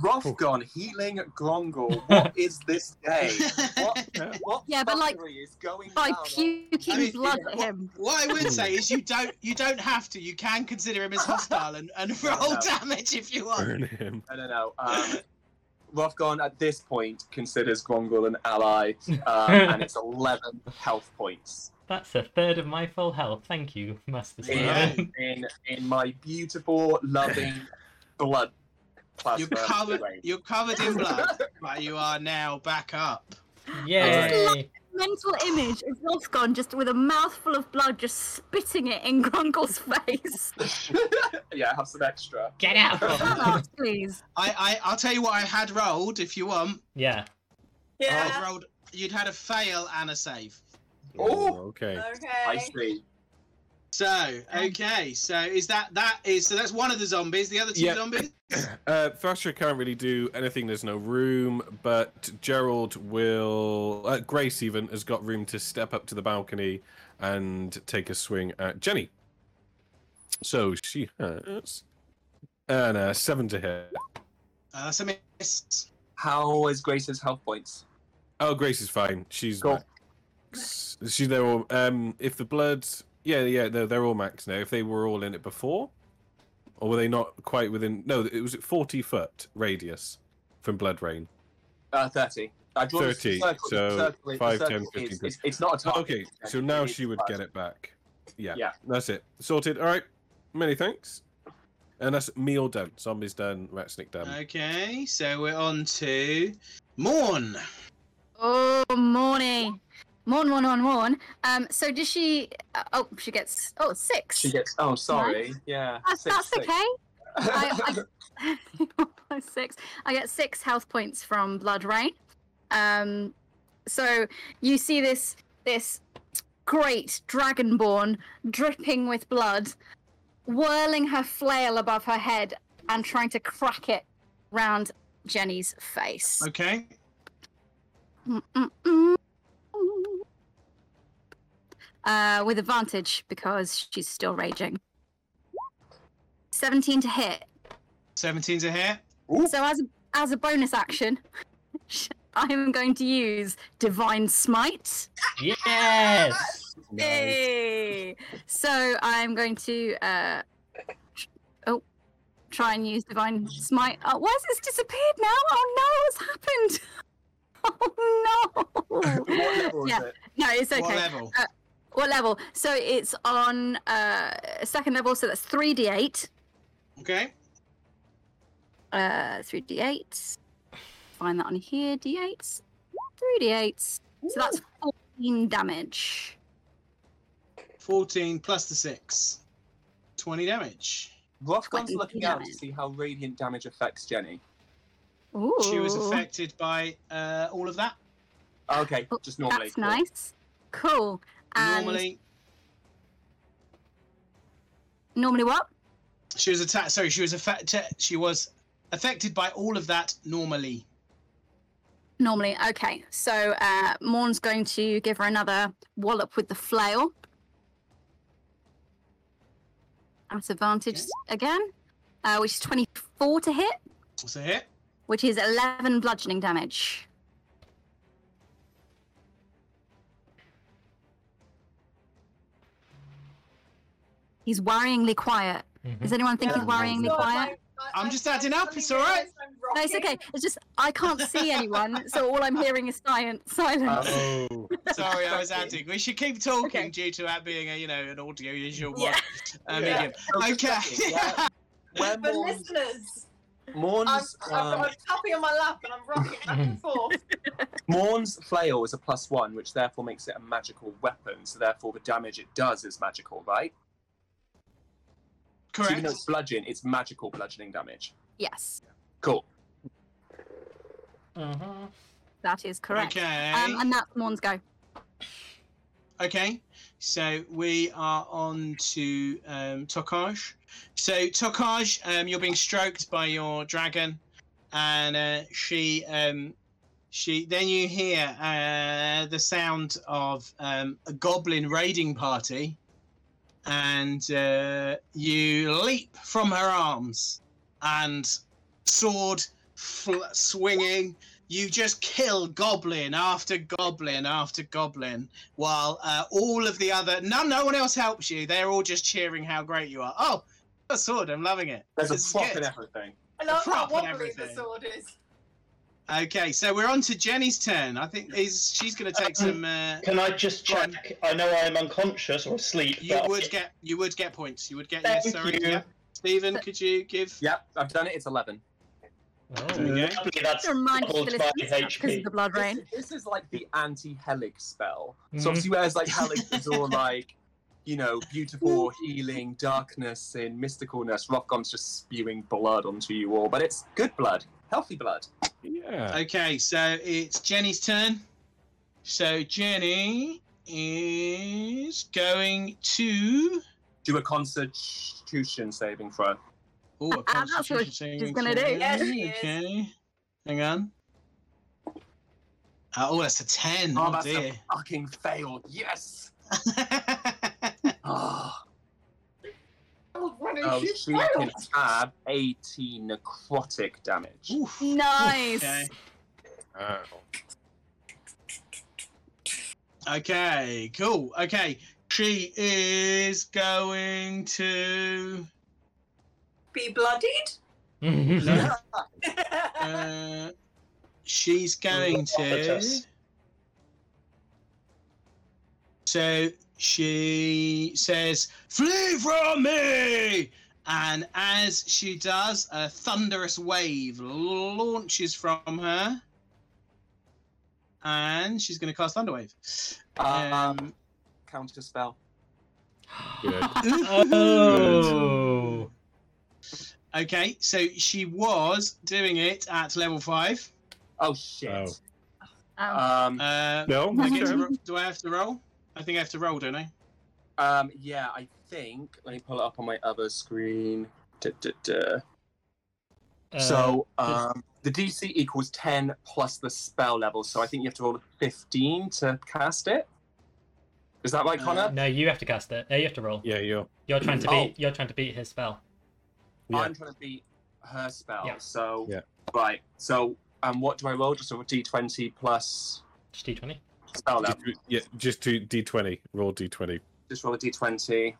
S8: Rothgon healing Grongol. What is this day? What, what
S7: Yeah, but, like,
S8: fuckery is going
S7: By
S8: down
S7: puking
S1: I mean,
S7: blood
S8: yeah,
S7: at
S8: what-
S7: him.
S1: What I would say is you don't you don't have to. You can consider him as hostile and, and
S8: No,
S1: roll
S8: no.
S1: damage if you want.
S6: Burn him.
S8: I don't know. Um, Rothgon at this point considers Grongol an ally, um, and it's 11 health points
S4: That's a third of my full health. Thank you, Master
S1: Yeah.
S4: Steven.
S8: in in my beautiful, loving blood plasma.
S1: You're covered.
S8: rain.
S1: You're covered in blood, but you are now back up.
S4: Yay!
S7: Mental image of Wolfgon just with a mouthful of blood, just spitting it in Grongle's face.
S8: yeah, have some extra.
S4: Get out!
S7: Oh, please.
S1: I, I I'll tell you what I had rolled if you want.
S4: yeah.
S1: I'd
S5: Yeah.
S1: rolled. You'd had a fail and a save.
S8: Oh.
S6: okay.
S8: I
S5: Okay.
S8: see.
S1: So okay, so is that that is so that's one of the zombies. The other two
S6: Yeah.
S1: zombies.
S6: Uh, Thatcher can't really do anything. There's no room, but Gerald will. Uh, Grace even has got room to step up to the balcony and take a swing at Jenny. So she has and uh, seven to hit.
S1: Uh, that's a miss.
S8: How is Grace's health points?
S6: Oh, Grace is fine. She's
S8: Cool.
S6: max. She they're all. Um, if the bloods, yeah, yeah, they're, they're all max now. If they were all in it before, or were they not quite within? No, it was at forty foot radius from blood rain.
S8: Uh, 30. I've drawn a
S6: 30,
S8: circle-
S6: so
S8: circle- the
S6: five, 10,
S8: circle
S6: 15,
S8: is- It's, it's not a target.
S6: Okay, so now she would get
S8: it.
S6: it back. Yeah,
S8: Yeah.
S6: that's it. Sorted. All right. Many thanks. And that's meal done. Zombies done. Ratsnick
S7: Um,
S6: done.
S1: Okay, so we're on to Morn.
S7: Oh, morning. Morn, morn, morn, morn. Um, so does she? Uh, oh, she gets. Oh, six.
S8: She gets. Oh, sorry. Yeah.
S7: that's
S8: six,
S7: that's
S8: six.
S7: okay. I, I, plus six. I get six health points from Blood Rain. Um, so you see this this great dragonborn dripping with blood, whirling her flail above her head and trying to crack it round Jenny's face.
S1: Okay.
S7: Mm-mm-mm. Uh, with advantage because she's still raging. 17 to hit.
S1: 17's a hit.
S7: So as as a bonus action, I am going to use divine smite.
S4: Yes!
S7: Yay! So I'm going to uh tr- oh try and use divine smite. Oh, why has this disappeared now? Oh no, what's happened? Oh no!
S2: What level is
S7: Yeah.
S2: it?
S7: No, it's okay.
S1: What level?
S7: What level? So it's on uh, second level, so that's 3d8.
S1: Okay.
S7: Uh, 3d8. Find that on here. d8s. 3d8s. So that's 14 damage.
S1: 14 plus the 6. 20 damage.
S2: Rothgon's
S7: Twenty
S2: looking out to
S7: damage.
S2: see how radiant damage affects Jenny.
S7: Ooh.
S1: She was affected by uh, all of that.
S2: Okay,
S7: Oh,
S2: just normally.
S7: That's nice. Cool. And normally,
S1: Normally,
S7: what?
S1: she was attacked. Sorry, she was affected. She was affected by all of that normally.
S7: Normally, okay. So uh, Morn's going to give her another wallop with the flail. At advantage again, uh, which is 24 to hit,
S1: What's a hit?
S7: which is 11 bludgeoning damage. He's worryingly quiet. Does anyone think he's worryingly
S5: God,
S7: quiet?
S5: I-
S1: I'm
S5: I-
S1: just
S5: I
S1: adding up,
S5: suddenly
S1: it's all right.
S5: realised I'm
S7: No, it's
S5: rocking.
S7: okay. It's just I can't see anyone, so all I'm hearing is silence.
S2: Um,
S7: Silence.
S6: Oh.
S1: Sorry, I was
S2: Exactly.
S1: adding. We should keep talking
S7: Okay.
S1: due to that being a you know an audio visual
S5: Yeah.
S1: uh,
S2: Yeah.
S1: medium.
S2: So just
S1: Okay.
S2: checking, yeah. Where
S5: For
S2: Morn's,
S5: listeners, I'm,
S2: Morn's,
S5: I've got
S2: um,
S5: my puppy on my lap and I'm rocking back and forth.
S2: Morn's flail is a plus one, which therefore makes it a magical weapon. So therefore, the damage it does is magical, right? So even
S1: Correct.
S2: though it's bludgeon, it's magical bludgeoning damage.
S7: Yes,
S2: Cool.
S4: Uh-huh.
S7: that is correct.
S1: Okay.
S7: Um, and that's Morn's go.
S1: Okay, so we are on to um, Tokaj. So Tokaj, um, you're being stroked by your dragon, and uh, she, um, she. Then you hear uh, the sound of um, a goblin raiding party, and uh, you leap from her arms, and sword fl- swinging. You just kill goblin after goblin after goblin while uh, all of the other no no one else helps you they're all just cheering how great you are oh a sword i'm loving it
S2: There's
S1: This
S2: a
S1: is
S2: prop
S1: good.
S2: and everything.
S5: I love
S1: prop
S5: how
S1: and
S5: wobbly the
S1: everything.
S5: sword is.
S1: okay so we're on to jenny's turn i think is she's going to take
S3: Um,
S1: some uh,
S3: Can I just
S1: Go on.
S3: check? I know I'm unconscious or asleep.
S1: you
S3: but
S1: would get you would get points you would get
S3: Thank
S1: yes sorry
S3: you.
S1: yeah. stephen could you give
S2: Yep, I've done it. It's eleven.
S1: There we
S4: Oh.
S1: go.
S3: Lovely, that's
S7: To remind you,
S3: doubled
S7: the
S3: my
S7: listeners, because
S3: HP.
S7: of the blood rain.
S2: This, this is like the anti-Helic spell.
S4: Mhm.
S2: So obviously, whereas like Helic is all like, you know, beautiful healing, darkness, and mysticalness, Rothgon's just spewing blood onto you all, but it's good blood, healthy blood.
S6: Yeah.
S1: okay so it's jenny's turn so jenny is going to
S2: Do a Constitution saving throw.
S1: oh a
S7: Ah, that's what
S1: constitution
S7: she's
S1: saving
S7: gonna do.
S1: throw.
S5: Yes, she is.
S1: okay hang on Uh, oh, that's a 10.
S2: Oh,
S1: Oh,
S2: that's
S1: dear.
S2: a fucking fail. Yes. Oh,
S5: Oh, what is
S2: um,
S5: she
S2: she
S5: doing?
S2: can have 80 necrotic damage.
S1: Oof. Oh.
S7: Nice.
S1: Okay.
S6: Wow.
S1: okay, cool. Okay, she is going to.
S5: Be bloodied?
S4: Mm-hmm.
S1: Uh, she's going to.
S3: Prophetess.
S1: So she says, "Flee from me!" And as she does, a thunderous wave launches from her, and she's going to cast Thunderwave.
S2: Um, counter spell.
S6: Good.
S4: oh.
S1: Okay, so she was doing it at level five.
S2: Oh, shit.
S6: Oh.
S2: Um,
S7: Um,
S1: Uh,
S6: No.
S1: I get to
S6: sure.
S1: ro- do I have to roll? I think I have to roll, don't I?
S2: um, yeah, I think. Let me pull it up on my other screen. Duh, duh, duh.
S4: Uh,
S2: so um, the DC equals 10 plus the spell level. So I think you have to roll a 15 to cast it. Is that right,
S1: Uh,
S2: Connor?
S4: No, you have to cast it. No, you have to roll.
S6: Yeah, you.
S4: You're trying to
S2: Oh.
S4: beat. You're trying to beat his spell.
S6: Yeah.
S2: I'm trying to beat her spell.
S4: Yeah.
S2: So
S6: Yeah.
S2: right. So um, what do I roll? Just a D20 plus
S4: Just d20.
S2: spell level.
S6: D- yeah. Just do D20. Roll D20.
S2: Just roll a D20.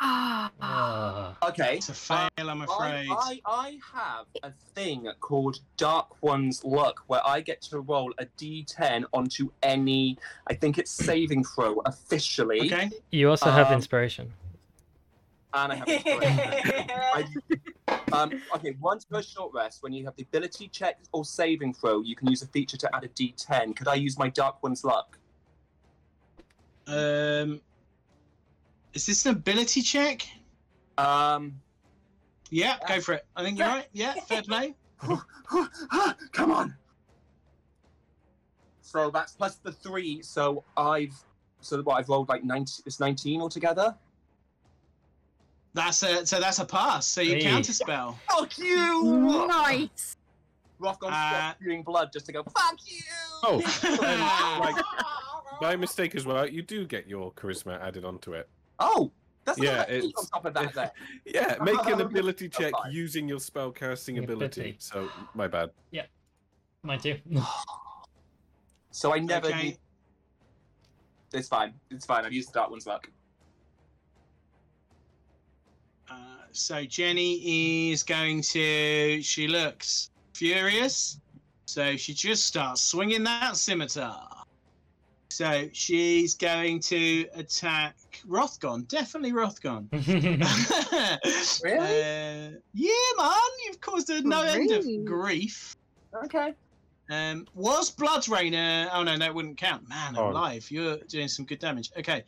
S7: Ah.
S4: Ah.
S2: Okay.
S1: It's a fail, I'm afraid.
S2: I, I, I have a thing called Dark One's Luck where I get to roll a d10 onto any, I think it's saving throw officially.
S1: okay.
S4: you also have
S2: Um,
S4: inspiration.
S2: And I have inspiration. um, okay, once per short rest, when you have the ability check or saving throw, you can use a feature to add a d10. Could I use my Dark One's Luck?
S1: Um, is this an ability check?
S2: Um,
S1: Yeah, go for it. I think you're right. Yeah, fair play.
S2: come on. So that's plus the three. So I've so what I've rolled like ninety. It's nineteen altogether.
S1: That's a so that's a pass. So you
S4: Hey.
S1: counter spell.
S2: Fuck you!
S7: Nice.
S2: Rothgon's
S1: Mm-hmm. Uh,
S2: spewing blood just to go. Fuck you!
S6: Oh, by mistake as well. You do get your charisma added onto it.
S2: Oh, that's
S6: Yeah,
S2: not eight on
S6: it's-
S2: top of that. There.
S6: Yeah, make an ability
S2: That's
S6: check
S2: fine.
S6: using your spellcasting
S4: Yeah,
S6: ability.
S4: ability.
S6: So my bad.
S4: Mine too.
S2: So I never.
S1: Okay.
S2: need- It's fine. It's fine. I've used that one's luck.
S1: Uh, so Jenny is going to. She looks furious. So she just starts swinging that scimitar. So she's going to attack Rothgon. Definitely Rothgon.
S2: Really?
S1: Uh, yeah, man. You've caused her no end of
S7: Grief.
S1: grief.
S2: Okay.
S1: Um, was Blood Rainer? Oh no, that wouldn't count. Man
S6: Oh.
S1: alive, you're doing some good damage. Okay.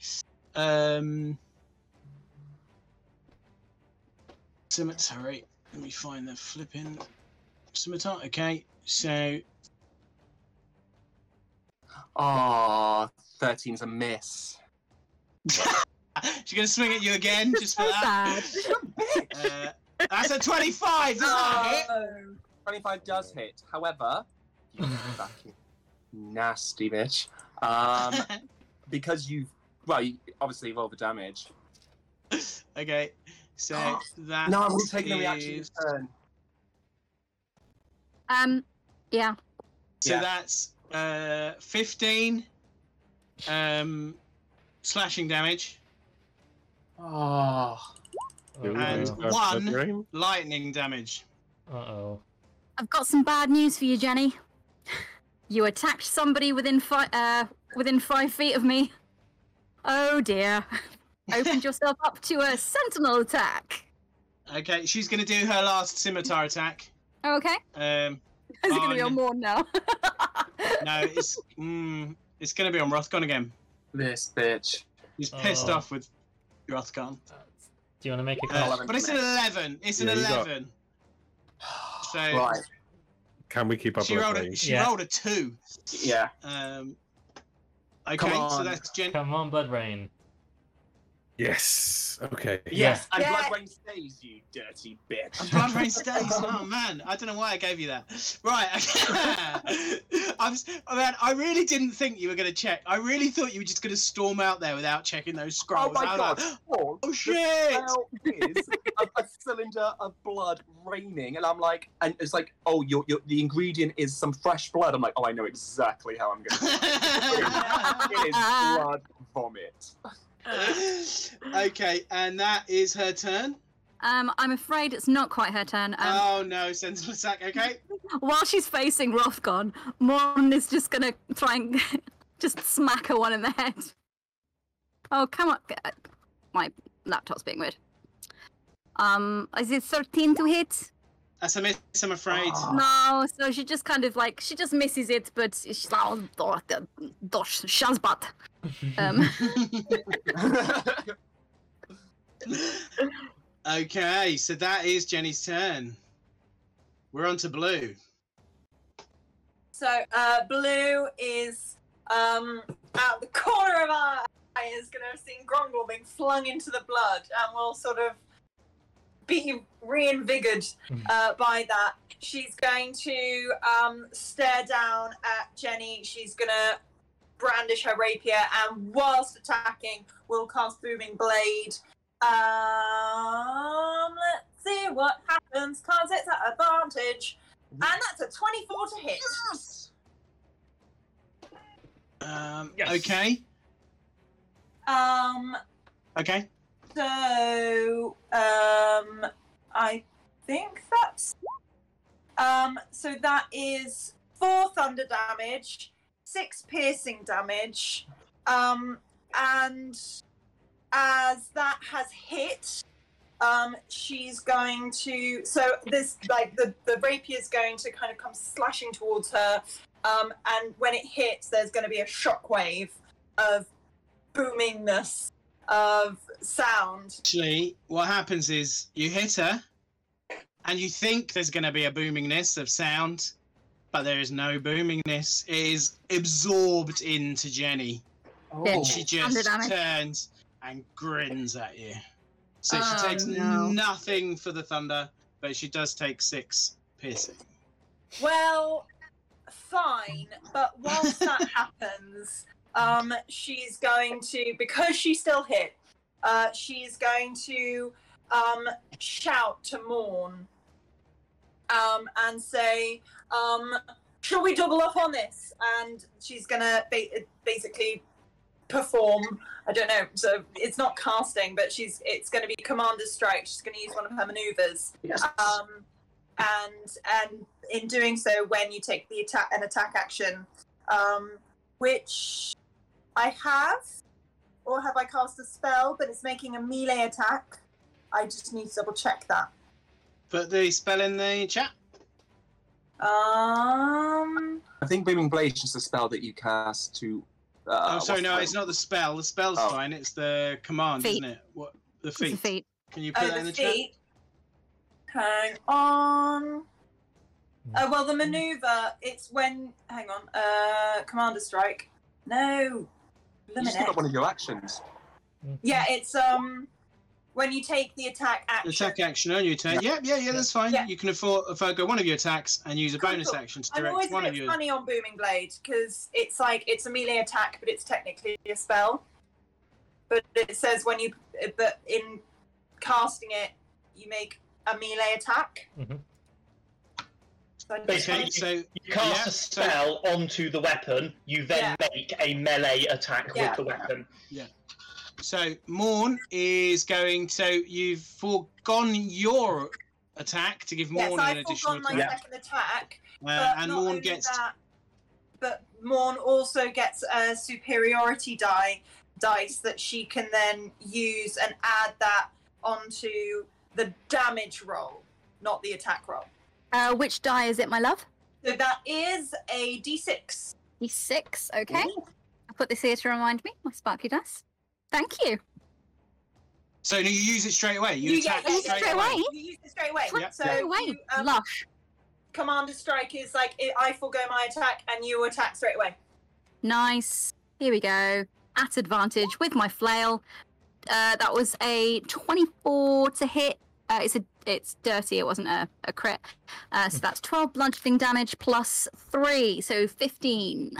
S1: Um, cemetery. Let me find the flipping scimitar. Okay, so
S2: Ah, 13's a miss.
S1: she's gonna swing at you again just for
S7: So
S1: that. Uh, that's a twenty-five. Does that hit?
S5: Oh.
S2: 25 does hit. However, you fucking nasty bitch. Um, because you've well, you obviously roll the damage.
S1: okay, so that
S2: No, I'm gonna take the reaction
S1: is-
S2: this turn.
S7: Um, yeah.
S1: So
S2: Yeah.
S1: that's uh, 15 um, slashing damage,
S2: Oh,
S1: And
S4: Uh
S1: one.
S6: Drain.
S1: lightning damage.
S4: oh.
S7: I've got some bad news for you, Jenny. You attacked somebody within five uh, within five feet of me. Oh dear. Opened yourself up to a sentinel attack.
S1: Okay, she's going to do her last scimitar attack.
S7: Okay.
S1: Um,
S7: Is it gonna be
S1: Fine.
S7: on Morn now?
S1: no, it's mm, it's going to be on Rothgon again.
S2: this bitch.
S1: He's pissed
S4: Oh.
S1: off with Rothgon.
S4: Do you want to make a
S1: Uh,
S4: call?
S2: Eleven
S1: but it's an
S2: damage.
S1: 11. It's an
S6: Yeah, you got-
S1: 11. So
S2: Right.
S6: Can we keep up
S1: she
S6: with
S1: rolled a,
S6: range?
S1: she
S4: Yeah.
S1: rolled a 2.
S2: Yeah.
S1: Um, okay,
S2: Come
S1: so
S2: on.
S1: that's Jen.
S4: Come on, Blood Rain.
S6: Yes. Okay.
S2: Yes. And
S5: Yeah.
S2: Blood Rain stays, you dirty bitch.
S1: And Blood Rain stays. Oh man, I don't know why I gave you that. Right, I'm. s- oh, man, I really didn't think you were gonna check. I really thought you were just gonna storm out there without checking those scrolls.
S2: Oh my
S1: I was
S2: god.
S1: like,
S2: Paul,
S1: oh
S2: the
S1: shit!
S2: spell is a, a cylinder of blood raining, and I'm like, and it's like, oh, your, your the ingredient is some fresh blood. I'm like, oh, I know exactly how I'm gonna. it is blood vomit.
S1: okay, and that is her turn.
S7: Um, I'm afraid it's not quite her turn. Um,
S1: oh no, sentinel attack. Okay,
S7: while she's facing Rothgon, Morn is just gonna try and just smack her one in the head. Oh, come on. uh, My laptop's being weird. Um, is it 13 to hit?
S1: that's a miss. I'm afraid.
S7: No, so she just kind of like, she just misses it, but she's like, oh, do- do- dosh, shazbat. Um,
S1: okay, so that is Jenny's turn. We're on to blue.
S5: So uh, Blue is um, out the corner of our eye is going to have seen Grongle being flung into the blood and will sort of be reinvigored uh, by that. She's going to um, stare down at Jenny. She's going to brandish her rapier and whilst attacking will cast Booming Blade. Um, let's see what happens. Cards hits at advantage. And that's a 24 to hit.
S1: Um,
S4: Yes.
S1: Okay.
S5: Um,
S1: Okay.
S5: So, um, I think that's. Um, so that is four thunder damage, six piercing damage, um, and as that has hit, um, she's going to. So this, like the the rapier is going to kind of come slashing towards her, um, and when it hits, there's going to be a shockwave of boomingness of sound.
S1: Actually, what happens is you hit her, and you think there's going to be a boomingness of sound, but there is no boomingness. It is absorbed into Jenny.
S8: Oh,
S7: Bitch.
S1: She
S7: Thunder
S1: just
S7: damage.
S1: turns and grins at you. So
S5: Oh,
S1: she takes
S5: no.
S1: nothing for the thunder, but she does take six piercing.
S5: Well, fine, but whilst that happens, um, she's going to because she's still hit. Uh, she's going to um, shout to Morn um, and say, um, "Shall we double up on this?" And she's gonna ba- basically perform. I don't know. So it's not casting, but she's it's going to be commander strike. She's going to use one of her maneuvers um, and and in doing so, when you take the attack an attack action, um, which I have, or have I cast a spell? But it's making a melee attack. I just need to double check that.
S1: Put the spell in the chat.
S5: Um,
S8: I think Beaming Blade is just a spell that you cast to.
S1: Oh,
S8: Uh,
S1: sorry,
S8: what's
S1: no,
S8: the-
S1: it's not the spell. The spell's
S8: Oh.
S1: fine. It's the command,
S7: Feet.
S1: isn't it? What the
S7: It's a
S1: feet?
S7: feat.
S1: Can you put
S5: oh,
S1: that in
S5: the
S1: the
S5: feet. Hang on. Oh well, the maneuver. It's when. Hang on. Uh, commander strike. No.
S8: You
S5: Limit
S8: just got
S5: it.
S8: one of your actions.
S5: Yeah, it's um when you take the attack action.
S1: chat? Attack action on your turn. Yep, yeah, yeah, that's fine.
S5: Yeah.
S1: You can afford forgo one of your attacks and use a
S5: Cool,
S1: bonus
S5: cool.
S1: action to
S5: I'm
S1: direct
S5: always a
S1: one of
S5: bit
S1: your.
S5: funny on Booming Blade because it's like it's a melee attack, but it's technically a spell. But it says when you, but in casting it, you make a melee attack.
S4: Mhm.
S5: So I just
S3: Basically,
S1: Okay,
S5: wanted-
S1: so
S3: You
S1: Yeah,
S3: cast a
S1: so-
S3: spell onto the weapon. You then make a melee attack
S5: Yeah.
S3: with the weapon.
S1: So Morn is going. So you've foregone your attack to give
S5: yes,
S1: Morn an
S5: I've
S1: additional
S5: foregone my
S1: attack,
S5: second attack,
S1: uh,
S5: but
S1: and
S5: not
S1: Morn
S5: only
S1: gets.
S5: that, but Morn also gets a superiority die dice that she can then use and add that onto the damage roll, not the attack roll.
S7: Uh, which die is it, my love?
S5: So that is a d6.
S7: D6. Okay. I put this here to remind me. My sparkly dice. Thank you.
S1: So you use it straight away. You,
S5: You- yeah,
S1: attack
S5: yeah, yeah,
S1: straight,
S7: straight
S1: away.
S7: away.
S5: You use it straight away.
S1: Yeah,
S5: so
S1: yeah.
S7: Go away.
S5: you, um,
S7: Lush.
S5: commander strike is like I- I forego my attack and you attack straight away.
S7: Nice. Here we go. At advantage with my flail. Uh, that was a 24 to hit. Uh, it's a it's dirty. It wasn't a, a crit. Uh, so that's 12 bludgeoning damage plus three, so 15.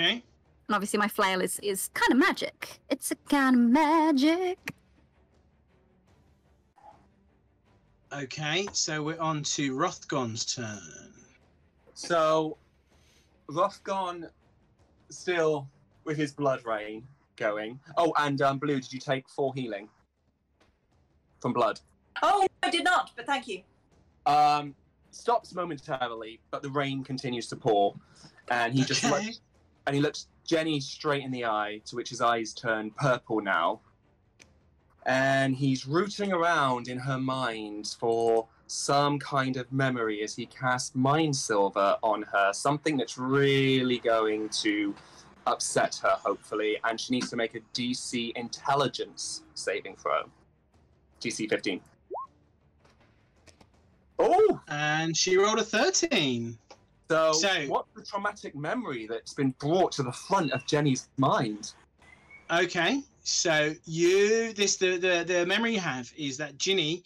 S7: And
S1: Okay.
S7: obviously my flail is is kind of magic. It's a kind of magic.
S1: Okay. So we're on to Rothgon's turn.
S8: So, Rothgon still with his blood rain going. Oh, and um, Blue, did you take four healing from blood?
S5: Oh, I did not, but thank you.
S8: Um, stops momentarily, but the rain continues to pour, and he just
S1: Okay.
S8: looks, and he looks Jenny straight in the eye, to which his eyes turn purple now, and he's rooting around in her mind for some kind of memory as he casts Mind Silver on her, something that's really going to upset her, hopefully, and she needs to make a DC Intelligence saving throw, DC 15. Oh,
S1: And she rolled a thirteen.
S8: so,
S1: So-
S8: what's the traumatic memory that's been brought to the front of Jenny's mind?
S1: Okay, so you this the the, the memory you have is that Ginny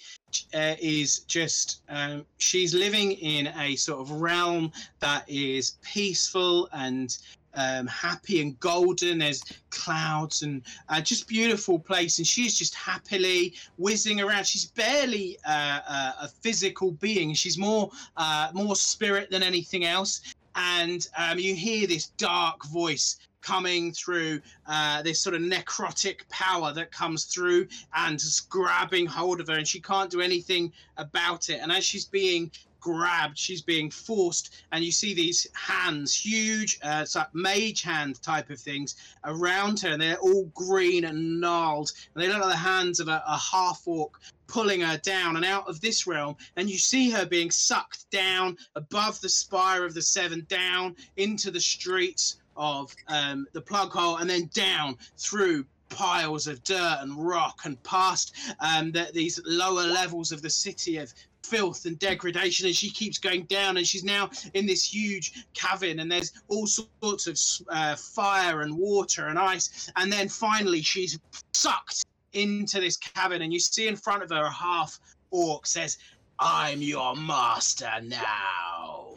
S1: uh, is just um, she's living in a sort of realm that is peaceful and um, happy and golden. There's clouds and uh, just beautiful place, and she's just happily whizzing around. She's barely uh, uh, a physical being. She's more uh, more spirit than anything else. And um, you hear this dark voice coming through uh, this sort of necrotic power that comes through and is grabbing hold of her, and she can't do anything about it. And as she's being grabbed, she's being forced, and you see these hands, huge, uh, it's like mage hand type of things around her, and they're all green and gnarled, and they look like the hands of a, a half orc pulling her down and out of this realm, and you see her being sucked down above the spire of the Seven, down into the streets of um, the plug hole, and then down through piles of dirt and rock and past um, the, these lower levels of the city of filth and degradation and she keeps going down and she's now in this huge cavern and there's all sorts of uh, fire and water and ice and then finally she's sucked into this cavern and you see in front of her a half orc says i'm your master now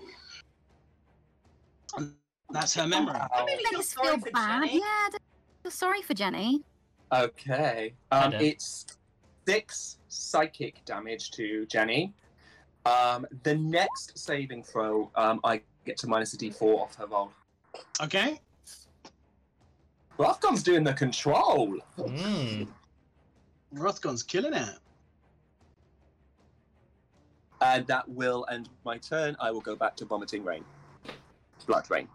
S1: and that's her memory
S2: Ah.
S5: That made me feel
S7: Makes
S5: sorry
S7: feel
S5: for
S7: bad.
S5: Jenny.
S7: Yeah, I don't feel sorry for Jenny.
S2: Okay.
S4: I
S2: Um,
S4: don't.
S2: it's six psychic damage to Jenny. Um, the next saving throw, um, I get to minus a d4 off her roll.
S1: okay
S2: Rothgon's doing the control.
S4: Mm.
S1: rothgon's killing it
S2: And that will end my turn. I will go back to vomiting rain. Blood rain.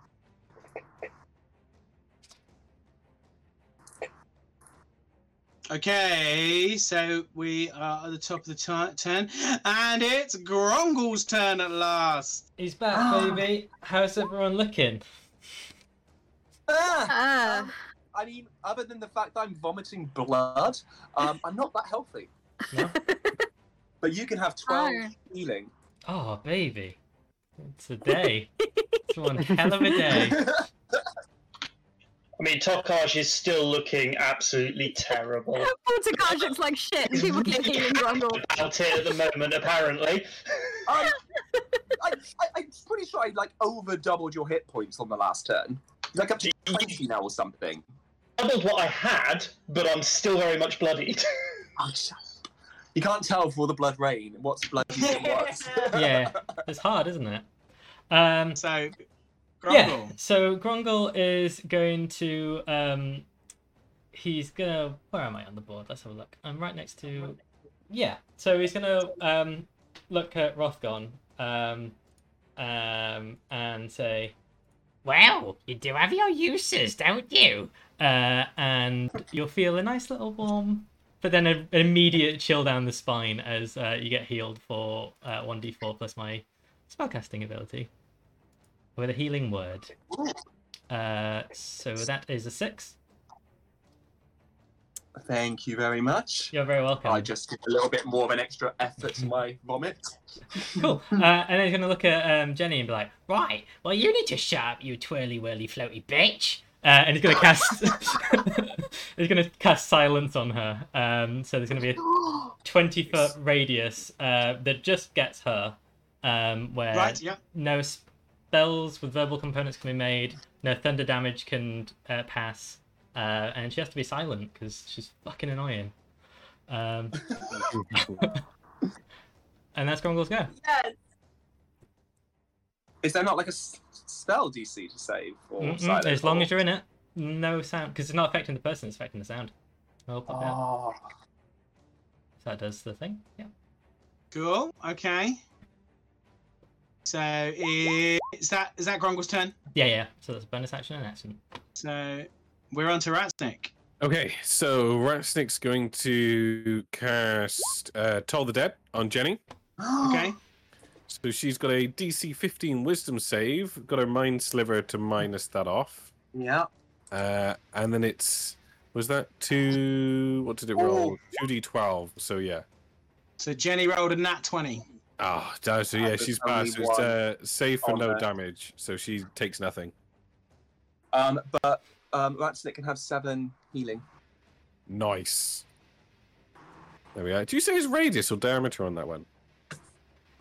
S1: Okay, so we are at the top of the ti- turn, and it's Grongle's turn at last.
S4: He's back, baby. How's everyone looking?
S2: Ah,
S7: Uh,
S2: I mean, other than the fact that I'm vomiting blood, um, I'm not that healthy.
S4: No?
S2: But you can have 12
S7: Oh.
S2: healing.
S4: Oh, baby. It's a day. It's one hell of a day.
S3: I mean, Tokaj is still looking absolutely terrible
S7: Portage looks like shit. and People keep healing Grumble.
S3: about it at the moment, apparently.
S2: Um, I, I, I'm pretty sure I like over doubled your hit points on the last turn. You're like up to 20 now or something.
S3: Doubled what I had, but I'm still very much bloodied.
S2: Oh, shut up. You can't tell for the blood rain what's bloody and what's.
S4: Yeah, it's hard, isn't it? Um,
S1: So,
S4: yeah.
S1: Grongle,
S4: So Grungle is going to. Um, he's gonna. Where am I on the board? Let's have a look. I'm right next to. Yeah. So he's gonna um, look at Rothgon um, um, and say, "Well, you do have your uses, don't you?" Uh, and you'll feel a nice little warm, but then a, an immediate chill down the spine as uh, you get healed for uh, 1d4 plus my spellcasting ability with a healing word. Uh, so that is a six.
S2: Thank you very much.
S4: You're very welcome.
S2: I just did a little bit more of an extra effort to my vomit.
S4: Cool. Uh, and then he's gonna look at um, Jenny and be like, "Right, well, you need to shut up, you twirly whirly floaty bitch." Uh, and he's gonna cast. he's gonna cast silence on her. Um, so there's gonna be a twenty foot radius uh, that just gets her, um, where
S1: right? Yeah.
S4: no spells with verbal components can be made, no thunder damage can uh, pass, uh, and she has to be silent because she's fucking annoying. Um, and that's Grongle's go.
S5: Yes.
S2: Is there not like a s- spell DC to save? Or
S4: Mm-mm,
S2: silent
S4: Mm-hmm. As long
S2: or-
S4: as you're in it, no sound because it's not affecting the person; it's affecting the sound. Oh, pop it
S7: Ah.
S4: out.
S2: Oh,
S4: So that does the thing. Yeah.
S1: Cool. Okay. So i- is that is that Grongle's turn?
S4: Yeah, yeah. So that's a bonus action and action.
S1: So we're on to Ratsnick.
S6: Okay, so Ratsnick's going to cast uh, Toll the Dead on Jenny.
S1: Okay.
S6: So she's got a DC 15 Wisdom save. Got her Mind Sliver to minus that off.
S2: yeah.
S6: Uh, and then it's was that two? What
S2: Oh.
S6: did it roll? Two D twelve. So yeah.
S1: So Jenny rolled a nat twenty.
S6: Ah, da- so yeah,
S2: And
S6: she's
S2: there's only
S6: passed. It's uh, safe for
S2: on
S6: no
S2: there.
S6: damage, so she takes nothing.
S2: Um, but um, Ratsnick can have seven healing.
S6: Nice. There we are. Do you say it's radius or diameter on that one?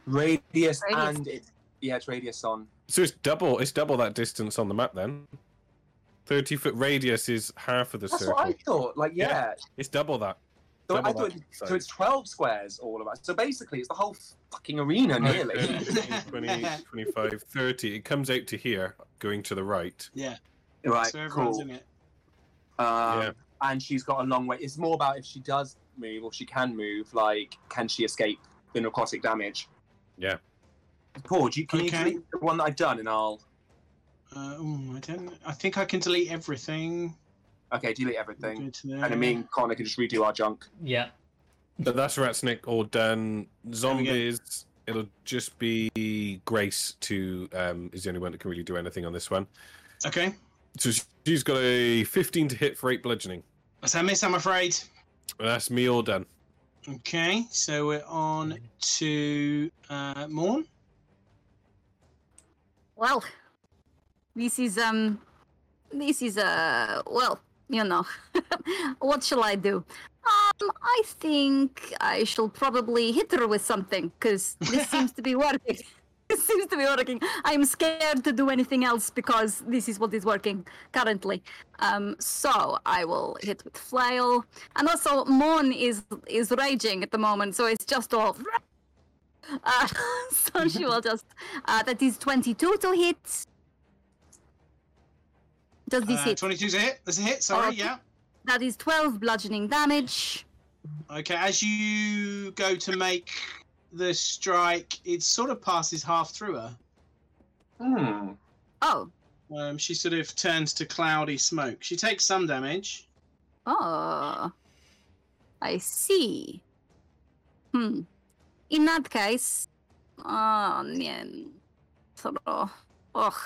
S2: Radius,
S7: Radius.
S2: and it, yeah, it's radius on.
S6: So it's double. It's double that distance on the map then. Thirty foot radius is half of the
S2: That's
S6: circle.
S2: what I thought. Like,
S6: Yeah.
S2: yeah,
S6: It's double that.
S2: So I
S6: Double
S2: thought,
S6: that,
S2: it-
S6: so-
S2: so it's 12 squares all of us. So basically, it's the whole fucking arena nearly.
S6: 15, 20, 25, 30. It comes out to here, going to the right.
S1: Yeah.
S8: Right,
S1: so everyone's
S8: cool.
S1: in it.
S8: Um,
S6: Yeah.
S8: And she's got a long way. It's more about if she does move or she can move, like, can she escape the narcotic damage?
S6: Yeah.
S8: Paul, do you, can
S1: Okay.
S8: you delete the one that I've done and I'll.
S1: Uh, ooh, I don't. I think I can delete everything.
S8: Okay, delete everything.
S1: Go to there.
S8: And then me and Connor can just redo our junk.
S4: Yeah.
S6: But that's Ratsnick all done.
S1: we go.
S6: Zombies. It'll just be Grace to um, is the only one that can really do anything on this one.
S1: Okay,
S6: So she's got a 15 to hit for eight bludgeoning.
S1: that's a miss. I'm afraid.
S6: That's me all done.
S1: Okay, so we're
S4: Mm-hmm.
S1: on to uh, Morn.
S7: Well, this is um, this is uh, well, you know, what shall I do? Um, I think I shall probably hit her with something because this seems to be working. This seems to be working. I'm scared to do anything else because this is what is working currently. Um, so I will hit with flail, and also Mon is is raging at the moment, so it's just all. Uh, so she will just. Uh, that is 22 to hit. Does this
S1: Uh,
S7: hit?
S1: 22's a hit. That's a hit. Sorry,
S7: Oh,
S1: yeah.
S7: That is 12 bludgeoning damage.
S1: Okay, as you go to make the strike, it sort of passes half through her.
S8: Hmm.
S7: Oh,
S1: Um, she sort of turns to cloudy smoke. She takes some damage.
S7: oh. I see. Hmm. In that case. Oh, man. Sort of- Ugh.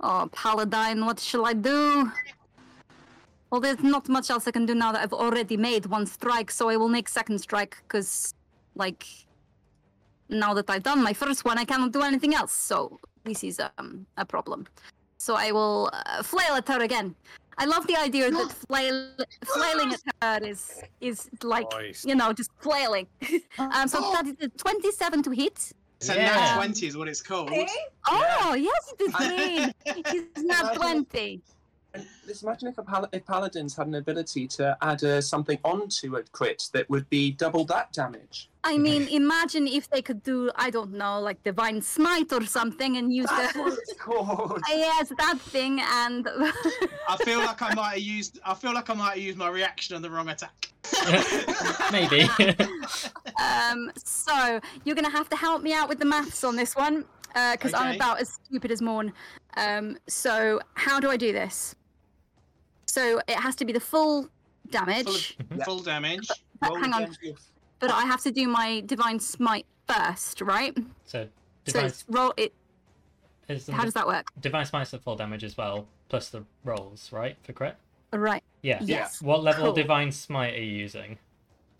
S7: Oh, Paladine, what shall I do? Well, there's not much else I can do now that I've already made one strike, so I will make second strike, because, like, now that I've done my first one, I cannot do anything else, so this is um, a problem. So I will uh, flail at her again. I love the idea that flail, flailing at her is, is like,
S6: Nice.
S7: you know, just flailing. um, so that is a 27 to hit.
S1: It's a
S4: Yeah.
S1: nat 20 is what it's called.
S5: Okay.
S7: Oh, yes, it is green. It's not
S8: Imagine-
S7: 20.
S8: And Just imagine if, a pal- if paladins had an ability to add uh, something onto a crit that would be double that damage.
S7: I mean, imagine if they could do, I don't know, like Divine Smite or something and use
S8: That's what
S7: the.
S8: it's called.
S7: yes, that thing and.
S1: I feel like I might have used. I feel like I might have used my reaction on the wrong attack.
S4: Maybe.
S7: um, so, you're going to have to help me out with the maths on this one because I'm
S1: Okay.
S7: about as stupid as Morn. Um, so, how do I do this? So, it has to be the full damage,
S1: Full damage.
S7: But
S8: Roll
S7: hang on.
S8: again if-
S7: but I have to do my Divine Smite first, right?
S4: so
S7: So,
S4: divine,
S7: it's roll. It,
S4: is
S7: how
S4: the,
S7: does that work?
S4: divine smite's at full damage as well, plus the rolls, right? For crit.
S7: Right.
S4: Yeah.
S7: Yes.
S4: What level
S7: Cool.
S4: of divine smite are you using?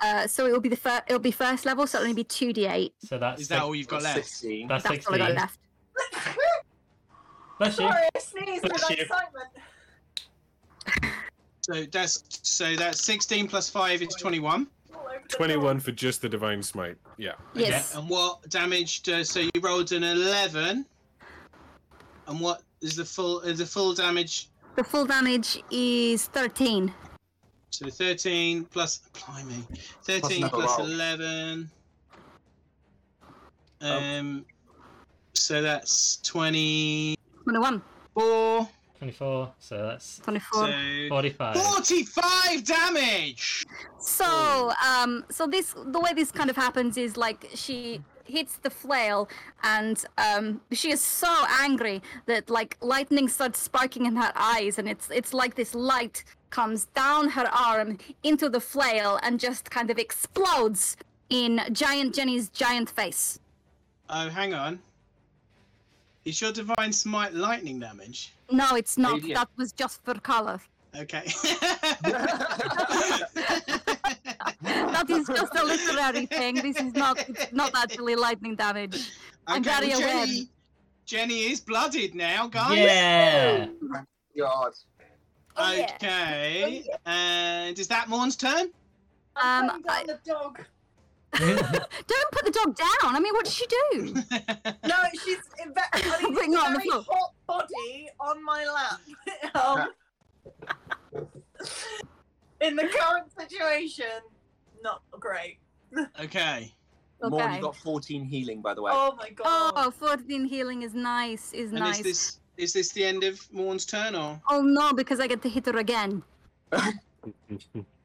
S7: Uh, so it will be the first. It'll be first level, so it'll only be two d8.
S4: So that's
S1: Is that
S4: six-
S1: all you've got left?
S8: 16.
S4: that's
S7: That's all I
S4: sixteen.
S7: got left.
S4: Bless you.
S5: Sorry, I sneezed with
S4: Bless you.
S5: excitement.
S1: So that's so that's 16 plus five into 21.
S5: All over the
S6: 21 for just the divine smite. Yeah.
S7: Yes.
S1: And what damage? Do, so you rolled an 11. And what is the full? Is the full damage?
S7: The full damage is thirteen.
S1: So 13 plus. Blimey. 13
S8: another
S1: plus
S8: roll.
S1: 11.
S8: Oh.
S1: Um. So that's 24.
S7: 21,
S4: Twenty-four. So that's
S7: 24.
S1: So
S4: forty-five.
S1: 45 damage.
S7: So, um, so this the way this kind of happens is like she hits the flail, and um, she is so angry that like lightning starts sparking in her eyes, and it's it's like this light comes down her arm into the flail and just kind of explodes in giant Jenny's giant face.
S1: Oh, hang on. Is your divine smite lightning damage?
S7: No, it's not.
S8: Radiant.
S7: That was just for color.
S1: Okay.
S7: that is just a literary thing. This is not it's not actually lightning damage. I'm
S1: Okay,
S7: very
S1: well,
S7: aware.
S1: Jenny, Jenny is blooded now, guys.
S4: Yeah.
S8: God.
S7: Oh, yeah. Oh,
S1: Okay. And is that Morn's turn?
S5: I'm
S7: Um,
S5: putting down the dog.
S7: Don't put the dog down. I mean, what did she do?
S5: No, she's in fact, I mean,
S7: Bring
S5: it's
S7: on
S5: a
S7: the
S5: very
S7: floor.
S5: hot body on my lap. um, in the current situation, not great.
S1: Okay.
S8: Morn,
S7: Okay.
S8: you got 14 healing, by the way.
S5: Oh my god.
S7: Oh, 14 healing is nice. Is
S1: And
S7: nice.
S1: is this Is this the end of Morn's turn, or
S7: Oh no, because I get to hit her again.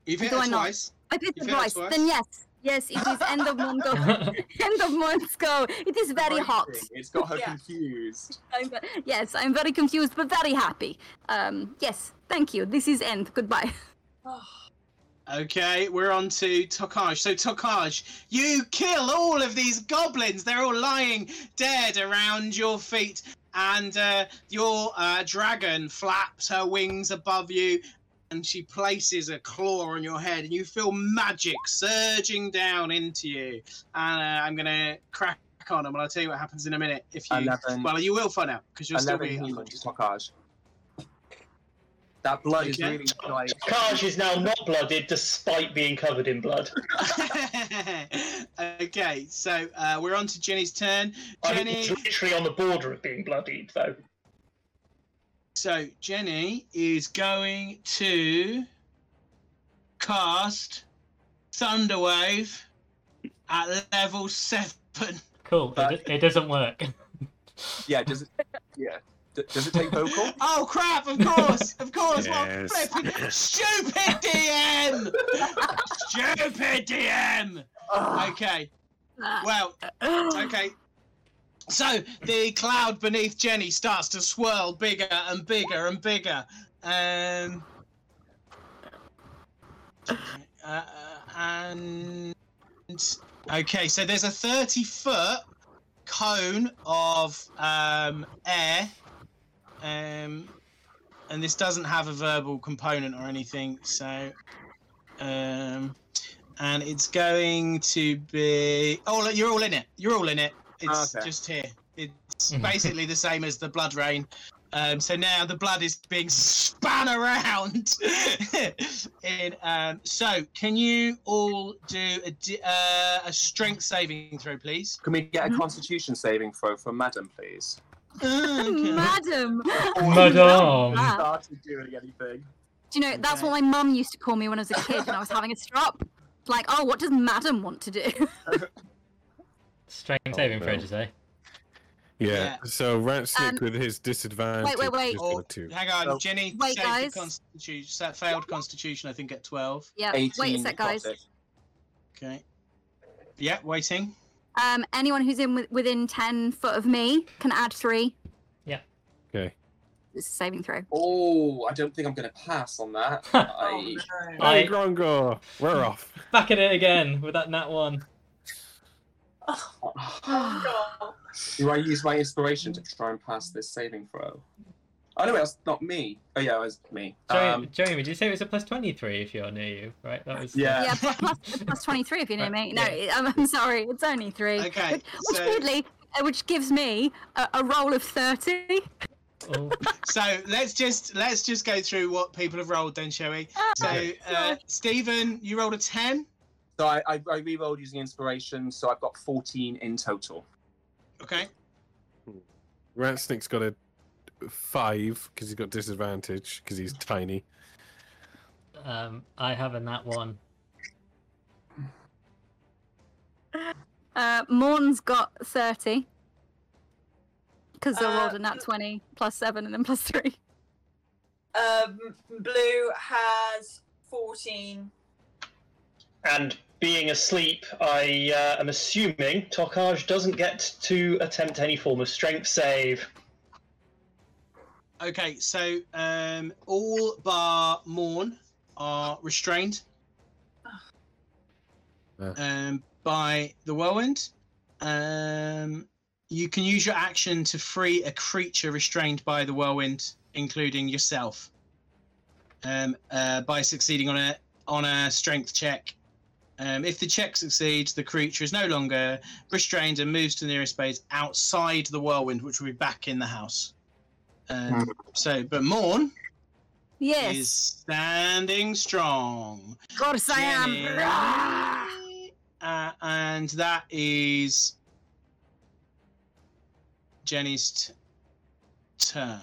S1: you've hit
S7: Do
S1: her
S7: I not?
S1: twice?
S7: I hit
S1: You
S7: her
S1: failed
S7: twice.
S1: twice.
S7: Then yes, yes, it is end of month go. end of month go. It is very hot.
S8: Rating. It's got her
S5: Yeah.
S8: confused.
S7: I'm, ve- yes, I'm very confused but very happy. Um, yes, thank you. This is end. Goodbye.
S1: Okay, we're on to Tokaj. So Tokaj, you kill all of these goblins. They're all lying dead around your feet, and uh, your uh, dragon flaps her wings above you, and she places a claw on your head, and you feel magic surging down into you. And uh, I'm gonna crack on, and I'll tell you what happens in a minute. If you,
S8: Eleven.
S1: well, you will find out because you'll still
S8: Eleven
S1: be.
S8: healing to Tokaj. That blood is
S1: Okay.
S8: really like.
S3: Kaj is now not blooded despite being covered in blood.
S1: okay, so uh, we're on to Jenny's turn.
S3: I mean,
S1: Jenny.
S3: it's literally on the border of being bloodied, though.
S1: So Jenny is going to cast Thunderwave at level seven.
S4: Cool. It,
S8: But-
S4: it doesn't work.
S8: Yeah. Does it? Yeah. D- does it take vocal?
S1: Oh crap! Of course, of
S2: Oh,
S1: course. Well,
S6: Yes.
S1: flipping stupid DM, stupid DM. Okay, well, okay. So the cloud beneath Jenny starts to swirl bigger and bigger and bigger. Um, uh, and okay, so there's a 30 foot cone of um, air. Um, and this doesn't have a verbal component or anything, so. Um, and it's going to be. Oh, look, you're all in it. You're all in it. It's
S8: Okay.
S1: just here. It's basically the same as the blood rain. Um, so now the blood is being span around. in, um, so can you all do a, di- uh, a strength saving throw, please?
S8: Can we
S7: Mm-hmm.
S8: get a Constitution saving throw from Madam, please?
S7: Mm-hmm. Madam.
S4: Madame.
S1: Oh,
S7: Ah.
S8: Started doing anything.
S7: Do you know, that's
S1: Okay.
S7: what my mum used to call me when I was a kid and I was having a strop. Like, oh, what does madam want to do?
S4: Strength
S6: Oh,
S4: saving eh? throw,
S6: no.
S4: you say?
S6: Yeah.
S1: Yeah.
S6: So Rancic
S7: Um,
S6: with his disadvantage.
S7: wait, wait, wait.
S6: is
S1: Oh,
S6: gonna two.
S1: hang on,
S8: Oh.
S1: Jenny.
S7: Wait,
S1: saved
S7: guys.
S1: The constitution, sa- failed constitution, I think, at 12.
S7: yeah.
S8: 18
S7: Wait a sec, guys.
S8: got it.
S1: Okay. Yeah, waiting.
S7: Um, anyone who's in wi- within ten foot of me can add three.
S6: Okay.
S7: It's a saving throw.
S8: Oh, I don't think I'm going to pass on that.
S5: Oh,
S8: I...
S5: no.
S6: Hey,
S4: I-
S6: Grongor, we're off.
S4: Back at it again with that nat one.
S5: Oh, God.
S8: Do I use my inspiration to try and pass this saving throw? Oh no, that's not me. Oh yeah, it was me.
S4: Jeremy,
S8: Um,
S4: Jeremy, did you say it was a plus twenty-three if you're near you? Right. That was.
S8: Yeah.
S7: Yeah, plus, plus- plus twenty-three if you know
S4: Right,
S7: me. No,
S4: Uh. yeah.
S7: it- I'm, I'm sorry, it's only three.
S1: Okay,
S7: Which, which
S1: so-
S7: weirdly, uh, which gives me a, a roll of thirty.
S4: Oh,
S1: So let's just let's just go through what people have rolled then, shall we?
S7: Ah.
S1: So
S4: Okay.
S1: uh, Stephen, you rolled a ten.
S8: so I, I, I re-rolled using inspiration, so I've got 14 in total.
S1: Okay.
S6: Rancic's got a five because he's got disadvantage because he's tiny.
S4: um, I have a nat one.
S7: Uh, Morn's got thirty because I
S5: Uh,
S7: rolled a nat twenty plus seven and then plus three.
S5: Um, Blue has 14.
S3: And being asleep, I uh, am assuming Tokaj doesn't get to attempt any form of strength save.
S1: Okay. So um, all bar Morn are restrained
S6: Yeah.
S1: um, by the whirlwind. Um, you can use your action to free a creature restrained by the whirlwind, including yourself, um, uh, by succeeding on a on a strength check. Um, if the check succeeds, the creature is no longer restrained and moves to the nearest base outside the whirlwind, which will be back in the house. Um, so, but Morn
S7: Yes,
S1: is standing strong.
S7: of course I am.
S1: Jenny.
S7: Rah!
S1: Uh, and that is Jenny's t- turn.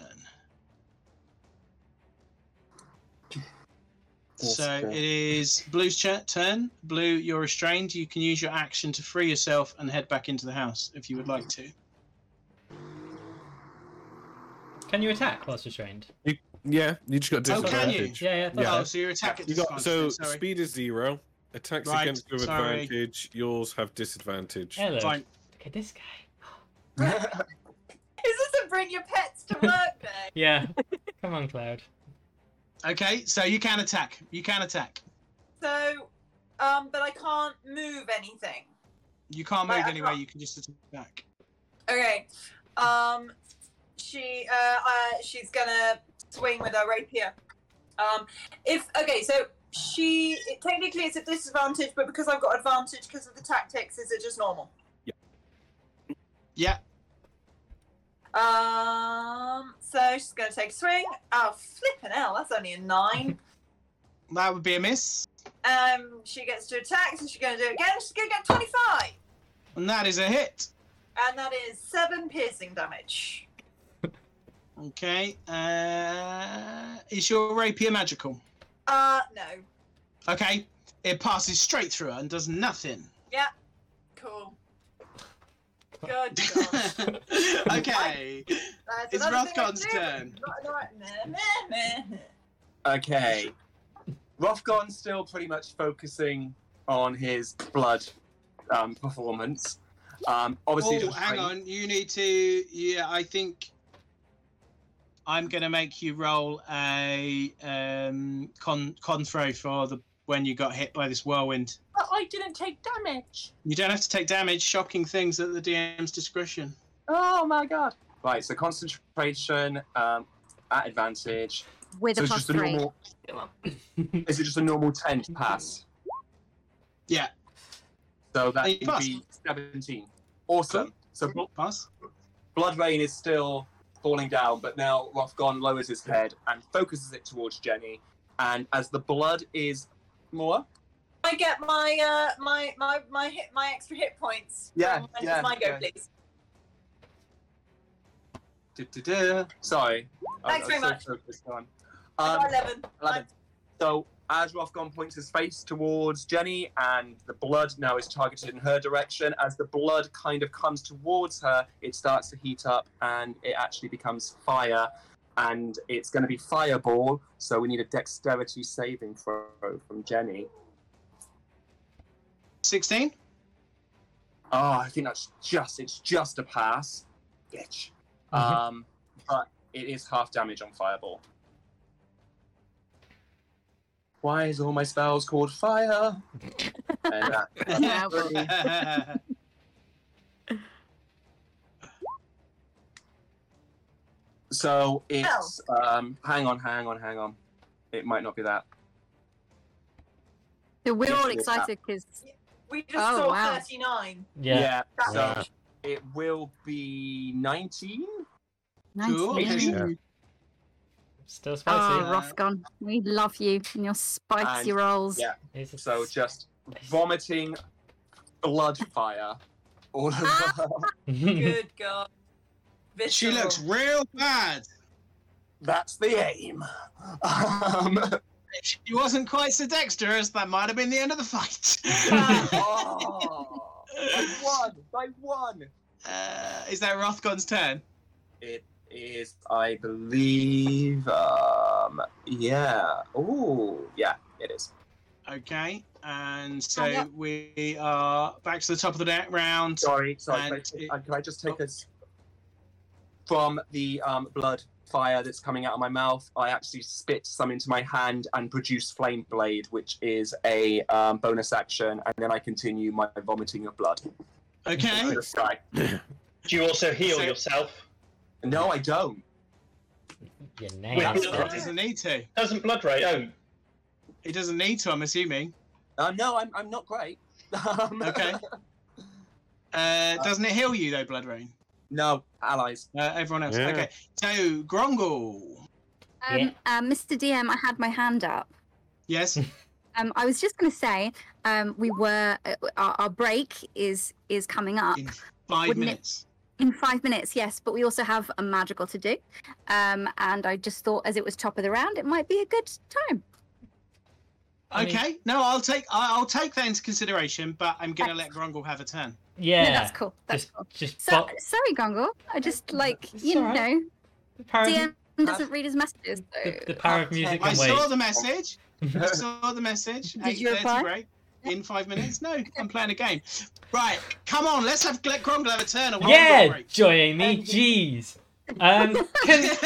S1: so it is Blue's ch- turn. Blue, you're restrained. You can use your action to free yourself and head back into the house if you would like to.
S4: Can you attack whilst restrained?
S6: Yeah, you just got
S1: Oh, can you?
S6: disadvantage.
S4: Yeah, yeah. that's
S6: Yeah.
S1: Oh,
S4: fine.
S1: so your attack at
S6: You got so
S1: disadvantage. Sorry.
S6: speed is zero. Attacks
S1: Right,
S6: against you with
S1: sorry.
S6: advantage. Yours have disadvantage.
S4: Hello.
S1: Fine.
S4: Look at this guy.
S5: Is this a bring your pets to work day?
S4: Yeah. Come on, Cloud.
S1: Okay, so you can attack. You can attack.
S5: So, um, but I can't move anything.
S1: You can't
S5: Right,
S1: move
S5: I
S1: anywhere.
S5: can't.
S1: You can just attack.
S5: Okay. Um, she uh, uh she's gonna swing with her rapier. Um, if okay, so she it, technically it's a disadvantage, but because I've got advantage because of the tactics, is it just normal?
S1: Yeah.
S5: Um, so she's gonna take a swing. Oh, flipping hell, that's only a nine.
S1: That would be a miss.
S5: Um, she gets to attack, so she's gonna do it again. She's gonna get 25,
S1: And that is a hit.
S5: and that is seven piercing damage.
S1: Okay. Uh, is your rapier magical?
S5: Uh, no,
S1: Okay. It passes straight through her and does nothing.
S5: cool. Good God.
S1: okay.
S5: That's
S1: It's
S5: another thing I
S1: Rothgon's
S5: do.
S1: turn.
S5: Not- not- meh, meh, meh.
S2: Okay. Rothgon's still pretty much focusing on his blood um, performance. Um, obviously,
S1: Oh,
S2: he's
S1: hang
S2: restrained.
S1: on. You need to. Yeah, I think. I'm gonna make you roll a um, con con throw for the when you got hit by this whirlwind.
S9: But I didn't take damage.
S1: You don't have to take damage. Shocking things at the DM's discretion.
S2: Oh my god! Right, so concentration um, at advantage.
S7: with
S2: So
S7: a
S2: it's
S7: plus
S2: just a
S7: three.
S2: normal. is it just a normal ten pass?
S1: Yeah.
S2: So that
S1: Hey,
S2: would
S1: pass.
S2: be seventeen. Awesome.
S1: Cool.
S2: So bl-
S1: Pass.
S2: blood rain is still falling down, but now Rothgon lowers his head and focuses it towards Jenny. And as the blood is more,
S5: I get my uh my my my hit my extra hit points.
S2: Yeah,
S5: from when
S2: yeah,
S5: does mine go,
S2: yeah.
S5: please?
S2: Du-du-du. Sorry.
S5: Thanks
S2: I'm
S5: very
S2: so
S5: much.
S2: focused on.
S5: I
S2: Um,
S5: got eleven.
S2: 11. So as Rothgon points his face towards Jenny, and the blood now is targeted in her direction, as the blood kind of comes towards her, it starts to heat up and it actually becomes fire. And it's going to be fireball, so we need a dexterity saving throw from Jenny.
S1: Sixteen.
S2: Oh, I think that's just, it's just a pass. Bitch. Um, but it is half damage on fireball. Why is all my spells called fire? and that
S7: Yeah, well,
S2: So it's um, hang on, hang on, hang on. It might not be that.
S7: so we're
S2: Yes,
S7: all
S2: it is.
S7: excited because
S5: We just
S7: Oh,
S5: saw
S7: wow.
S5: thirty nine.
S4: Yeah.
S2: So
S4: Yeah.
S2: it will be nineteen.
S1: Cool, okay.
S7: nineteen.
S4: Still
S7: Ah,
S4: spicy.
S1: Uh,
S7: Rothgon, we love you and your spicy
S2: and-
S7: rolls.
S2: yeah.
S4: Is it-
S2: So just vomiting blood fire all over.
S5: Good God.
S1: she
S5: Visceral.
S1: looks real bad.
S2: That's the aim. Um,
S1: She wasn't quite so dexterous. That might have been the end of the fight. Ah.
S2: oh, by one, by one.
S1: uh, is that Rothgon's turn?
S2: It is, I believe. Um, yeah. Oh, yeah. It is.
S1: Okay, and so
S7: yeah.
S1: we are back to the top of the net round.
S2: Sorry, sorry. Can I,
S1: And
S2: take,
S1: it- Oh.
S2: uh, can I just take us from the um, blood fire that's coming out of my mouth? I actually spit some into my hand and produce flame blade, which is a um, bonus action, and then I continue my vomiting of blood.
S1: Okay,
S2: into the sky.
S3: Do you also heal
S1: So-
S3: yourself?
S2: No, I don't.
S4: Your
S1: That's-
S4: nails.
S1: he
S3: Wait,
S1: doesn't need to.
S3: Doesn't blood rate? Oh,
S1: He doesn't need to. I'm assuming.
S2: Uh, no, I'm, I'm not great. Um,
S1: Okay. Uh, doesn't it heal you though, Blood Rain?
S2: no, allies.
S1: Uh, everyone else.
S6: Yeah.
S1: Okay. So Grongle.
S7: Um,
S4: Yeah.
S7: uh, Mr. DM, I had my hand up.
S1: Yes.
S7: Um, I was just going to say, um, we were uh, our, our break is is coming up
S1: In five
S7: Wouldn't it-
S1: minutes.
S7: in five minutes. Yes, but we also have a magical to do, um, and I just thought as it was top of the round, it might be a good time.
S4: I mean-
S1: Okay. No, I'll take I- I'll take that into consideration, but I'm gonna let Grongle have a turn.
S4: Yeah.
S7: No, that's cool. That's
S4: Just,
S7: cool.
S4: just
S7: So,
S4: bo-
S7: sorry, Gongo. I just like
S4: It's
S7: you
S4: all right. Um,
S7: know,
S4: The power of,
S7: DM doesn't read his messages though.
S4: the, the power of music
S1: I
S4: and
S1: saw
S4: weight.
S1: the message. I saw the message.
S7: Did
S1: Eight
S7: you reply?
S1: thirty, right? In five minutes? No, I'm playing a game. Right, come on, let's have Gl- Grumble have a turn. and we're on
S4: Yeah,
S1: break.
S4: Joy Amy, jeez. Um, can,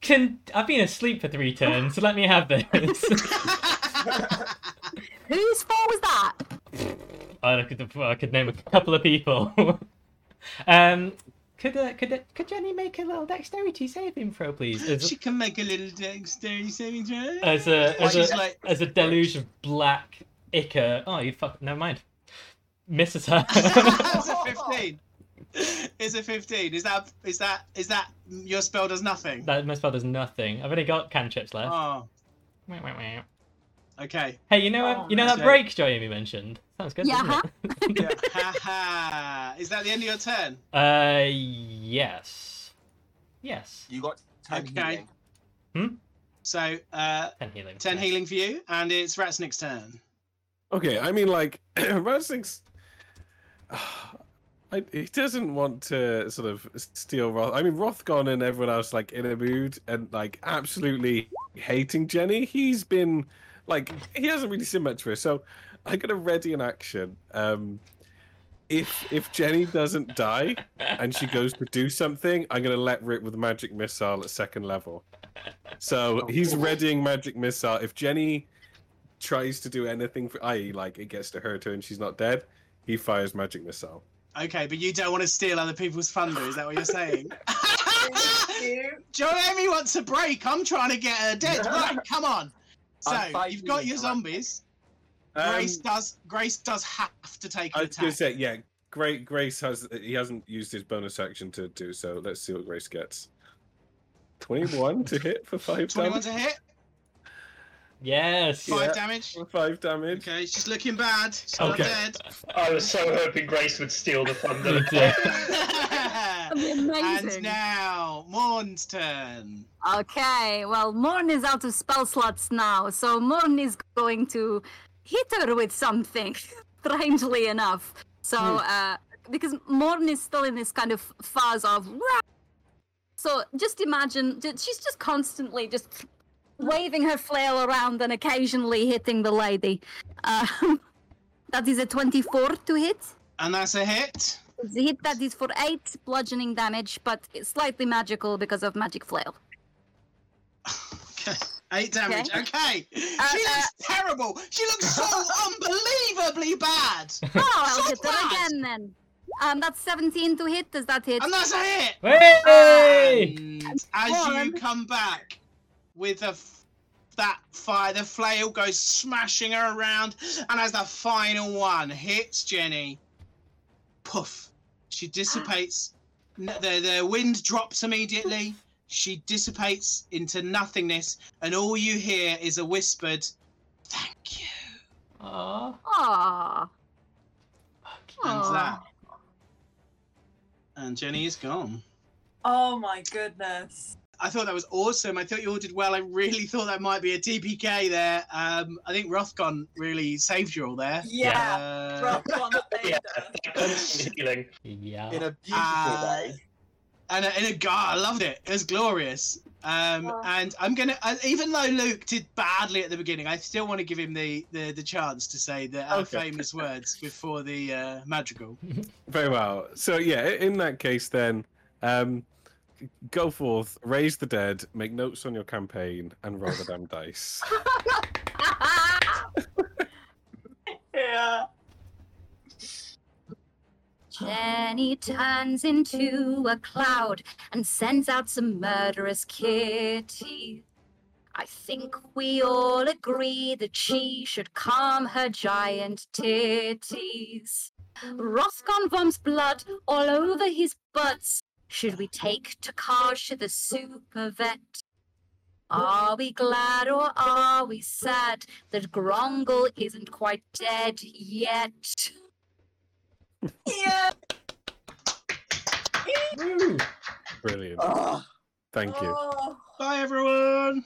S4: can I've been asleep for three turns, so let me have this.
S7: Whose fault was that?
S4: I could I could name a couple of people. um, could uh, could uh, could Jenny make a little dexterity saving throw, please? As,
S1: she can make a little dexterity saving throw.
S4: as a as
S1: She's
S4: a
S1: like,
S4: as a deluge of black ichor. Oh, you fuck. Never mind. Misses her.
S1: it's a fifteen. It's a fifteen. Is that is that is that your spell does nothing?
S4: that my spell does nothing. I've only got cantrips left.
S1: Oh,
S4: Wah, wah, wah.
S1: okay.
S4: Hey, you know
S1: Oh,
S4: um, you know that
S1: Okay.
S4: break Joy Amy mentioned. Sounds good.
S7: Yeah,
S4: doesn't it?
S1: Ha ha. Is that the end of your turn?
S4: Uh, yes. Yes.
S8: You got ten
S1: Okay.
S8: healing.
S1: So uh,
S4: Ten healing.
S1: ten
S4: Yes.
S1: healing for you, and it's Ratsnick's turn.
S6: Okay, I mean, like, Razzing's. I, he doesn't want to sort of steal Roth. I mean, Rothgon and everyone else, like, in a mood and, like, absolutely hating Jenny. He's been, like, he hasn't really seen much of her. So I'm going to ready an action. Um, if if Jenny doesn't die and she goes to do something, I'm going to let rip with magic missile at second level. So he's readying magic missile. If Jenny tries to do anything for i.e. like it gets to her turn she's not dead he fires magic missile
S1: Okay, but you don't want to steal other people's thunder. Is that what you're saying? John Amy wants a break. I'm trying to get her dead. Right, come on. So
S8: I'm fighting
S1: you've got
S8: you,
S1: your
S8: Ratsnick.
S1: zombies.
S6: Um,
S1: Grace does. Grace does have to take
S6: i
S1: an
S6: was gonna
S1: attack.
S6: say yeah great grace has he hasn't used his bonus action to do so let's see what grace gets 21 to hit for five
S1: Twenty-one
S6: damage
S1: to hit.
S4: Yes.
S1: Five
S6: Yeah.
S1: damage.
S6: for five damage
S1: Okay, she's looking bad. She's not
S6: Okay.
S1: dead.
S3: I was so hoping Grace would steal the thunder.
S4: Good day.
S7: That'd be
S1: and
S7: amazing.
S1: now Morn's turn.
S7: Okay, well, Morn is out of spell slots now, so Morn is going to hit her with something, strangely enough. So, uh, because Morn is still in this kind of phase of. "Rah!" So just imagine, ju- she's just constantly just waving her flail around and occasionally hitting the lady. Um, that is a 24 to hit.
S1: And that's a hit.
S7: The hit that is for 8 bludgeoning damage, but it's slightly magical because of magic flail.
S1: Okay. Eight damage. Okay. she
S7: uh,
S1: looks terrible. She looks so unbelievably bad.
S7: Oh, I'll
S1: So
S7: hit
S1: bad.
S7: her again then. Um, that's 17 to hit. Does that hit?
S1: And that's a hit.
S4: Hey!
S1: And as you
S7: Warren.
S1: come back with the f- that fire, the flail goes smashing her around, and as the final one hits Jenny, poof, she dissipates. N- the the wind drops immediately. She dissipates into nothingness, and all you hear is a whispered, "Thank you."
S4: Aw.
S7: Aw.
S1: And
S7: Aw.
S1: that. And Jenny is gone.
S5: Oh my goodness.
S1: I thought that was awesome. I thought you all did well. I really thought that might be a TPK there. Um, I think Rothgon really saved you all there.
S5: Yeah.
S1: Uh,
S5: Drop one up
S3: Yeah.
S5: there.
S3: Constant healing.
S4: Yeah.
S8: In a beautiful
S1: Uh,
S8: way.
S1: and in a god, I loved it. It was glorious. Um,
S5: Yeah.
S1: And I'm gonna, uh, even though Luke did badly at the beginning, I still want to give him the the, the chance to say the our
S6: Okay.
S1: famous words before the uh, madrigal.
S6: very well so yeah i- in that case then um go forth raise the dead make notes on your campaign and roll the damn dice
S5: Yeah.
S7: Then he turns into a cloud and sends out some murderous kitty. I think we all agree that she should calm her giant titties. Rothgon vomits blood all over his butts. Should we take Takash to the super vet? Are we glad or are we sad that Grongle isn't quite dead yet?
S5: Yeah.
S4: Woo.
S6: brilliant
S8: Ah,
S6: thank you
S5: Oh.
S1: Bye everyone.